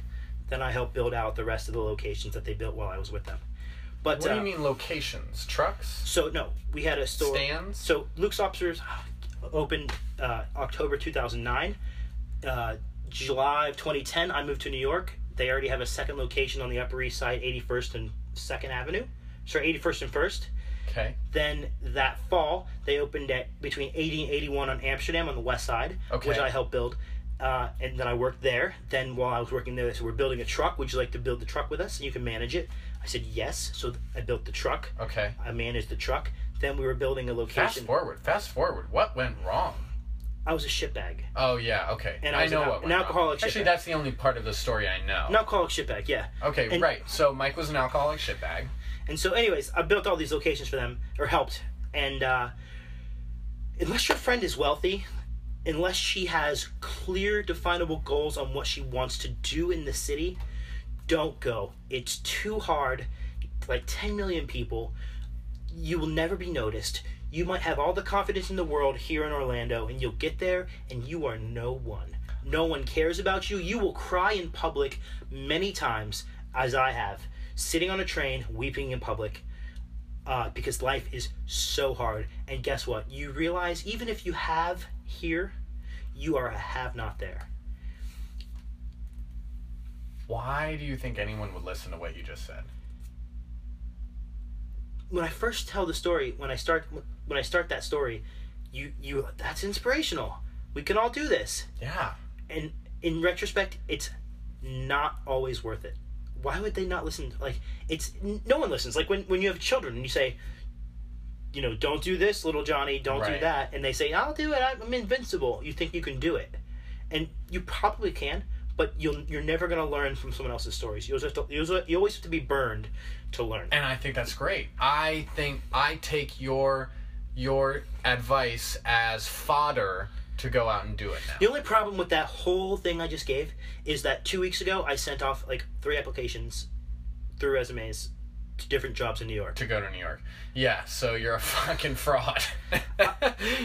Speaker 2: Then I helped build out the rest of the locations that they built while I was with them. But
Speaker 1: what do you
Speaker 2: uh,
Speaker 1: mean locations? Trucks?
Speaker 2: So no, we had a store.
Speaker 1: Stands?
Speaker 2: So Luke's Lobsters opened uh, October 2009. Uh, July of 2010, I moved to New York. They already have a second location on the Upper East Side, 81st and 2nd Avenue. Sorry, 81st and 1st.
Speaker 1: Okay.
Speaker 2: Then that fall, they opened at between 80 and 81 on Amsterdam on the west side,
Speaker 1: Okay.
Speaker 2: which I helped build. Uh, and then I worked there. Then while I was working there, they said, We're building a truck. Would you like to build the truck with us? And you can manage it. I said, Yes. So th- I built the truck.
Speaker 1: Okay.
Speaker 2: I managed the truck. Then we were building a
Speaker 1: Fast
Speaker 2: location.
Speaker 1: forward. Fast forward. What went wrong?
Speaker 2: I was a shitbag.
Speaker 1: Oh yeah. Okay.
Speaker 2: And I
Speaker 1: I
Speaker 2: was
Speaker 1: know
Speaker 2: an al-
Speaker 1: what went
Speaker 2: an
Speaker 1: wrong.
Speaker 2: alcoholic shit
Speaker 1: Actually,
Speaker 2: bag.
Speaker 1: that's the only part of the story I know.
Speaker 2: An alcoholic shitbag, yeah.
Speaker 1: Okay.
Speaker 2: and-
Speaker 1: right. So Mike was an alcoholic shitbag.
Speaker 2: And so, anyways, I built all these locations for them, or helped. And uh, unless your friend is wealthy, unless she has clear, definable goals on what she wants to do in the city, don't go. It's too hard. Like 10 million people, you will never be noticed. You might have all the confidence in the world here in Orlando, and you'll get there, and you are no one. No one cares about you. You will cry in public many times, as I have, sitting on a train, weeping in public, uh, because life is so hard. And guess what? You realize even if you have here, you are a have not there.
Speaker 1: Why do you think anyone would listen to what you just said?
Speaker 2: when I first tell the story, when I start when I start that story, you you that's inspirational. We can all do this.
Speaker 1: Yeah.
Speaker 2: And in retrospect, it's not always worth it. Why would they not listen? Like it's n- no one listens. Like when when you have children and you say, you know, don't do this, little Johnny, don't do
Speaker 1: Right.
Speaker 2: that, and they say, I'll do it. I'm I'm invincible. You think you can do it, and you probably can. But you'll, you're never gonna learn from someone else's stories. You'll just you'll, you always have to be burned to learn.
Speaker 1: And I think that's great. I think I take your your advice as fodder to go out and do it now.
Speaker 2: The only problem with that whole thing I just gave is that two weeks ago I sent off like three applications, three resumes to different jobs in New York.
Speaker 1: to go to New York. Yeah, so you're a fucking fraud.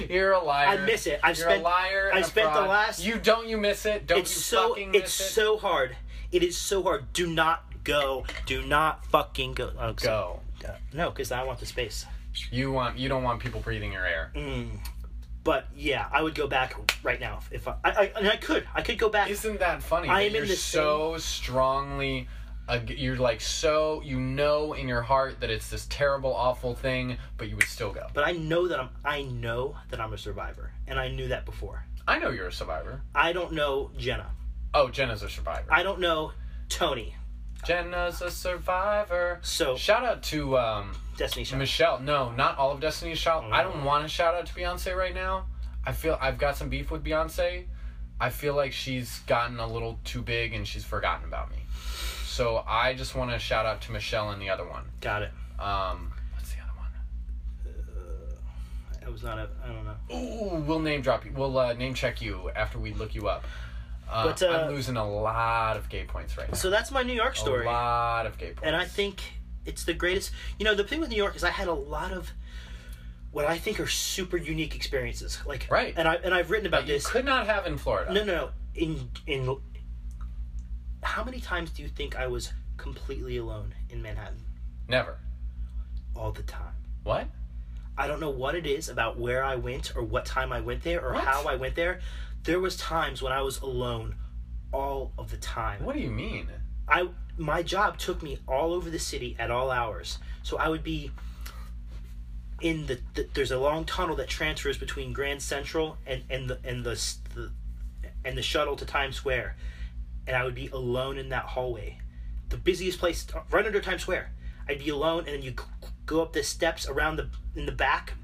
Speaker 1: you're a liar.
Speaker 2: I miss it. I've
Speaker 1: you're
Speaker 2: spent-
Speaker 1: a liar.
Speaker 2: I
Speaker 1: a
Speaker 2: spent the
Speaker 1: fraud.
Speaker 2: last-
Speaker 1: You don't. You miss it. Don't
Speaker 2: It's
Speaker 1: you
Speaker 2: so
Speaker 1: fucking miss
Speaker 2: it's
Speaker 1: it?
Speaker 2: so hard. It is so hard. Do not go. Do not fucking go. Oh, so-
Speaker 1: go.
Speaker 2: No, because I want the space.
Speaker 1: You want. You don't want people breathing your air.
Speaker 2: But yeah, I would go back right now if I. I, I and I could. I could go back.
Speaker 1: Isn't that funny? that
Speaker 2: I am in
Speaker 1: you're
Speaker 2: the same-
Speaker 1: so strongly. ag- You're like so. You know in your heart that it's this terrible, awful thing, but you would still go.
Speaker 2: But I know that I'm. I know that I'm a survivor, and I knew that before.
Speaker 1: I know you're a survivor.
Speaker 2: I don't know Jenna.
Speaker 1: Oh, Jenna's a survivor.
Speaker 2: I don't know Tony.
Speaker 1: Jenna's a survivor.
Speaker 2: So
Speaker 1: Shout out to um,
Speaker 2: Destiny. Child.
Speaker 1: Michelle, no, not all of Destiny's Child. I
Speaker 2: Oh.
Speaker 1: don't want to shout out to Beyonce right now. I feel I've got some beef with Beyonce. I feel like she's gotten a little too big and she's forgotten about me. So I just want to shout out to Michelle and the other one.
Speaker 2: Got it.
Speaker 1: Um, what's the other
Speaker 2: It was not a. I don't know.
Speaker 1: one? Ooh, we'll name drop you. We'll uh, name check you after we look you up. Uh,
Speaker 2: But, uh,
Speaker 1: I'm losing a lot of gay points right now.
Speaker 2: So that's my New York story,
Speaker 1: A lot of gay points.
Speaker 2: and I think it's the greatest. You know, the thing with New York is I had a lot of what I think are super unique experiences. Like
Speaker 1: Right.
Speaker 2: and I and I've written about
Speaker 1: you
Speaker 2: this.
Speaker 1: could not have in Florida.
Speaker 2: No, no, no. In in how many times do you think I was completely alone in Manhattan?
Speaker 1: Never.
Speaker 2: all the time.
Speaker 1: What?
Speaker 2: I don't know what it is about where I went or what time I went there or
Speaker 1: What?
Speaker 2: how I went there. There was times when I was alone all of the time.
Speaker 1: What do you mean?
Speaker 2: I my job took me all over the city at all hours. So I would be in the, the there's a long tunnel that transfers between Grand Central and and the and the, s- the and the shuttle to Times Square, and I would be alone in that hallway, the busiest place right under Times Square. I'd be alone, and then you g- go up the steps around the in the back,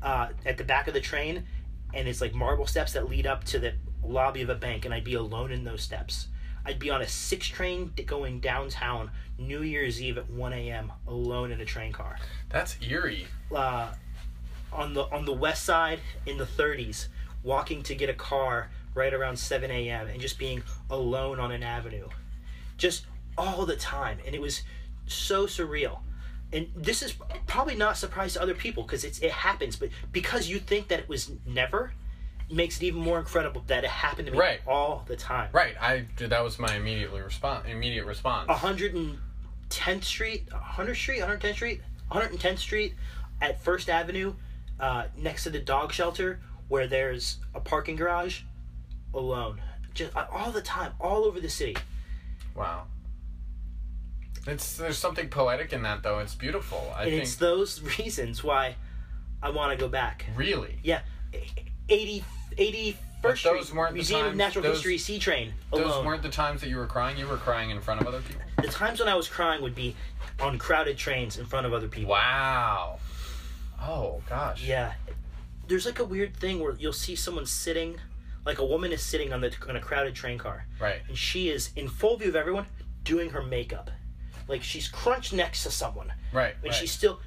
Speaker 2: uh, at the back of the train, and it's like marble steps that lead up to the lobby of a bank, and I'd be alone in those steps. I'd be on a six train d- going downtown New Year's Eve at 1 a.m. alone in a train car
Speaker 1: That's eerie.
Speaker 2: uh, on the on the west side in the 30s, walking to get a car right around 7 a.m. and just being alone on an avenue, just all the time, and it was so surreal. And this is probably not a surprise to other people because it's it happens, but because you think that it was never, makes it even more incredible that it happened to me
Speaker 1: Right.
Speaker 2: all the time.
Speaker 1: Right. I that was my immediately response. Immediate response.
Speaker 2: 110th Street, 100th Street, 110th Street, 110th Street at First Avenue, uh, next to the dog shelter where there's a parking garage, alone, just uh, all the time, all over the city.
Speaker 1: Wow. It's there's something poetic in that though. It's beautiful. I
Speaker 2: And
Speaker 1: think
Speaker 2: it's those reasons why I want to go back.
Speaker 1: really.
Speaker 2: Yeah, 80, 81st
Speaker 1: But those
Speaker 2: Street,
Speaker 1: weren't the
Speaker 2: Museum of
Speaker 1: times-
Speaker 2: Natural
Speaker 1: those-
Speaker 2: History, C train alone.
Speaker 1: Those weren't the times that you were crying. You were crying in front of other people.
Speaker 2: the times when I was crying would be on crowded trains in front of other people.
Speaker 1: Wow. Oh gosh.
Speaker 2: Yeah. There's like a weird thing where you'll see someone sitting, like a woman is sitting on the on a crowded train car,
Speaker 1: Right.
Speaker 2: and she is in full view of everyone doing her makeup, like she's crunched next to someone,
Speaker 1: Right.
Speaker 2: and
Speaker 1: right.
Speaker 2: she's still.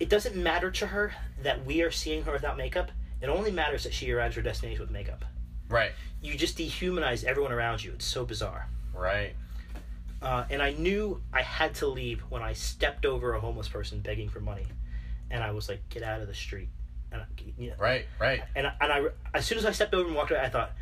Speaker 2: It doesn't matter to her that we are seeing her without makeup. It only matters that she arrives at her destination with makeup.
Speaker 1: right.
Speaker 2: You just dehumanize everyone around you. It's so bizarre.
Speaker 1: Right.
Speaker 2: Uh, and I knew I had to leave when I stepped over a homeless person begging for money, and I was like, "Get out of the street!" And I, you know,
Speaker 1: Right. Right.
Speaker 2: and I, and I as soon as I stepped over and walked away, I thought,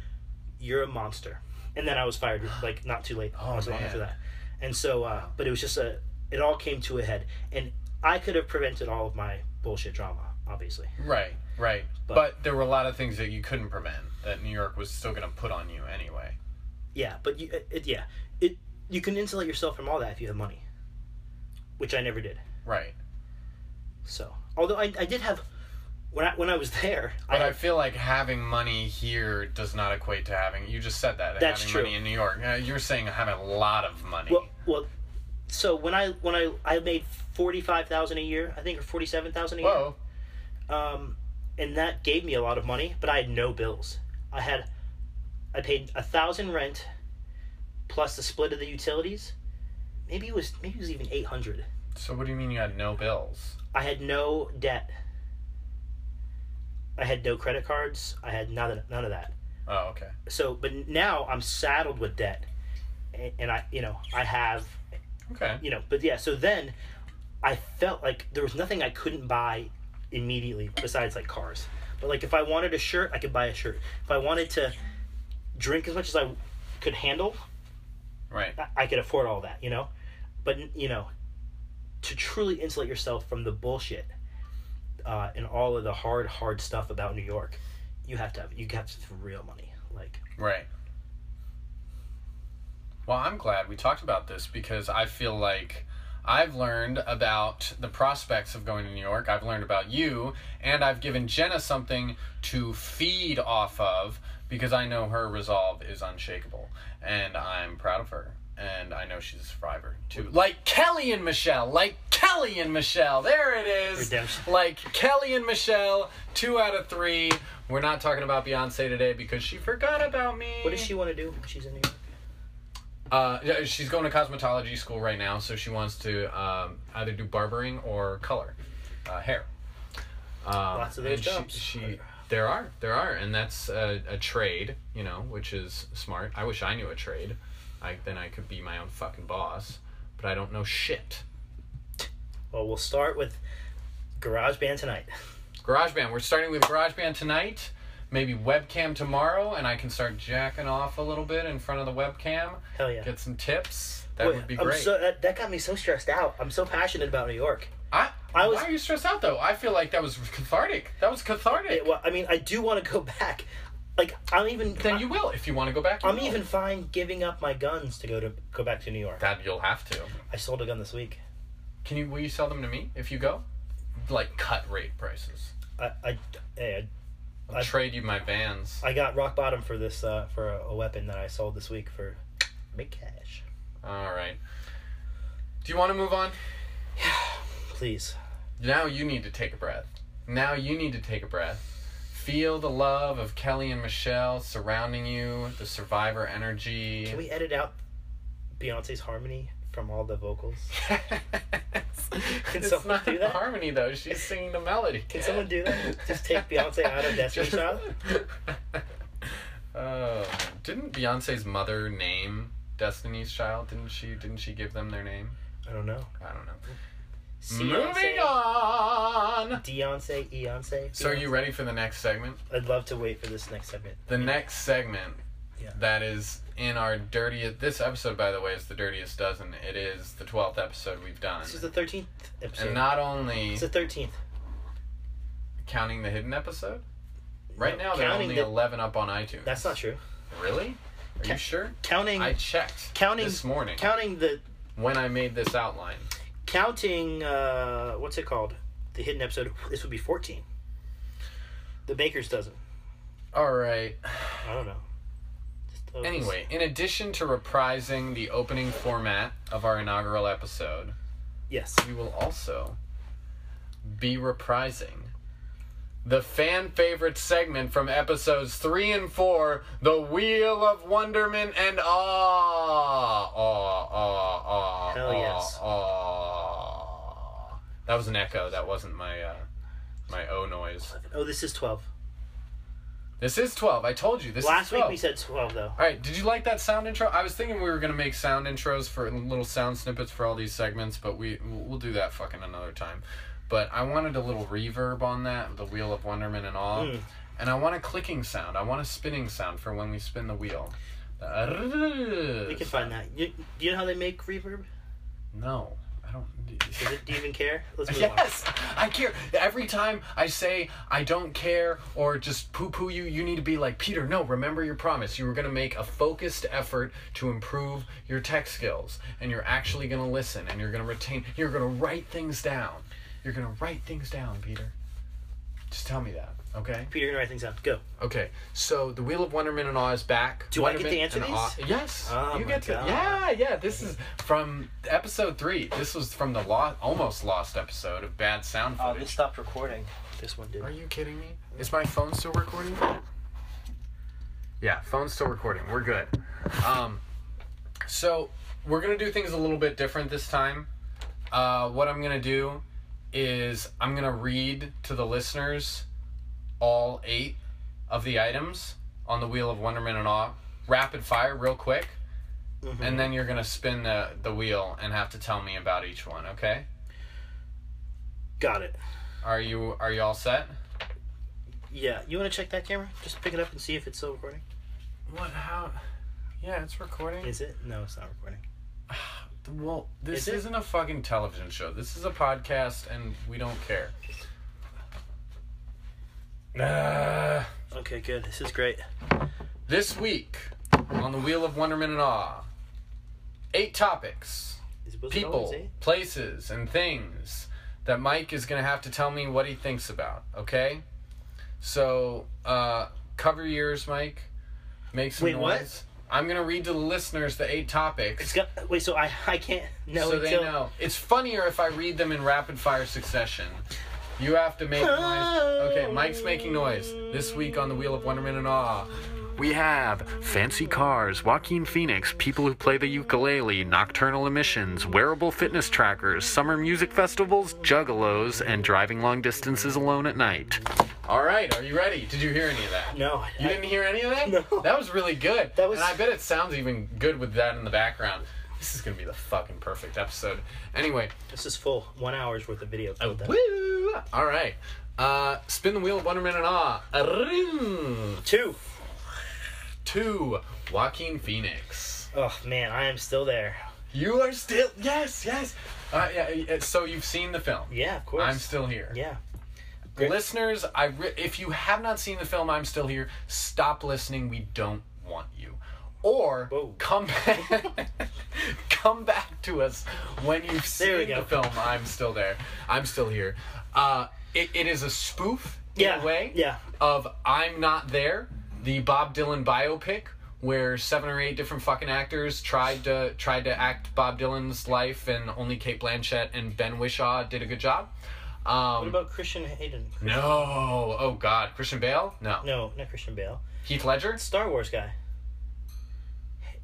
Speaker 2: "You're a monster," and then I was fired like not too late.
Speaker 1: Oh,
Speaker 2: not too long
Speaker 1: man.
Speaker 2: after that, and so uh, but it was just a it all came to a head, and I could have prevented all of my bullshit drama, obviously.
Speaker 1: Right. Right.
Speaker 2: But-
Speaker 1: But, there were a lot of things that you couldn't prevent that New York was still going to put on you anyway.
Speaker 2: Yeah, but you, it, yeah, it you can insulate yourself from all that if you have money, which I never did.
Speaker 1: Right.
Speaker 2: So although I, I did have when I when I was there, I,
Speaker 1: But I
Speaker 2: had-
Speaker 1: feel like having money here does not equate to having. You just said that.
Speaker 2: That's
Speaker 1: having
Speaker 2: true.
Speaker 1: money in New York. Uh, you're saying having a lot of money.
Speaker 2: well well. So when I when I I made forty five thousand a year, I think or forty seven thousand a year.
Speaker 1: Whoa.
Speaker 2: um, and that gave me a lot of money. But I had no bills. I had, I paid a thousand rent, plus the split of the utilities. Maybe it was maybe it was even eight hundred.
Speaker 1: So what do you mean you had no bills?
Speaker 2: I had no debt. I had no credit cards. I had none of, none of that.
Speaker 1: Oh, okay.
Speaker 2: So, but now I'm saddled with debt, and, and I, you know, I have
Speaker 1: Okay.
Speaker 2: you know, but yeah, so then I felt like there was nothing I couldn't buy immediately besides like cars. But like if I wanted a shirt, I could buy a shirt. If I wanted to drink as much as I could handle,
Speaker 1: Right.
Speaker 2: I- I could afford all that, you know? But, you know, to truly insulate yourself from the bullshit uh, and all of the hard, hard stuff about New York, you have to have, you have to have real money. Like,
Speaker 1: Right. Well, I'm glad we talked about this because I feel like I've learned about the prospects of going to New York. I've learned about you, and I've given Jenna something to feed off of because I know her resolve is unshakable, and I'm proud of her. And I know she's a survivor too. Like Kelly and Michelle. Like Kelly and Michelle. There it is.
Speaker 2: Redemption.
Speaker 1: Like Kelly and Michelle. Two out of three. We're not talking about Beyonce today because she forgot about me.
Speaker 2: what does she want to do when she's in New York?
Speaker 1: Uh, yeah, she's going to cosmetology school right now, so she wants to um, either do barbering or color, uh, hair. Um,
Speaker 2: Lots of those
Speaker 1: and she-
Speaker 2: jobs.
Speaker 1: She, there are, there are, and that's a, a trade, you know, which is smart. I wish I knew a trade. I then I could be my own fucking boss, but I don't know shit.
Speaker 2: Well, we'll start with GarageBand tonight.
Speaker 1: GarageBand. We're starting with GarageBand tonight. Maybe webcam tomorrow, and I can start jacking off a little bit in front of the webcam.
Speaker 2: Hell yeah.
Speaker 1: Get some tips. That
Speaker 2: Wait,
Speaker 1: would be
Speaker 2: I'm
Speaker 1: great.
Speaker 2: so- that, that got me so stressed out. I'm so passionate about New York.
Speaker 1: I,
Speaker 2: I was-
Speaker 1: why are you stressed out though? I feel like that was cathartic. That was cathartic.
Speaker 2: Well, I mean, I do want to go back. Like I'm even.
Speaker 1: then you will if you want to go back. you
Speaker 2: I'm
Speaker 1: will.
Speaker 2: even fine giving up my guns to go to go back to New York.
Speaker 1: that you'll have to.
Speaker 2: I sold a gun this week.
Speaker 1: Can you will you sell them to me if you go? Like cut rate prices.
Speaker 2: I I hey,
Speaker 1: I'll
Speaker 2: I-
Speaker 1: trade you my vans.
Speaker 2: I, I got rock bottom for this uh, for a, a weapon that I sold this week for big cash.
Speaker 1: All right. Do you want to move on?
Speaker 2: Please,
Speaker 1: Now you need to take a breath. Now you need to take a breath. Feel the love of Kelly and Michelle surrounding you, the survivor energy.
Speaker 2: can we edit out Beyonce's harmony from all the vocals?
Speaker 1: it's
Speaker 2: someone
Speaker 1: not
Speaker 2: do
Speaker 1: in
Speaker 2: that?
Speaker 1: harmony though. She's singing the melody.
Speaker 2: Can someone do that? Just take Beyonce out of Destiny's Child?
Speaker 1: Oh, didn't Beyonce's mother name Destiny's Child? Didn't she? Didn't she give them their name?
Speaker 2: I don't know.
Speaker 1: I don't know.
Speaker 2: Beyonce,
Speaker 1: Moving on.
Speaker 2: Beyonce, Beyonce.
Speaker 1: So are you ready for the next segment?
Speaker 2: I'd love to wait for this next segment.
Speaker 1: The next segment
Speaker 2: Yeah.
Speaker 1: that is in our dirtiest. This episode, by the way, is the dirtiest dozen. It is the twelfth episode we've done,
Speaker 2: This is the thirteenth episode.
Speaker 1: and not only
Speaker 2: it's the thirteenth.
Speaker 1: counting the hidden episode. Right
Speaker 2: No,
Speaker 1: now, there are
Speaker 2: counting
Speaker 1: only
Speaker 2: the-
Speaker 1: eleven up on iTunes.
Speaker 2: That's not true.
Speaker 1: Really? Are
Speaker 2: Ca-
Speaker 1: you sure?
Speaker 2: Counting,
Speaker 1: I checked
Speaker 2: counting-
Speaker 1: this morning
Speaker 2: counting the
Speaker 1: when I made this outline.
Speaker 2: counting uh what's it called the hidden episode this would be 14 the baker's dozen
Speaker 1: All right.
Speaker 2: i don't know Just, uh,
Speaker 1: Anyway, in addition to reprising the opening format of our inaugural episode,
Speaker 2: yes
Speaker 1: we will also be reprising the fan favorite segment from episodes three and four, the Wheel of Wonderment and Awe. Awe, awe, awe.
Speaker 2: Hell
Speaker 1: awe,
Speaker 2: yes.
Speaker 1: Awe. That was an echo. That wasn't my uh, my O noise.
Speaker 2: oh this is 12
Speaker 1: This is twelve. I told you. This is
Speaker 2: last
Speaker 1: 12.
Speaker 2: week we said 12 though
Speaker 1: All right, did you like that sound intro? I was thinking we were gonna make sound intros for little sound snippets for all these segments, but we we'll do that fucking another time. But I wanted a little reverb on that, the wheel of wonderment and all,
Speaker 2: Mm.
Speaker 1: and I want a clicking sound. I want a spinning sound for when we spin the wheel.
Speaker 2: we can find that you, do you know how they make reverb
Speaker 1: No, I don't.
Speaker 2: Is it- do you even care let's move
Speaker 1: Yes, I care. Every time I say I don't care or just poo poo you, you need to be like, Peter, no, remember your promise. You were going to make a focused effort to improve your tech skills, and you're actually going to listen, and you're going to retain, you're going to write things down. You're going to write things down, Peter. Just tell me that, okay?
Speaker 2: on peter you're gonna write things down go
Speaker 1: Okay, so the Wheel of Wonderment and Awe is back.
Speaker 2: Do I get to
Speaker 1: Wonderment
Speaker 2: answer
Speaker 1: and
Speaker 2: these?
Speaker 1: Awe- Yes,
Speaker 2: Oh
Speaker 1: you
Speaker 2: my
Speaker 1: get to.
Speaker 2: God.
Speaker 1: Yeah, yeah. This is from episode three. This was from the lo- almost lost episode of bad sound
Speaker 2: Oh,
Speaker 1: footage.
Speaker 2: stopped recording this one did
Speaker 1: Are you kidding me? Is my phone still recording? Yeah, phone's still recording. We're good. Um, so we're gonna do things a little bit different this time. Uh, what I'm gonna do is I'm gonna read to the listeners all eight of the items on the wheel of wonderment and awe, rapid fire, real quick,
Speaker 2: Mhm.
Speaker 1: and then you're gonna spin the the wheel and have to tell me about each one. Okay?
Speaker 2: got it
Speaker 1: Are you are you all set?
Speaker 2: yeah you want to check that camera just pick it up and see if it's still recording
Speaker 1: What? How? Yeah, it's recording.
Speaker 2: is it no it's not recording
Speaker 1: Well, this
Speaker 2: Is it?
Speaker 1: is not a fucking television show. This is a podcast, and we don't care. Ah.
Speaker 2: okay good this is great
Speaker 1: this week on the Wheel of Wonderment and Awe, eight topics,
Speaker 2: is it supposed to always
Speaker 1: people,
Speaker 2: say?
Speaker 1: places, and things that Mike is gonna have to tell me what he thinks about. Okay, so uh, cover your ears, Mike. Make some
Speaker 2: Wait, what?
Speaker 1: noise. I'm gonna read to the listeners the eight topics.
Speaker 2: It's got wait. So I I can't know
Speaker 1: so
Speaker 2: until
Speaker 1: they know. It's funnier if I read them in rapid fire succession. You have to make noise. Okay, Mike's making noise. This week on the Wheel of Wonderment and Awe. We have fancy cars, Joaquin Phoenix, people who play the ukulele, nocturnal emissions, wearable fitness trackers, summer music festivals, juggalos, and driving long distances alone at night. All right, are you ready? Did you hear any of that?
Speaker 2: no. I-
Speaker 1: You didn't hear any of that?
Speaker 2: No.
Speaker 1: That was really good.
Speaker 2: That was-
Speaker 1: And I bet it sounds even good with that in the background. This is gonna be the fucking perfect episode. Anyway,
Speaker 2: this is full. One hour's worth of video.
Speaker 1: uh, woo! All right, uh, spin the wheel of wonderment and awe. Arrrrrrrrrrrrrrrrrrrrrrrrrrrrrrrrrrrrrrrrrrrrrrrrrrrrrrrrr.
Speaker 2: Two.
Speaker 1: Two. Joaquin Phoenix.
Speaker 2: Oh man, I am still there.
Speaker 1: You are still yes, yes. Uh, yeah, yeah, so you've seen the film.
Speaker 2: Yeah, of course.
Speaker 1: I'm still here.
Speaker 2: yeah.
Speaker 1: Listeners, I re- if you have not seen the film I'm Still Here, stop listening. We don't want you. Or
Speaker 2: Whoa.
Speaker 1: come back, come back to us when you've
Speaker 2: There we
Speaker 1: seen the
Speaker 2: go.
Speaker 1: film I'm Still There. I'm Still Here. Uh, it, it is a spoof in
Speaker 2: Yeah,
Speaker 1: a way
Speaker 2: yeah.
Speaker 1: of I'm Not There, the Bob Dylan biopic where seven or eight different fucking actors tried to tried to act Bob Dylan's life and only Kate Blanchett and Ben Wishaw did a good job. Um,
Speaker 2: What about Christian Hayden?
Speaker 1: no. Oh God, Christian Bale? No.
Speaker 2: No, not Christian Bale.
Speaker 1: Heath Ledger?
Speaker 2: Star Wars guy.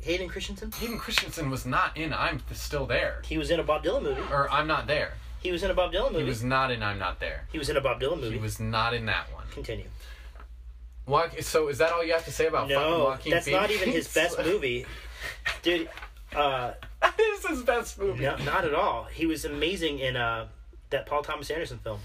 Speaker 2: Hayden Christensen.
Speaker 1: Hayden Christensen was not in I'm Th- Still There
Speaker 2: He was in a Bob Dylan movie.
Speaker 1: or I'm Not There.
Speaker 2: He was in a Bob Dylan movie.
Speaker 1: He was not in I'm Not There.
Speaker 2: in a Bob Dylan movie.
Speaker 1: He was not in that one.
Speaker 2: Continue.
Speaker 1: Wa- so is that all you have to say about fucking
Speaker 2: No,
Speaker 1: Joaquin
Speaker 2: that's not
Speaker 1: Phoenix?
Speaker 2: even his best movie, dude. Uh,
Speaker 1: that is his best movie.
Speaker 2: no, not at all. He was amazing in uh, that Paul Thomas Anderson film.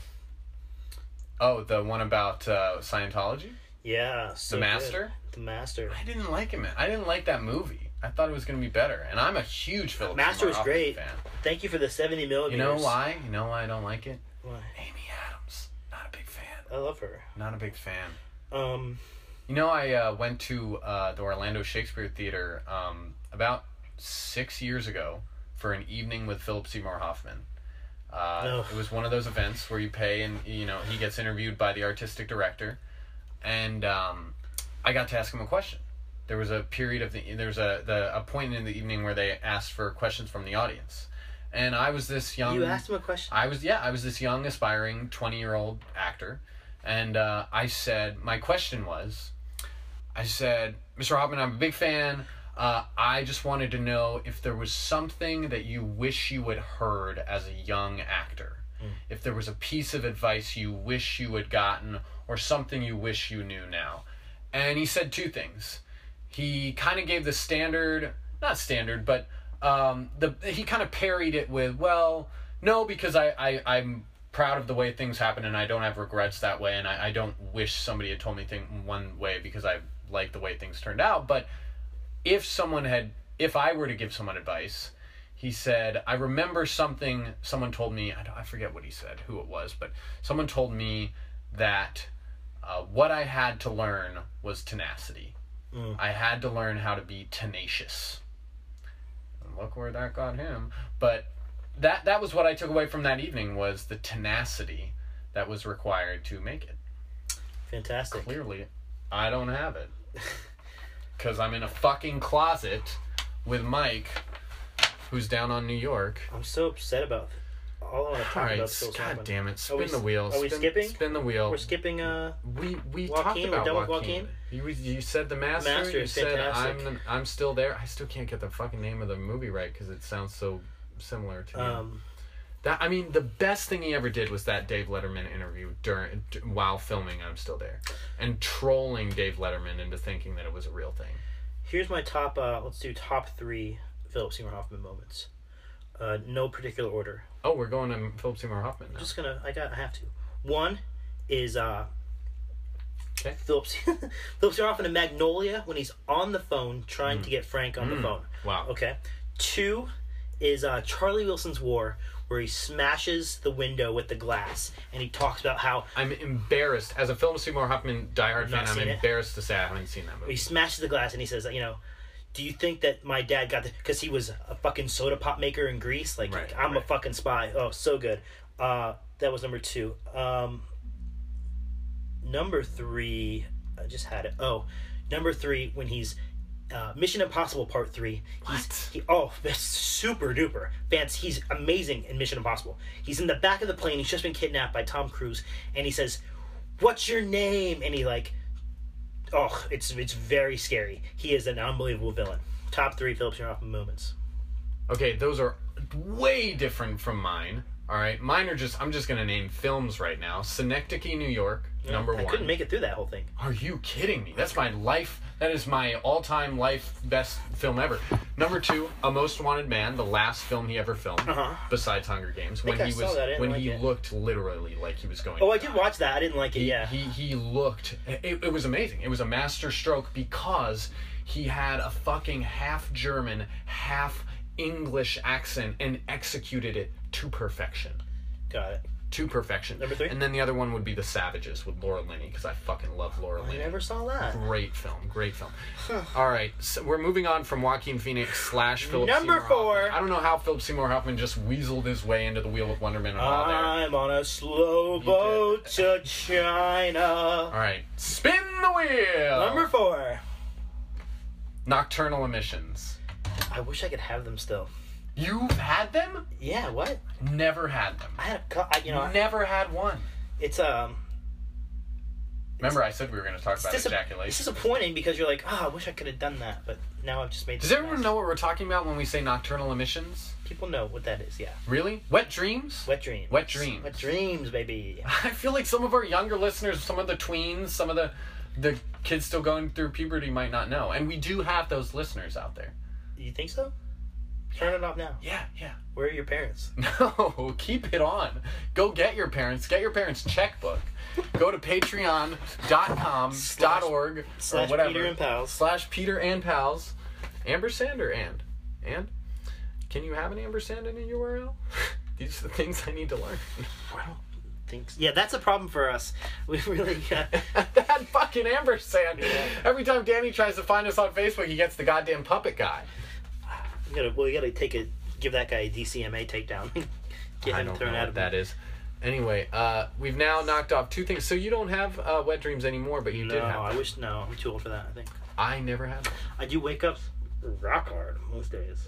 Speaker 1: Oh, the one about uh, Scientology.
Speaker 2: Yeah, so
Speaker 1: The
Speaker 2: good.
Speaker 1: Master?
Speaker 2: The Master.
Speaker 1: I didn't like him. in- I didn't like that movie. I thought it was gonna be better, and I'm a huge Philip
Speaker 2: Master was
Speaker 1: Seymour Hoffman
Speaker 2: great.
Speaker 1: fan.
Speaker 2: Thank you for the seventy
Speaker 1: You
Speaker 2: millimeters.
Speaker 1: know why? You know why I don't like it?
Speaker 2: Why?
Speaker 1: Amy Adams. Not a big fan.
Speaker 2: I love her.
Speaker 1: Not a big fan.
Speaker 2: Um,
Speaker 1: You know, I uh, went to uh, the Orlando Shakespeare Theater um, about six years ago for an evening with Philip Seymour Hoffman. Uh,
Speaker 2: No.
Speaker 1: It was one of those events where you pay and you know he gets interviewed by the artistic director, and um, I got to ask him a question. There was a period of the there was a the a point in the evening where they asked for questions from the audience, and I was this young.
Speaker 2: you asked him a question.
Speaker 1: Um, I was yeah, I was this young aspiring 20-year-old actor and uh, I said my question was I said, "Mr. Hoffman, I'm a big fan. Uh, I just wanted to know if there was something that you wish you had heard as a young actor. If there was a piece of advice you wish you had gotten or something you wish you knew now." And he said two things. He kind of gave the standard, not standard, but um, the he kind of parried it with, well, no, because I, I I'm proud of the way things happen and I don't have regrets that way and I, I don't wish somebody had told me thing one way because I like the way things turned out. But if someone had if I were to give someone advice, he said, I remember something someone told me, I, don't, I forget what he said, who it was, but someone told me that uh, what I had to learn was tenacity.
Speaker 2: Mm.
Speaker 1: I had to learn how to be tenacious. And look where that got him. But that that was what I took away from that evening was the tenacity that was required to make it.
Speaker 2: Fantastic.
Speaker 1: Clearly, I don't have it because I'm in a fucking closet with Mike, who's down on New York.
Speaker 2: I'm so upset about all I want to talk
Speaker 1: All right,
Speaker 2: about.
Speaker 1: s-
Speaker 2: Still
Speaker 1: god
Speaker 2: happening.
Speaker 1: damn it, spin
Speaker 2: Are we
Speaker 1: the
Speaker 2: s-
Speaker 1: wheel.
Speaker 2: are we
Speaker 1: spin,
Speaker 2: skipping?
Speaker 1: Spin the wheel.
Speaker 2: We're skipping. Uh,
Speaker 1: we we
Speaker 2: Joaquin, we're
Speaker 1: talked
Speaker 2: done
Speaker 1: about
Speaker 2: with
Speaker 1: Joaquin.
Speaker 2: Joaquin?
Speaker 1: You you said the master.
Speaker 2: Master
Speaker 1: you
Speaker 2: is
Speaker 1: said
Speaker 2: fantastic.
Speaker 1: I'm the, I'm still there. I still can't get the fucking name of the movie right because it sounds so similar to. me.
Speaker 2: um,
Speaker 1: That I mean, the best thing he ever did was that Dave Letterman interview during d- while filming "I'm Still There," and trolling Dave Letterman into thinking that it was a real thing.
Speaker 2: here's my top. Uh, let's do top three Philip Seymour Hoffman moments. Uh, no particular order.
Speaker 1: Oh, we're going to Philip Seymour Hoffman now.
Speaker 2: I'm just gonna. I got. I have to. One is uh.
Speaker 1: Okay.
Speaker 2: Philip Se- Philip Seymour Hoffman in Magnolia when he's on the phone trying to get Frank on the phone.
Speaker 1: Mm. Wow.
Speaker 2: Okay. Two is uh, Charlie Wilson's War where he smashes the window with the glass and he talks about how
Speaker 1: I'm embarrassed as a Philip Seymour Hoffman diehard fan.
Speaker 2: not
Speaker 1: I'm
Speaker 2: seen it.
Speaker 1: embarrassed to say I haven't seen that
Speaker 2: he
Speaker 1: movie.
Speaker 2: smashes the glass and he says, you know, do you think that my dad got the? Because he was a fucking soda pop maker in Greece. Like
Speaker 1: Right,
Speaker 2: I'm
Speaker 1: right.
Speaker 2: a fucking spy. Oh, so good. Uh, that was number two. Um, number three, I just had it. Oh, number three when he's. Uh, Mission Impossible Part Three. He's
Speaker 1: What?
Speaker 2: he oh that's super duper fans. He's amazing in Mission Impossible. He's in the back of the plane. He's just been kidnapped by Tom Cruise, and he says, "What's your name?" And he like oh, it's it's very scary. He is an unbelievable villain. Top three Philip Seymour Hoffman moments.
Speaker 1: Okay, those are way different from mine. All right, mine are just I'm just gonna name films right now. Synecdoche, New York, number
Speaker 2: I
Speaker 1: one.
Speaker 2: couldn't make it through that whole thing.
Speaker 1: Are you kidding me? That's my life. That is my all-time life best film ever. Number two, A Most Wanted Man, the last film he ever filmed,
Speaker 2: Uh-huh.
Speaker 1: besides Hunger Games, when
Speaker 2: think I
Speaker 1: he
Speaker 2: saw
Speaker 1: was
Speaker 2: that. I didn't
Speaker 1: when
Speaker 2: like
Speaker 1: he
Speaker 2: it.
Speaker 1: looked literally like he was going.
Speaker 2: Oh,
Speaker 1: to
Speaker 2: I did watch that. I didn't like it.
Speaker 1: he,
Speaker 2: yeah.
Speaker 1: He he looked. It, it was amazing. It was a master stroke because he had a fucking half German, half English accent and executed it to perfection.
Speaker 2: Got it.
Speaker 1: To perfection.
Speaker 2: Number three?
Speaker 1: And then the other one would be The Savages with Laura Linney because I fucking love Laura
Speaker 2: I
Speaker 1: Linney.
Speaker 2: never saw that.
Speaker 1: Great film, great film. All right, so we're moving on from Joaquin Phoenix slash Philip.
Speaker 2: Number
Speaker 1: Seymour Hoffman.
Speaker 2: four.
Speaker 1: I don't know how Philip Seymour Hoffman just weaseled his way into the Wheel of Wonderment. and all there.
Speaker 2: I'm on a slow boat to China.
Speaker 1: All right, spin the wheel.
Speaker 2: Number four.
Speaker 1: Nocturnal emissions.
Speaker 2: I wish I could have them still.
Speaker 1: You've had them?
Speaker 2: Yeah, what?
Speaker 1: Never had them.
Speaker 2: I had a cou- I you know, I-
Speaker 1: Never had one.
Speaker 2: it's um,
Speaker 1: Remember, I said we were going to talk
Speaker 2: it's,
Speaker 1: about
Speaker 2: dis- it's
Speaker 1: ejaculation.
Speaker 2: disappointing because you're like, oh, I wish I could have done that, but now I've just made.
Speaker 1: Does
Speaker 2: this
Speaker 1: everyone
Speaker 2: mess.
Speaker 1: know what we're talking about when we say nocturnal emissions?
Speaker 2: People know what that is. Yeah,
Speaker 1: Really? Wet dreams?
Speaker 2: wet dreams.
Speaker 1: Wet dreams.
Speaker 2: Wet dreams, baby.
Speaker 1: I feel like some of our younger listeners, some of the tweens, some of the the kids still going through puberty might not know, and we do have those listeners out there.
Speaker 2: You think so? Turn it off now.
Speaker 1: Yeah, yeah.
Speaker 2: Where are your parents?
Speaker 1: No, keep it on. Go get your parents. Get your parents' checkbook. Go to patreon.com dot org or
Speaker 2: slash
Speaker 1: whatever.
Speaker 2: Peter and pals.
Speaker 1: Slash Peter and pals. Amber Sander and and can you have an Amber Sand in a URL? These are the things I need to learn.
Speaker 2: I don't think. So. Yeah, that's a problem for us. We really. Uh,
Speaker 1: that fucking Amber Sand.
Speaker 2: Yeah.
Speaker 1: Every time Danny tries to find us on Facebook, he gets the goddamn puppet guy.
Speaker 2: we gotta. We gotta take a. Give that guy a DCMA takedown. Get him thrown out of
Speaker 1: that is. Anyway, uh, we've now knocked off two things. So you don't have uh, wet dreams anymore, but you
Speaker 2: No,
Speaker 1: did have.
Speaker 2: I wish. No, I'm too old for that. I think.
Speaker 1: I never had one.
Speaker 2: I do wake up rock hard most days.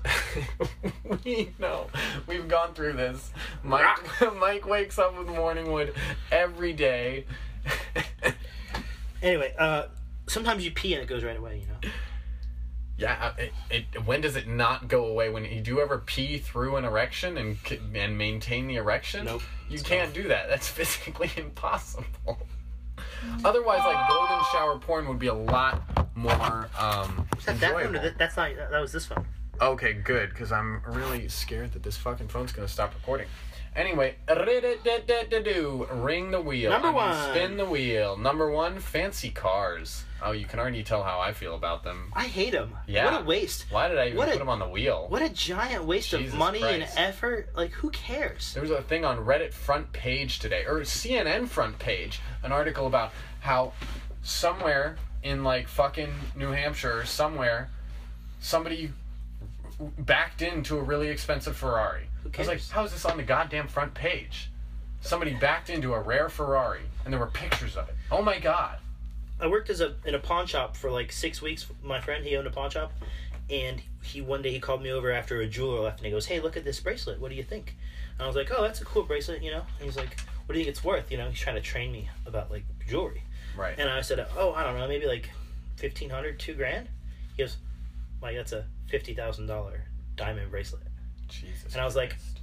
Speaker 1: we know. We've gone through this. Mike Mike wakes up with morning wood every day.
Speaker 2: Anyway, uh, sometimes you pee and it goes right away. You know.
Speaker 1: yeah, uh, it, it, when does it not go away? When you do you ever pee through an erection and c- and maintain the erection?
Speaker 2: Nope.
Speaker 1: You can't do that. That's physically impossible. Otherwise, like golden shower porn would be a lot more um,
Speaker 2: That, that one,
Speaker 1: enjoyable.
Speaker 2: or that, that's not. That, that was this one.
Speaker 1: Okay, good, because I'm really scared that this fucking phone's gonna stop recording. Anyway, ri-di-di-di-di-do, ring the wheel.
Speaker 2: Number
Speaker 1: I mean,
Speaker 2: one.
Speaker 1: Spin the wheel. Number one, fancy cars. Oh, you can already tell how I feel about them.
Speaker 2: I hate them.
Speaker 1: Yeah.
Speaker 2: What a waste.
Speaker 1: Why did I even
Speaker 2: What
Speaker 1: put
Speaker 2: a-
Speaker 1: 'em put them on the wheel?
Speaker 2: What a giant waste
Speaker 1: Jesus
Speaker 2: of money
Speaker 1: Christ.
Speaker 2: and effort. Like, who cares?
Speaker 1: There was a thing on Reddit front page today, or CNN front page, an article about how somewhere in like fucking New Hampshire or somewhere, somebody backed into a really expensive Ferrari. I
Speaker 2: Who
Speaker 1: was
Speaker 2: cares?
Speaker 1: like, how is this on the goddamn front page? Somebody backed into a rare Ferrari, and there were pictures of it. Oh my god.
Speaker 2: I worked as a in a pawn shop for like six weeks. My friend, he owned a pawn shop, and he one day he called me over after a jeweler left, and he goes, "Hey, look at this bracelet. What do you think?" And I was like, "Oh, that's a cool bracelet, you know." And he's like, "What do you think it's worth?" You know, he's trying to train me about like jewelry.
Speaker 1: Right.
Speaker 2: And I said, "Oh, I don't know, maybe like fifteen hundred, two grand." He goes, "Like that's a fifty thousand dollar diamond bracelet."
Speaker 1: Jesus.
Speaker 2: And I was like,
Speaker 1: Christ.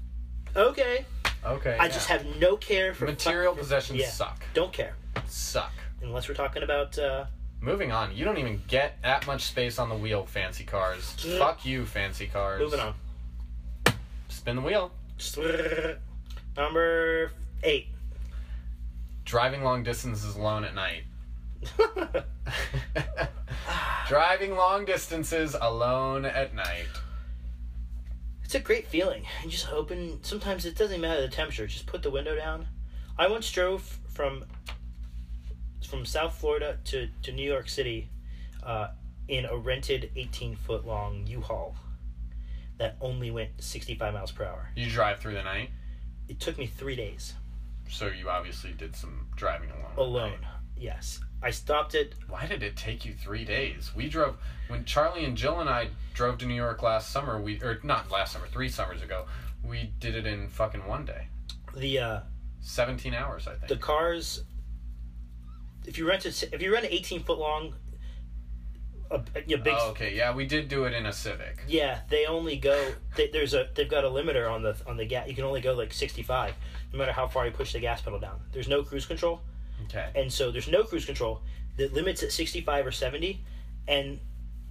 Speaker 2: Okay,
Speaker 1: okay.
Speaker 2: I just have no care for
Speaker 1: material possessions
Speaker 2: Yeah.
Speaker 1: suck.
Speaker 2: Don't care
Speaker 1: Suck.
Speaker 2: unless we're talking about. Uh,
Speaker 1: Moving on, you don't even get that much space on the wheel, fancy cars.
Speaker 2: Yeah.
Speaker 1: Fuck you, fancy cars.
Speaker 2: moving on.
Speaker 1: Spin the wheel.
Speaker 2: Number eight.
Speaker 1: Driving long distances alone at night. Driving long distances alone at night.
Speaker 2: it's a great feeling. And just hoping. Sometimes it doesn't matter the temperature. Just put the window down. I once drove from from South Florida to to New York City uh, in a rented 18 foot long U-Haul that only went 65 miles per hour.
Speaker 1: You drive through the night,
Speaker 2: It took me three days
Speaker 1: so you obviously did some driving alone. at
Speaker 2: alone.
Speaker 1: night.
Speaker 2: Yes, I stopped it.
Speaker 1: Why did it take you three days? We drove when Charlie and Jill and I drove to New York last summer. We or not last summer, three summers ago. We did it in fucking one day,
Speaker 2: The uh,
Speaker 1: seventeen hours, I think.
Speaker 2: the cars if you rent a, if you rent an 18 foot long a, a big
Speaker 1: Oh, okay, yeah, we did do it in a Civic.
Speaker 2: yeah they only go they, there's a they've got a limiter on the on the gas you can only go like 65 no matter how far you push the gas pedal down there's no cruise control
Speaker 1: Okay.
Speaker 2: and so there's no cruise control the limits at 65 or 70 and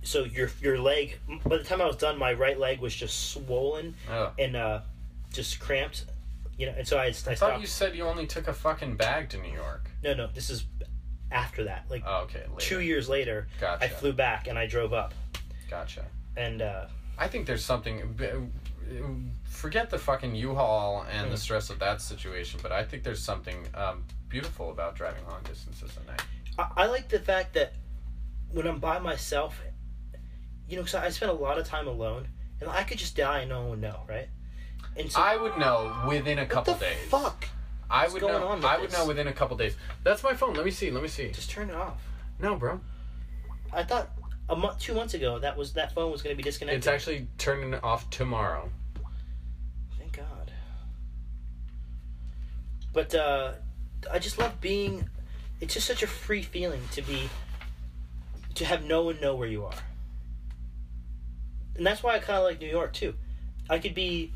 Speaker 2: so your your leg by the time i was done my right leg was just swollen
Speaker 1: Ugh.
Speaker 2: and uh just cramped you know and so i, I
Speaker 1: I
Speaker 2: stopped
Speaker 1: thought you said you only took a fucking bag to New York.
Speaker 2: no no this is after that like
Speaker 1: Oh, okay. Later.
Speaker 2: two years later
Speaker 1: Gotcha.
Speaker 2: I flew back and I drove up,
Speaker 1: Gotcha.
Speaker 2: and uh,
Speaker 1: I think there's something. b- uh, Forget the fucking U-Haul and
Speaker 2: Hmm.
Speaker 1: the stress of that situation, but I think there's something um, beautiful about driving long distances at night.
Speaker 2: I, I like the fact that when I'm by myself, you know, 'cause I I spend a lot of time alone, and I could just die and no one would know, right? And so,
Speaker 1: I would know within a couple
Speaker 2: what the
Speaker 1: days.
Speaker 2: fuck?
Speaker 1: I
Speaker 2: What's
Speaker 1: would
Speaker 2: going
Speaker 1: know.
Speaker 2: on with
Speaker 1: I would
Speaker 2: this?
Speaker 1: know within a couple days. That's my phone. Let me see. Let me see.
Speaker 2: Just turn it off.
Speaker 1: No, bro.
Speaker 2: I thought a month, two months ago, that was that phone was going to be disconnected.
Speaker 1: It's actually turning off tomorrow.
Speaker 2: Thank God. But uh, I just love being. It's just such a free feeling to be. To have no one know where you are. And that's why I kind of like New York too. I could be,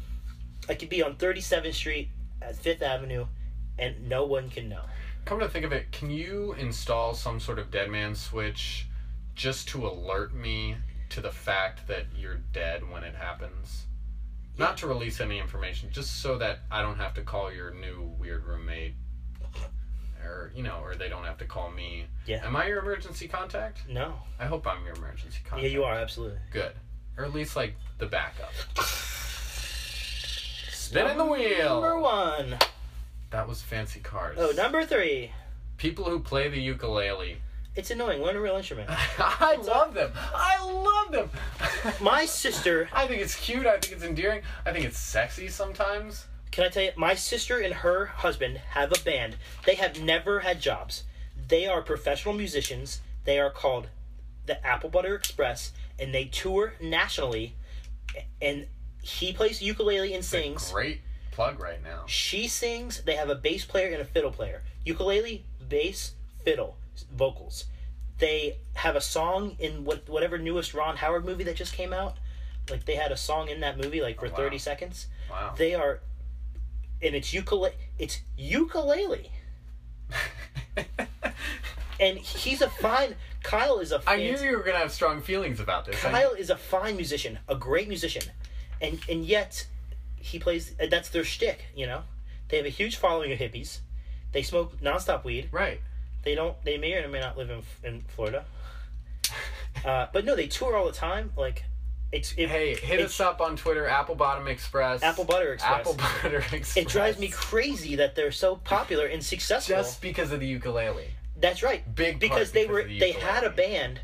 Speaker 2: I could be on Thirty Seventh Street at Fifth Avenue, and no one can know.
Speaker 1: Come to think of it, can you install some sort of dead man switch just to alert me to the fact that you're dead when it happens? Not to release any information, just so that I don't have to call your new weird roommate or, you know, or they don't have to call me.
Speaker 2: Yeah.
Speaker 1: Am I your emergency contact?
Speaker 2: No.
Speaker 1: I hope I'm your emergency contact.
Speaker 2: Yeah, you are absolutely.
Speaker 1: Good. Or at least, like, the backup. Spinning the wheel!
Speaker 2: Number one.
Speaker 1: That was fancy cars.
Speaker 2: Oh, number three.
Speaker 1: People who play the ukulele.
Speaker 2: It's annoying. Learn a real instrument.
Speaker 1: I love them. I love them.
Speaker 2: My sister
Speaker 1: I think it's cute. I think it's endearing. I think it's sexy sometimes.
Speaker 2: Can I tell you, my sister and her husband have a band. They have never had jobs. They are professional musicians. They are called the Apple Butter Express, and they tour nationally. And he plays ukulele and sings.
Speaker 1: Great plug right now.
Speaker 2: She sings. They have a bass player and a fiddle player. Ukulele, bass, fiddle, vocals. They have a song in what whatever newest Ron Howard movie that just came out. Like they had a song in that movie, like for
Speaker 1: Oh, wow.
Speaker 2: thirty seconds.
Speaker 1: Wow.
Speaker 2: They are, and it's ukulele. It's ukulele, and he's a fine. Kyle is a.
Speaker 1: I knew
Speaker 2: fancy-
Speaker 1: you were gonna have strong feelings about this. I-
Speaker 2: Kyle is a fine musician, a great musician, and and yet he plays. uh, That's their shtick, you know. They have a huge following of hippies. They smoke nonstop weed.
Speaker 1: right.
Speaker 2: They don't. They may or may not live in in Florida. Uh, but no, they tour all the time. Like, it's it,
Speaker 1: Hey, hit
Speaker 2: it,
Speaker 1: us up on Twitter, Apple Bottom Express.
Speaker 2: Apple Butter Express.
Speaker 1: Apple Butter Express.
Speaker 2: It drives me crazy that they're so popular and successful.
Speaker 1: just because of the ukulele.
Speaker 2: That's right.
Speaker 1: Big part
Speaker 2: because they
Speaker 1: because
Speaker 2: were
Speaker 1: of the
Speaker 2: they had a
Speaker 1: ukulele.
Speaker 2: band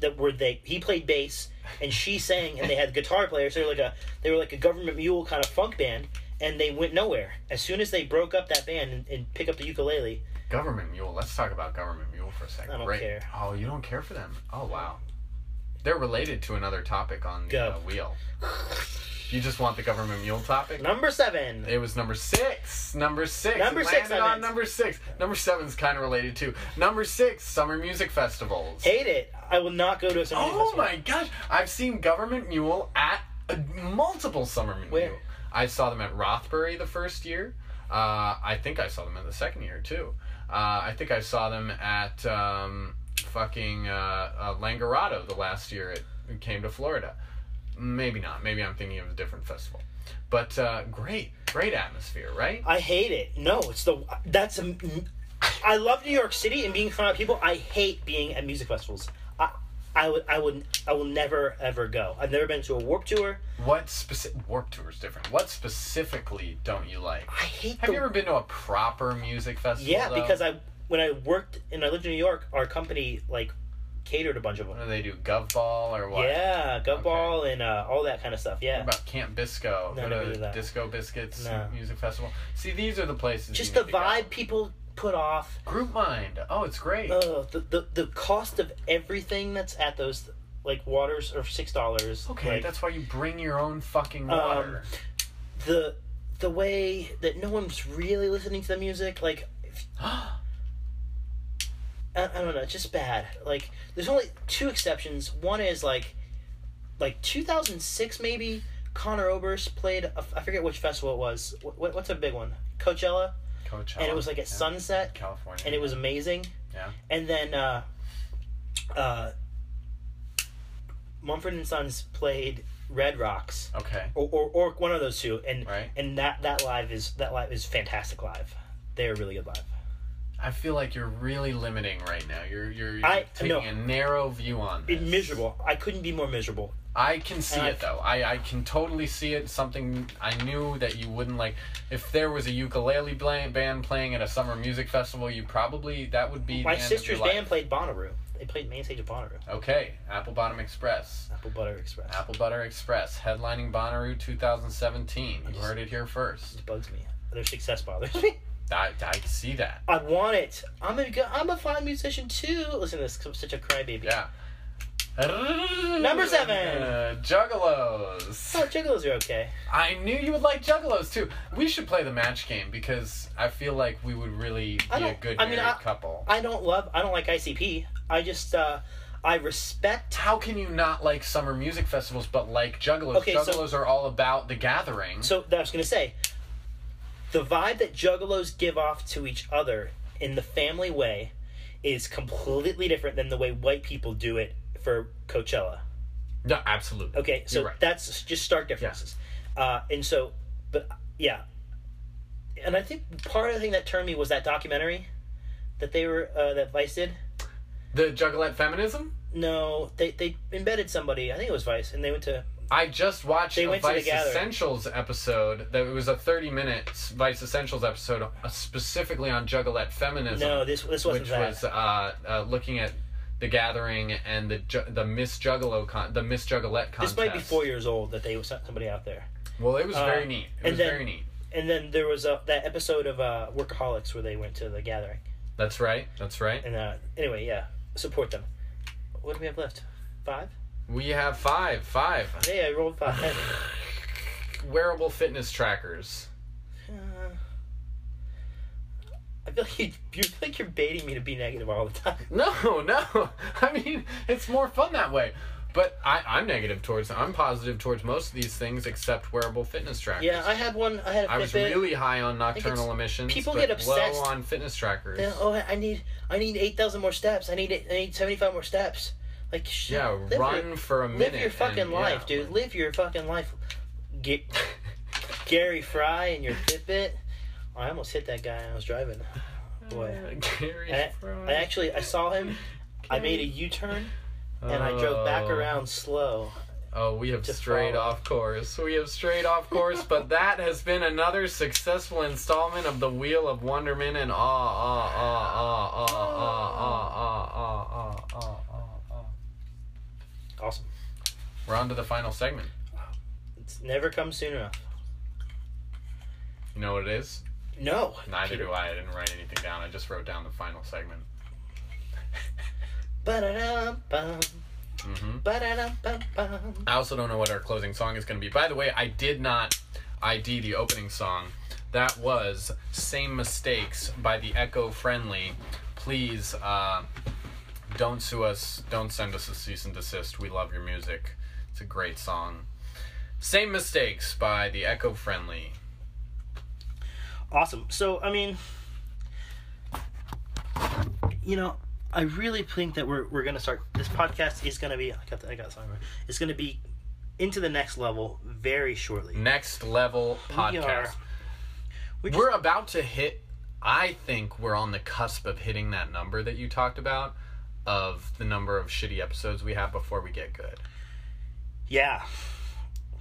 Speaker 2: that were they he played bass and she sang and they had guitar players. They were like a they were like a government mule kind of funk band and they went nowhere. As soon as they broke up that band and, and pick up the ukulele,
Speaker 1: Government Mule. Let's talk about Government Mule for a second.
Speaker 2: I don't
Speaker 1: Great.
Speaker 2: care.
Speaker 1: Oh, you don't care for them? Oh, wow. They're related to another topic on the
Speaker 2: Go.
Speaker 1: uh, wheel. You just want the Government Mule topic?
Speaker 2: number seven.
Speaker 1: It was number six. Number six.
Speaker 2: Number
Speaker 1: it
Speaker 2: six,
Speaker 1: landed
Speaker 2: I
Speaker 1: on
Speaker 2: meant.
Speaker 1: number six. Number seven's kind of related to number six. Summer music festivals.
Speaker 2: Hate it. I will not go to a summer music
Speaker 1: Oh
Speaker 2: festival.
Speaker 1: my gosh! I've seen Government Mule at uh, multiple Summer Mule.
Speaker 2: Where?
Speaker 1: I saw them at Rothbury the first year. Uh, I think I saw them at the second year too. Uh, I think I saw them at um, fucking uh, uh, Langarado the last year it it came to Florida. Maybe not. Maybe I'm thinking of a different festival. But uh, great, great atmosphere, right?
Speaker 2: I hate it. No, it's the that's a. I love New York City and being in front of people. I hate being at music festivals. I I would I would I will never ever go. I've never been to a Warp tour.
Speaker 1: What specific Warp Tour is different? What specifically don't you like?
Speaker 2: I hate.
Speaker 1: Have
Speaker 2: the,
Speaker 1: you ever been to a proper music festival?
Speaker 2: Yeah,
Speaker 1: though?
Speaker 2: because I when I worked and I lived in New York, our company like catered a bunch of
Speaker 1: What
Speaker 2: them.
Speaker 1: do they do? Gov ball or what?
Speaker 2: Yeah, gut ball and uh, all that kind of stuff.
Speaker 1: What
Speaker 2: Yeah,
Speaker 1: about Camp Bisco?
Speaker 2: No,
Speaker 1: Go
Speaker 2: never
Speaker 1: to
Speaker 2: did that.
Speaker 1: Disco Biscuits
Speaker 2: No.
Speaker 1: Music Festival. See, these are the places.
Speaker 2: just
Speaker 1: you
Speaker 2: the
Speaker 1: need to go.
Speaker 2: vibe people put off.
Speaker 1: Group Mind. Oh, it's great.
Speaker 2: Oh, the, the the cost of everything that's at those like waters are six dollars.
Speaker 1: okay,
Speaker 2: like,
Speaker 1: that's why you bring your own fucking
Speaker 2: Um,
Speaker 1: water.
Speaker 2: the the way that no one's really listening to the music like if- I, I don't know it's just bad like there's only two exceptions one is like like 2006 maybe connor oberst played a, i forget which festival it was what, what's a big one coachella
Speaker 1: Coachella.
Speaker 2: and it was like at
Speaker 1: yeah.
Speaker 2: sunset
Speaker 1: California.
Speaker 2: and it was amazing
Speaker 1: Yeah.
Speaker 2: and then uh uh mumford and sons played red rocks
Speaker 1: Okay.
Speaker 2: or, or, or one of those two and
Speaker 1: Right.
Speaker 2: and that that live is that live is fantastic live they're really good live
Speaker 1: I feel like you're really limiting right now. You're you're, you're
Speaker 2: I-
Speaker 1: taking
Speaker 2: no.
Speaker 1: a narrow view on this.
Speaker 2: it, miserable i couldn't be more miserable
Speaker 1: I can see
Speaker 2: And I-
Speaker 1: it though. I, I can totally see it. Something I knew that you wouldn't like. If there was a ukulele bla- band playing at a summer music festival, you probably that would be.
Speaker 2: My
Speaker 1: the end of
Speaker 2: sister's
Speaker 1: your life.
Speaker 2: band played Bonnaroo. They played main stage of Bonnaroo.
Speaker 1: Okay, Apple Bottom Express.
Speaker 2: Apple Butter Express.
Speaker 1: Apple Butter Express headlining Bonnaroo 2017. You heard it here first.
Speaker 2: It bugs me. Their success bothers me.
Speaker 1: I, I see that.
Speaker 2: I want it. I'm a go- I'm a fine musician too. Listen to this. 'cause I'm such a crybaby.
Speaker 1: Yeah. Number
Speaker 2: Number seven.
Speaker 1: Juggalos.
Speaker 2: Oh, Juggalos are okay.
Speaker 1: I knew you would like Juggalos too. We should play the match game because I feel like we would really
Speaker 2: I
Speaker 1: be a
Speaker 2: don't-
Speaker 1: good
Speaker 2: I mean,
Speaker 1: married
Speaker 2: I-
Speaker 1: couple.
Speaker 2: I don't love. I don't like ICP. I just uh, I respect.
Speaker 1: How can you not like summer music festivals but like Juggalos?
Speaker 2: Okay, so-
Speaker 1: Juggalos are all about the gathering.
Speaker 2: So that I was gonna say, the vibe that Juggalos give off to each other in the family way is completely different than the way white people do it for Coachella.
Speaker 1: no, absolutely.
Speaker 2: Okay, so
Speaker 1: You're right.
Speaker 2: that's just stark differences. Uh, and so, but yeah, and I think part of the thing that turned me was that documentary that they were uh, that Vice did.
Speaker 1: The Juggalette feminism?
Speaker 2: No, they they embedded somebody. I think it was Vice, and they went to
Speaker 1: I just watched
Speaker 2: They
Speaker 1: a
Speaker 2: went to the
Speaker 1: Vice
Speaker 2: gathering.
Speaker 1: Essentials episode. That it was a thirty-minute Vice Essentials episode uh, specifically on Juggalette feminism.
Speaker 2: no. This this wasn't
Speaker 1: which
Speaker 2: that.
Speaker 1: was uh, uh, looking at the gathering and the ju- the Miss Juggalo con- the Miss Juggalette contest.
Speaker 2: this might be four years old that they sent somebody out there.
Speaker 1: Well, it was very
Speaker 2: Uh,
Speaker 1: neat. It
Speaker 2: and
Speaker 1: was
Speaker 2: then-
Speaker 1: very neat.
Speaker 2: And then there was a, that episode of uh, Workaholics where they went to the gathering.
Speaker 1: That's right. That's right.
Speaker 2: And uh, anyway, yeah, support them. What do we have left? Five?
Speaker 1: We have five five
Speaker 2: Hey, I rolled five.
Speaker 1: wearable fitness trackers.
Speaker 2: Uh, I feel like you, you feel like you're baiting me to be negative all the time.
Speaker 1: No, no. I mean, it's more fun that way. But I, I'm negative towards. I'm positive towards most of these things except wearable fitness trackers.
Speaker 2: Yeah, I had one. I had a
Speaker 1: I was
Speaker 2: Fitbit.
Speaker 1: really high on
Speaker 2: think
Speaker 1: nocturnal
Speaker 2: it's-
Speaker 1: emissions.
Speaker 2: people
Speaker 1: but
Speaker 2: get obsessed-
Speaker 1: low on fitness trackers.
Speaker 2: Then, oh, I need I need eight thousand more steps. I need I need seventy five more steps. Like shit,
Speaker 1: yeah,
Speaker 2: live
Speaker 1: run
Speaker 2: your,
Speaker 1: for a minute.
Speaker 2: live your fucking
Speaker 1: and- yeah,
Speaker 2: life, dude. Live your fucking life. Get Gary Fry and your Fitbit. I almost hit that guy. when I was driving. Boy.
Speaker 1: Gary
Speaker 2: I, I actually I saw him. I made a U turn and I drove back
Speaker 1: Oh.
Speaker 2: around slow.
Speaker 1: Oh, we have
Speaker 2: to
Speaker 1: strayed
Speaker 2: follow.
Speaker 1: off course. We have strayed off course, but that has been another successful installment of the Wheel of Wonderment and ah ah ah ah ah ah ah ah ah ah ah ah.
Speaker 2: Awesome.
Speaker 1: We're on to the final segment.
Speaker 2: It's never come soon enough.
Speaker 1: You know what it is?
Speaker 2: No.
Speaker 1: Neither do I. I didn't write anything down. I just wrote down the final segment.
Speaker 2: Ba-da-dum, bum,
Speaker 1: Mm-hmm.
Speaker 2: ba-da-dum, bum, bum.
Speaker 1: I also don't know what our closing song is going to be. By the way, I did not ID the opening song. That was Same Mistakes by the Echo Friendly. Please uh, don't sue us. Don't send us a cease and desist. We love your music. It's a great song. Same Mistakes by the Echo Friendly.
Speaker 2: Awesome. So I mean, you know, I really think that we're we're gonna start. This podcast is gonna be. I got the, I got the song. Right. It's gonna be into the next level very shortly.
Speaker 1: Next Level
Speaker 2: We
Speaker 1: Mm, Podcast.
Speaker 2: are. We just-
Speaker 1: We're about to hit. I think we're on the cusp of hitting that number that you talked about of the number of shitty episodes we have before we get good.
Speaker 2: yeah,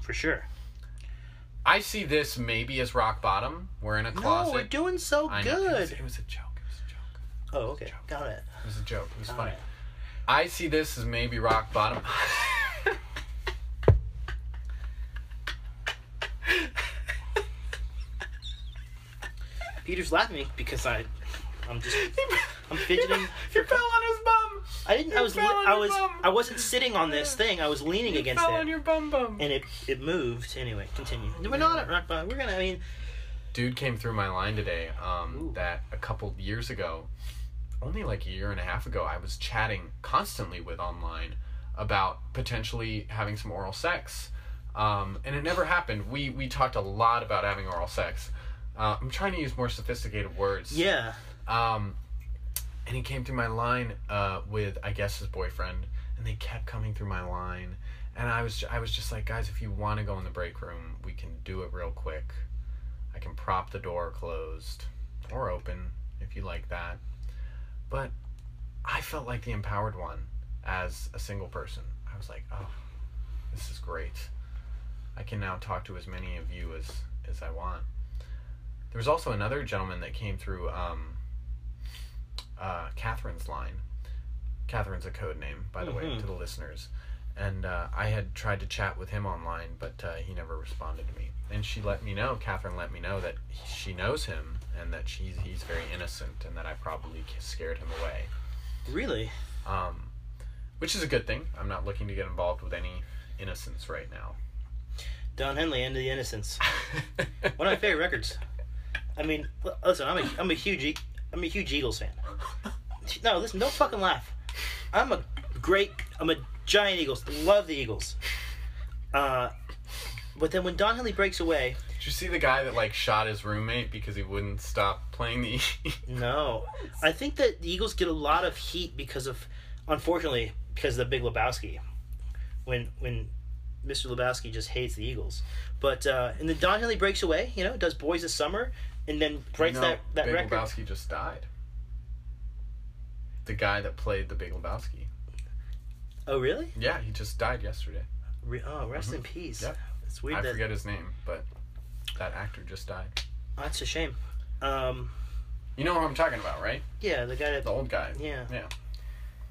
Speaker 2: for sure.
Speaker 1: I see this maybe as rock bottom. We're in a closet.
Speaker 2: No, we're doing so
Speaker 1: I know. It was,
Speaker 2: good.
Speaker 1: it was a joke. It was a joke.
Speaker 2: Oh, okay, got it.
Speaker 1: It was a joke. It was
Speaker 2: All
Speaker 1: funny.
Speaker 2: right.
Speaker 1: I see this as maybe rock bottom.
Speaker 2: Peter's laughing at me because I, I'm just, I'm
Speaker 1: He
Speaker 2: fidgeting.
Speaker 1: fell on his bum.
Speaker 2: I didn't. I was. Li-
Speaker 1: fell on
Speaker 2: I
Speaker 1: your
Speaker 2: was.
Speaker 1: bum.
Speaker 2: I wasn't sitting on this thing. I was leaning
Speaker 1: He
Speaker 2: against
Speaker 1: fell on
Speaker 2: it,
Speaker 1: your bum bum.
Speaker 2: and it it moved. Anyway, continue. We're not at rock bottom. We're gonna. I mean,
Speaker 1: Dude came through my line today. Um,
Speaker 2: Ooh.
Speaker 1: that a couple years ago, only like a year and a half ago, I was chatting constantly with online about potentially having some oral sex, um, and it never happened. We we talked a lot about having oral sex. Uh, I'm trying to use more sophisticated words.
Speaker 2: yeah.
Speaker 1: Um, and he came through my line uh, with, I guess, his boyfriend, and they kept coming through my line, and I was, I was just like, guys, if you want to go in the break room, we can do it real quick. I can prop the door closed or open if you like that. But I felt like the empowered one as a single person. I was like, oh, This is great. I can now talk to as many of you as as I want. There was also another gentleman that came through um, uh, Catherine's line. Catherine's a code name, by the way,
Speaker 2: Mhm.
Speaker 1: to the listeners. And uh, I had tried to chat with him online, but uh, he never responded to me. And she let me know, Catherine let me know that he- she knows him and that she's, he's very innocent and that I probably scared him away
Speaker 2: Really?
Speaker 1: um, which is a good thing. I'm not looking to get involved with any innocence right now.
Speaker 2: Don Henley, End of the Innocence. One of my favorite records. I mean, l- listen, I'm a I'm a huge E- I'm a huge Eagles fan. No, listen, don't fucking laugh. I'm a great I'm a giant Eagles. Love the Eagles. Uh, but then when Don Henley breaks away,
Speaker 1: Did you see the guy that like shot his roommate because he wouldn't stop playing the?
Speaker 2: no, I think that the Eagles get a lot of heat because of, unfortunately, because of the Big Lebowski. When when Mr. Lebowski just hates the Eagles, but uh, and then Don Henley breaks away. You know, does Boys of Summer, and then writes
Speaker 1: No,
Speaker 2: that that
Speaker 1: Big
Speaker 2: record.
Speaker 1: Lebowski just died. The guy that played the Big Lebowski.
Speaker 2: Oh really?
Speaker 1: Yeah, he just died yesterday.
Speaker 2: Re- oh, rest in peace.
Speaker 1: Mm-hmm. Yep.
Speaker 2: It's weird
Speaker 1: I
Speaker 2: that
Speaker 1: forget his name, but that actor just died.
Speaker 2: oh, that's a shame. Um,
Speaker 1: You know what I'm talking about, right?
Speaker 2: yeah, the guy that
Speaker 1: The old guy.
Speaker 2: yeah,
Speaker 1: Oh, Yeah.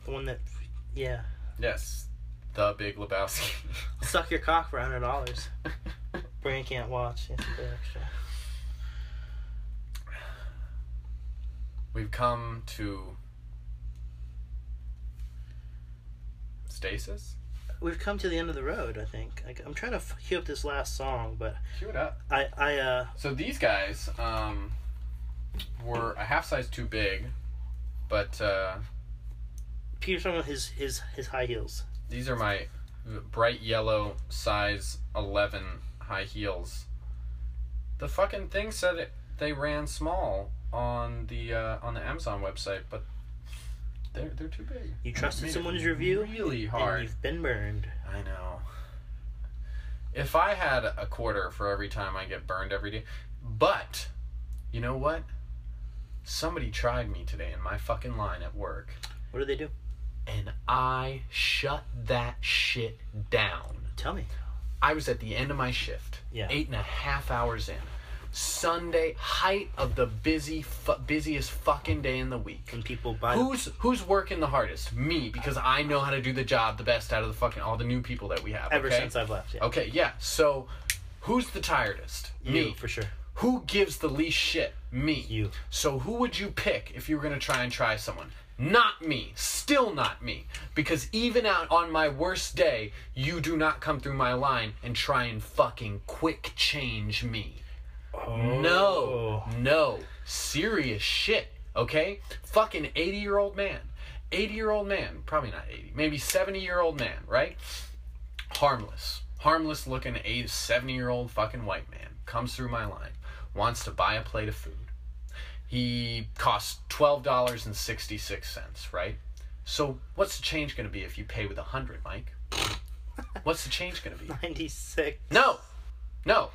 Speaker 2: the one that yeah,
Speaker 1: Yes, the Big Lebowski.
Speaker 2: suck your cock for hundred dollars. Brain can't watch. It's a bit extra.
Speaker 1: We've come to stasis.
Speaker 2: We've come to the end of the road. I think. Like, I'm trying to f- cue up this last song, but
Speaker 1: Cue it up.
Speaker 2: I I uh
Speaker 1: So these guys um, were a half size too big, but uh,
Speaker 2: Peter's talking about his his his high heels.
Speaker 1: these are my bright yellow size 11 high heels. The fucking thing said it, they ran small on the uh, on the Amazon website, but they're they're too big.
Speaker 2: You
Speaker 1: Made
Speaker 2: trusted
Speaker 1: it
Speaker 2: someone's review.
Speaker 1: really
Speaker 2: And
Speaker 1: Mm-hmm. hard.
Speaker 2: you've been burned.
Speaker 1: I know. If I had a quarter for every time I get burned every day, but you know what? Somebody tried me today in my fucking line at work,
Speaker 2: What did they do?
Speaker 1: and I shut that shit down.
Speaker 2: Tell me.
Speaker 1: I was at the end of my shift,
Speaker 2: Yeah.
Speaker 1: eight and a half hours in. Sunday, height of the busy, fu- busiest fucking day in the week.
Speaker 2: When people buy
Speaker 1: Who's who's working the hardest? Me, because I know how to do the job the best out of the fucking all the new people that we have.
Speaker 2: ever
Speaker 1: okay?
Speaker 2: since I've left. Yeah.
Speaker 1: Okay, yeah. So, who's the tiredest?
Speaker 2: You
Speaker 1: Me.
Speaker 2: for sure.
Speaker 1: Who gives the least shit? Me.
Speaker 2: You.
Speaker 1: So who would you pick if you were gonna try and try someone? Not me. Still not me. Because even out on my worst day, you do not come through my line and try and fucking quick change me.
Speaker 2: Oh.
Speaker 1: No, no, serious shit. Okay, fucking eighty-year-old man, eighty-year-old man, probably not eighty, maybe seventy-year-old man, right? Harmless, harmless-looking, eight, seventy-year-old fucking white man comes through my line, wants to buy a plate of food. He costs twelve dollars and sixty-six cents, right? So what's the change gonna be if you pay with a hundred, Mike? What's the change gonna be?
Speaker 2: Ninety six.
Speaker 1: No, no.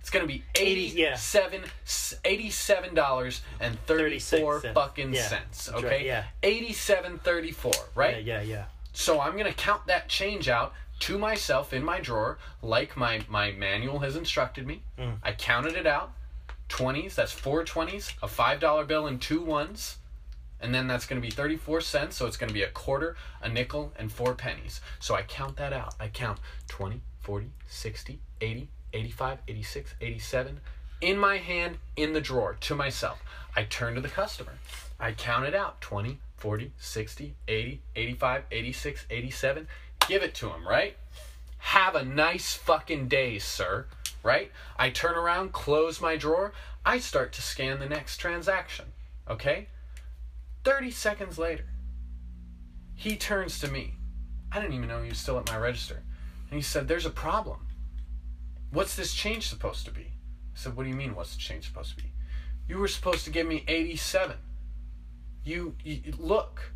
Speaker 1: It's gonna be
Speaker 2: Eighty- yeah.
Speaker 1: eighty-seven, eighty-seven dollars and thirty-four
Speaker 2: 36 cents.
Speaker 1: fucking
Speaker 2: Yeah.
Speaker 1: cents.
Speaker 2: That's
Speaker 1: Okay,
Speaker 2: right, yeah.
Speaker 1: eighty-seven thirty-four. Right.
Speaker 2: Yeah, yeah, yeah.
Speaker 1: So I'm gonna count that change out to myself in my drawer, like my my manual has instructed me. I counted it out. Twenties. That's four twenties. A five dollar bill and two ones. And then that's going to be 34 cents, so it's going to be a quarter, a nickel, and four pennies. So I count that out. I count 20, 40, 60, 80, 85, 86, 87 in my hand, in the drawer to myself. I turn to the customer. I count it out 20, 40, 60, 80, 85, 86, 87. Give it to him, right? Have a nice fucking day, sir. Right? I turn around, close my drawer. I start to scan the next transaction. Okay? 30 seconds later, he turns to me. I didn't even know he was still at my register. And he said, There's a problem. What's this change supposed to be? I said, What do you mean, what's the change supposed to be? You were supposed to give me 87. You, you look.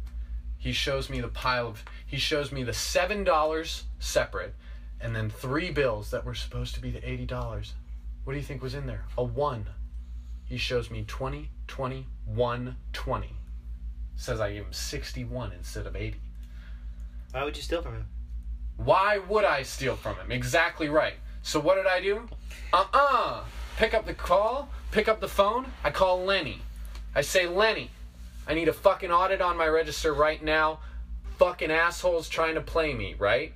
Speaker 1: He shows me the pile of, he shows me the $7 separate and then three bills that were supposed to be the $80. What do you think was in there? A one. He shows me 20, 20, 1, 20 says I gave him 61 instead of 80.
Speaker 2: Why would you steal from him?
Speaker 1: Why would I steal from him? Exactly right. So what did I do? Uh uh Pick up the call, pick up the phone. I call Lenny. I say, Lenny, I need a fucking audit on my register right now. Fucking assholes trying to play me, right?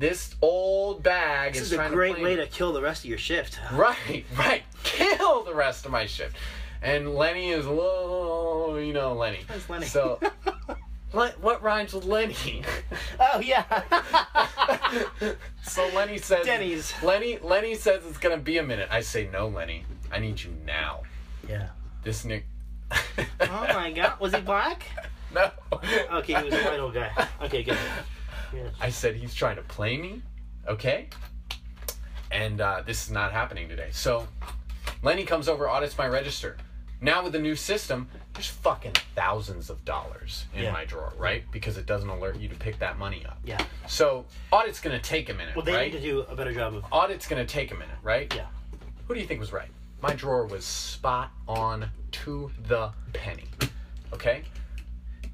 Speaker 1: This old bag
Speaker 2: This
Speaker 1: is,
Speaker 2: is a
Speaker 1: trying
Speaker 2: great
Speaker 1: to play
Speaker 2: way
Speaker 1: me.
Speaker 2: to kill the rest of your shift.
Speaker 1: Right, right. Kill the rest of my shift. And Lenny is low, you know, Lenny.
Speaker 2: Where's Lenny?
Speaker 1: So, what, what rhymes with Lenny?
Speaker 2: Oh yeah.
Speaker 1: so Lenny says,
Speaker 2: Denny's.
Speaker 1: Lenny, Lenny says it's gonna be a minute. I say, no, Lenny. I need you now.
Speaker 2: yeah.
Speaker 1: This Nick.
Speaker 2: Oh my god. Was he black?
Speaker 1: no.
Speaker 2: Okay, he was a white old guy. Okay, good. Yeah.
Speaker 1: I said he's trying to play me, okay? And uh, this is not happening today. So Lenny comes over, audits my register. Now with the new system, there's fucking thousands of dollars in
Speaker 2: Yeah.
Speaker 1: my drawer, right? Because it doesn't alert you to pick that money up.
Speaker 2: Yeah.
Speaker 1: So audit's gonna take a minute,
Speaker 2: Well, they
Speaker 1: right?
Speaker 2: need to do a better job of.
Speaker 1: Audit's gonna take a minute, right?
Speaker 2: Yeah.
Speaker 1: Who do you think was right? My drawer was spot on to the penny. Okay.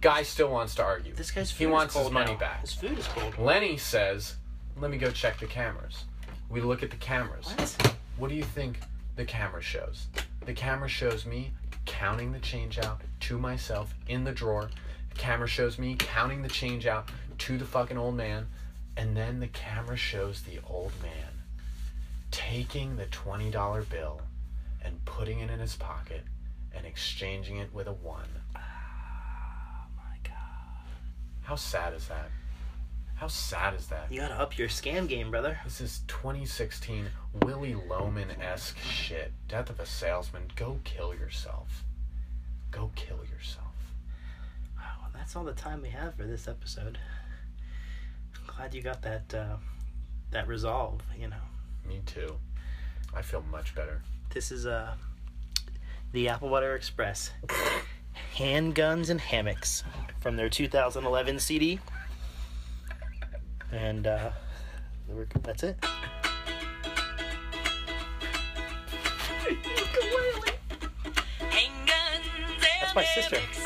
Speaker 1: Guy still wants to argue.
Speaker 2: This guy's food
Speaker 1: he
Speaker 2: is
Speaker 1: wants his
Speaker 2: cold
Speaker 1: money
Speaker 2: now.
Speaker 1: back.
Speaker 2: His food is cold.
Speaker 1: Lenny says, "Let me go check the cameras." We look at the cameras.
Speaker 2: What?
Speaker 1: What do you think the camera shows? The camera shows me counting the change out to myself in the drawer. The camera shows me counting the change out to the fucking old man, and then the camera shows the old man taking the $20 bill and putting it in his pocket and exchanging it with a 1.
Speaker 2: Ah, My God.
Speaker 1: How sad is that? How sad is that?
Speaker 2: You gotta up your scam game, brother.
Speaker 1: This is 2016 Willie Loman esque shit. Death of a salesman. Go kill yourself. Go kill yourself.
Speaker 2: Wow, that's all the time we have for this episode. I'm glad you got that uh, that resolve. You know,
Speaker 1: Me too. I feel much better.
Speaker 2: this is uh, the Applewater Express, handguns and hammocks from their 2011 CD, and uh, we're- that's it.
Speaker 3: Handguns and
Speaker 2: That's my sister.
Speaker 3: hammocks.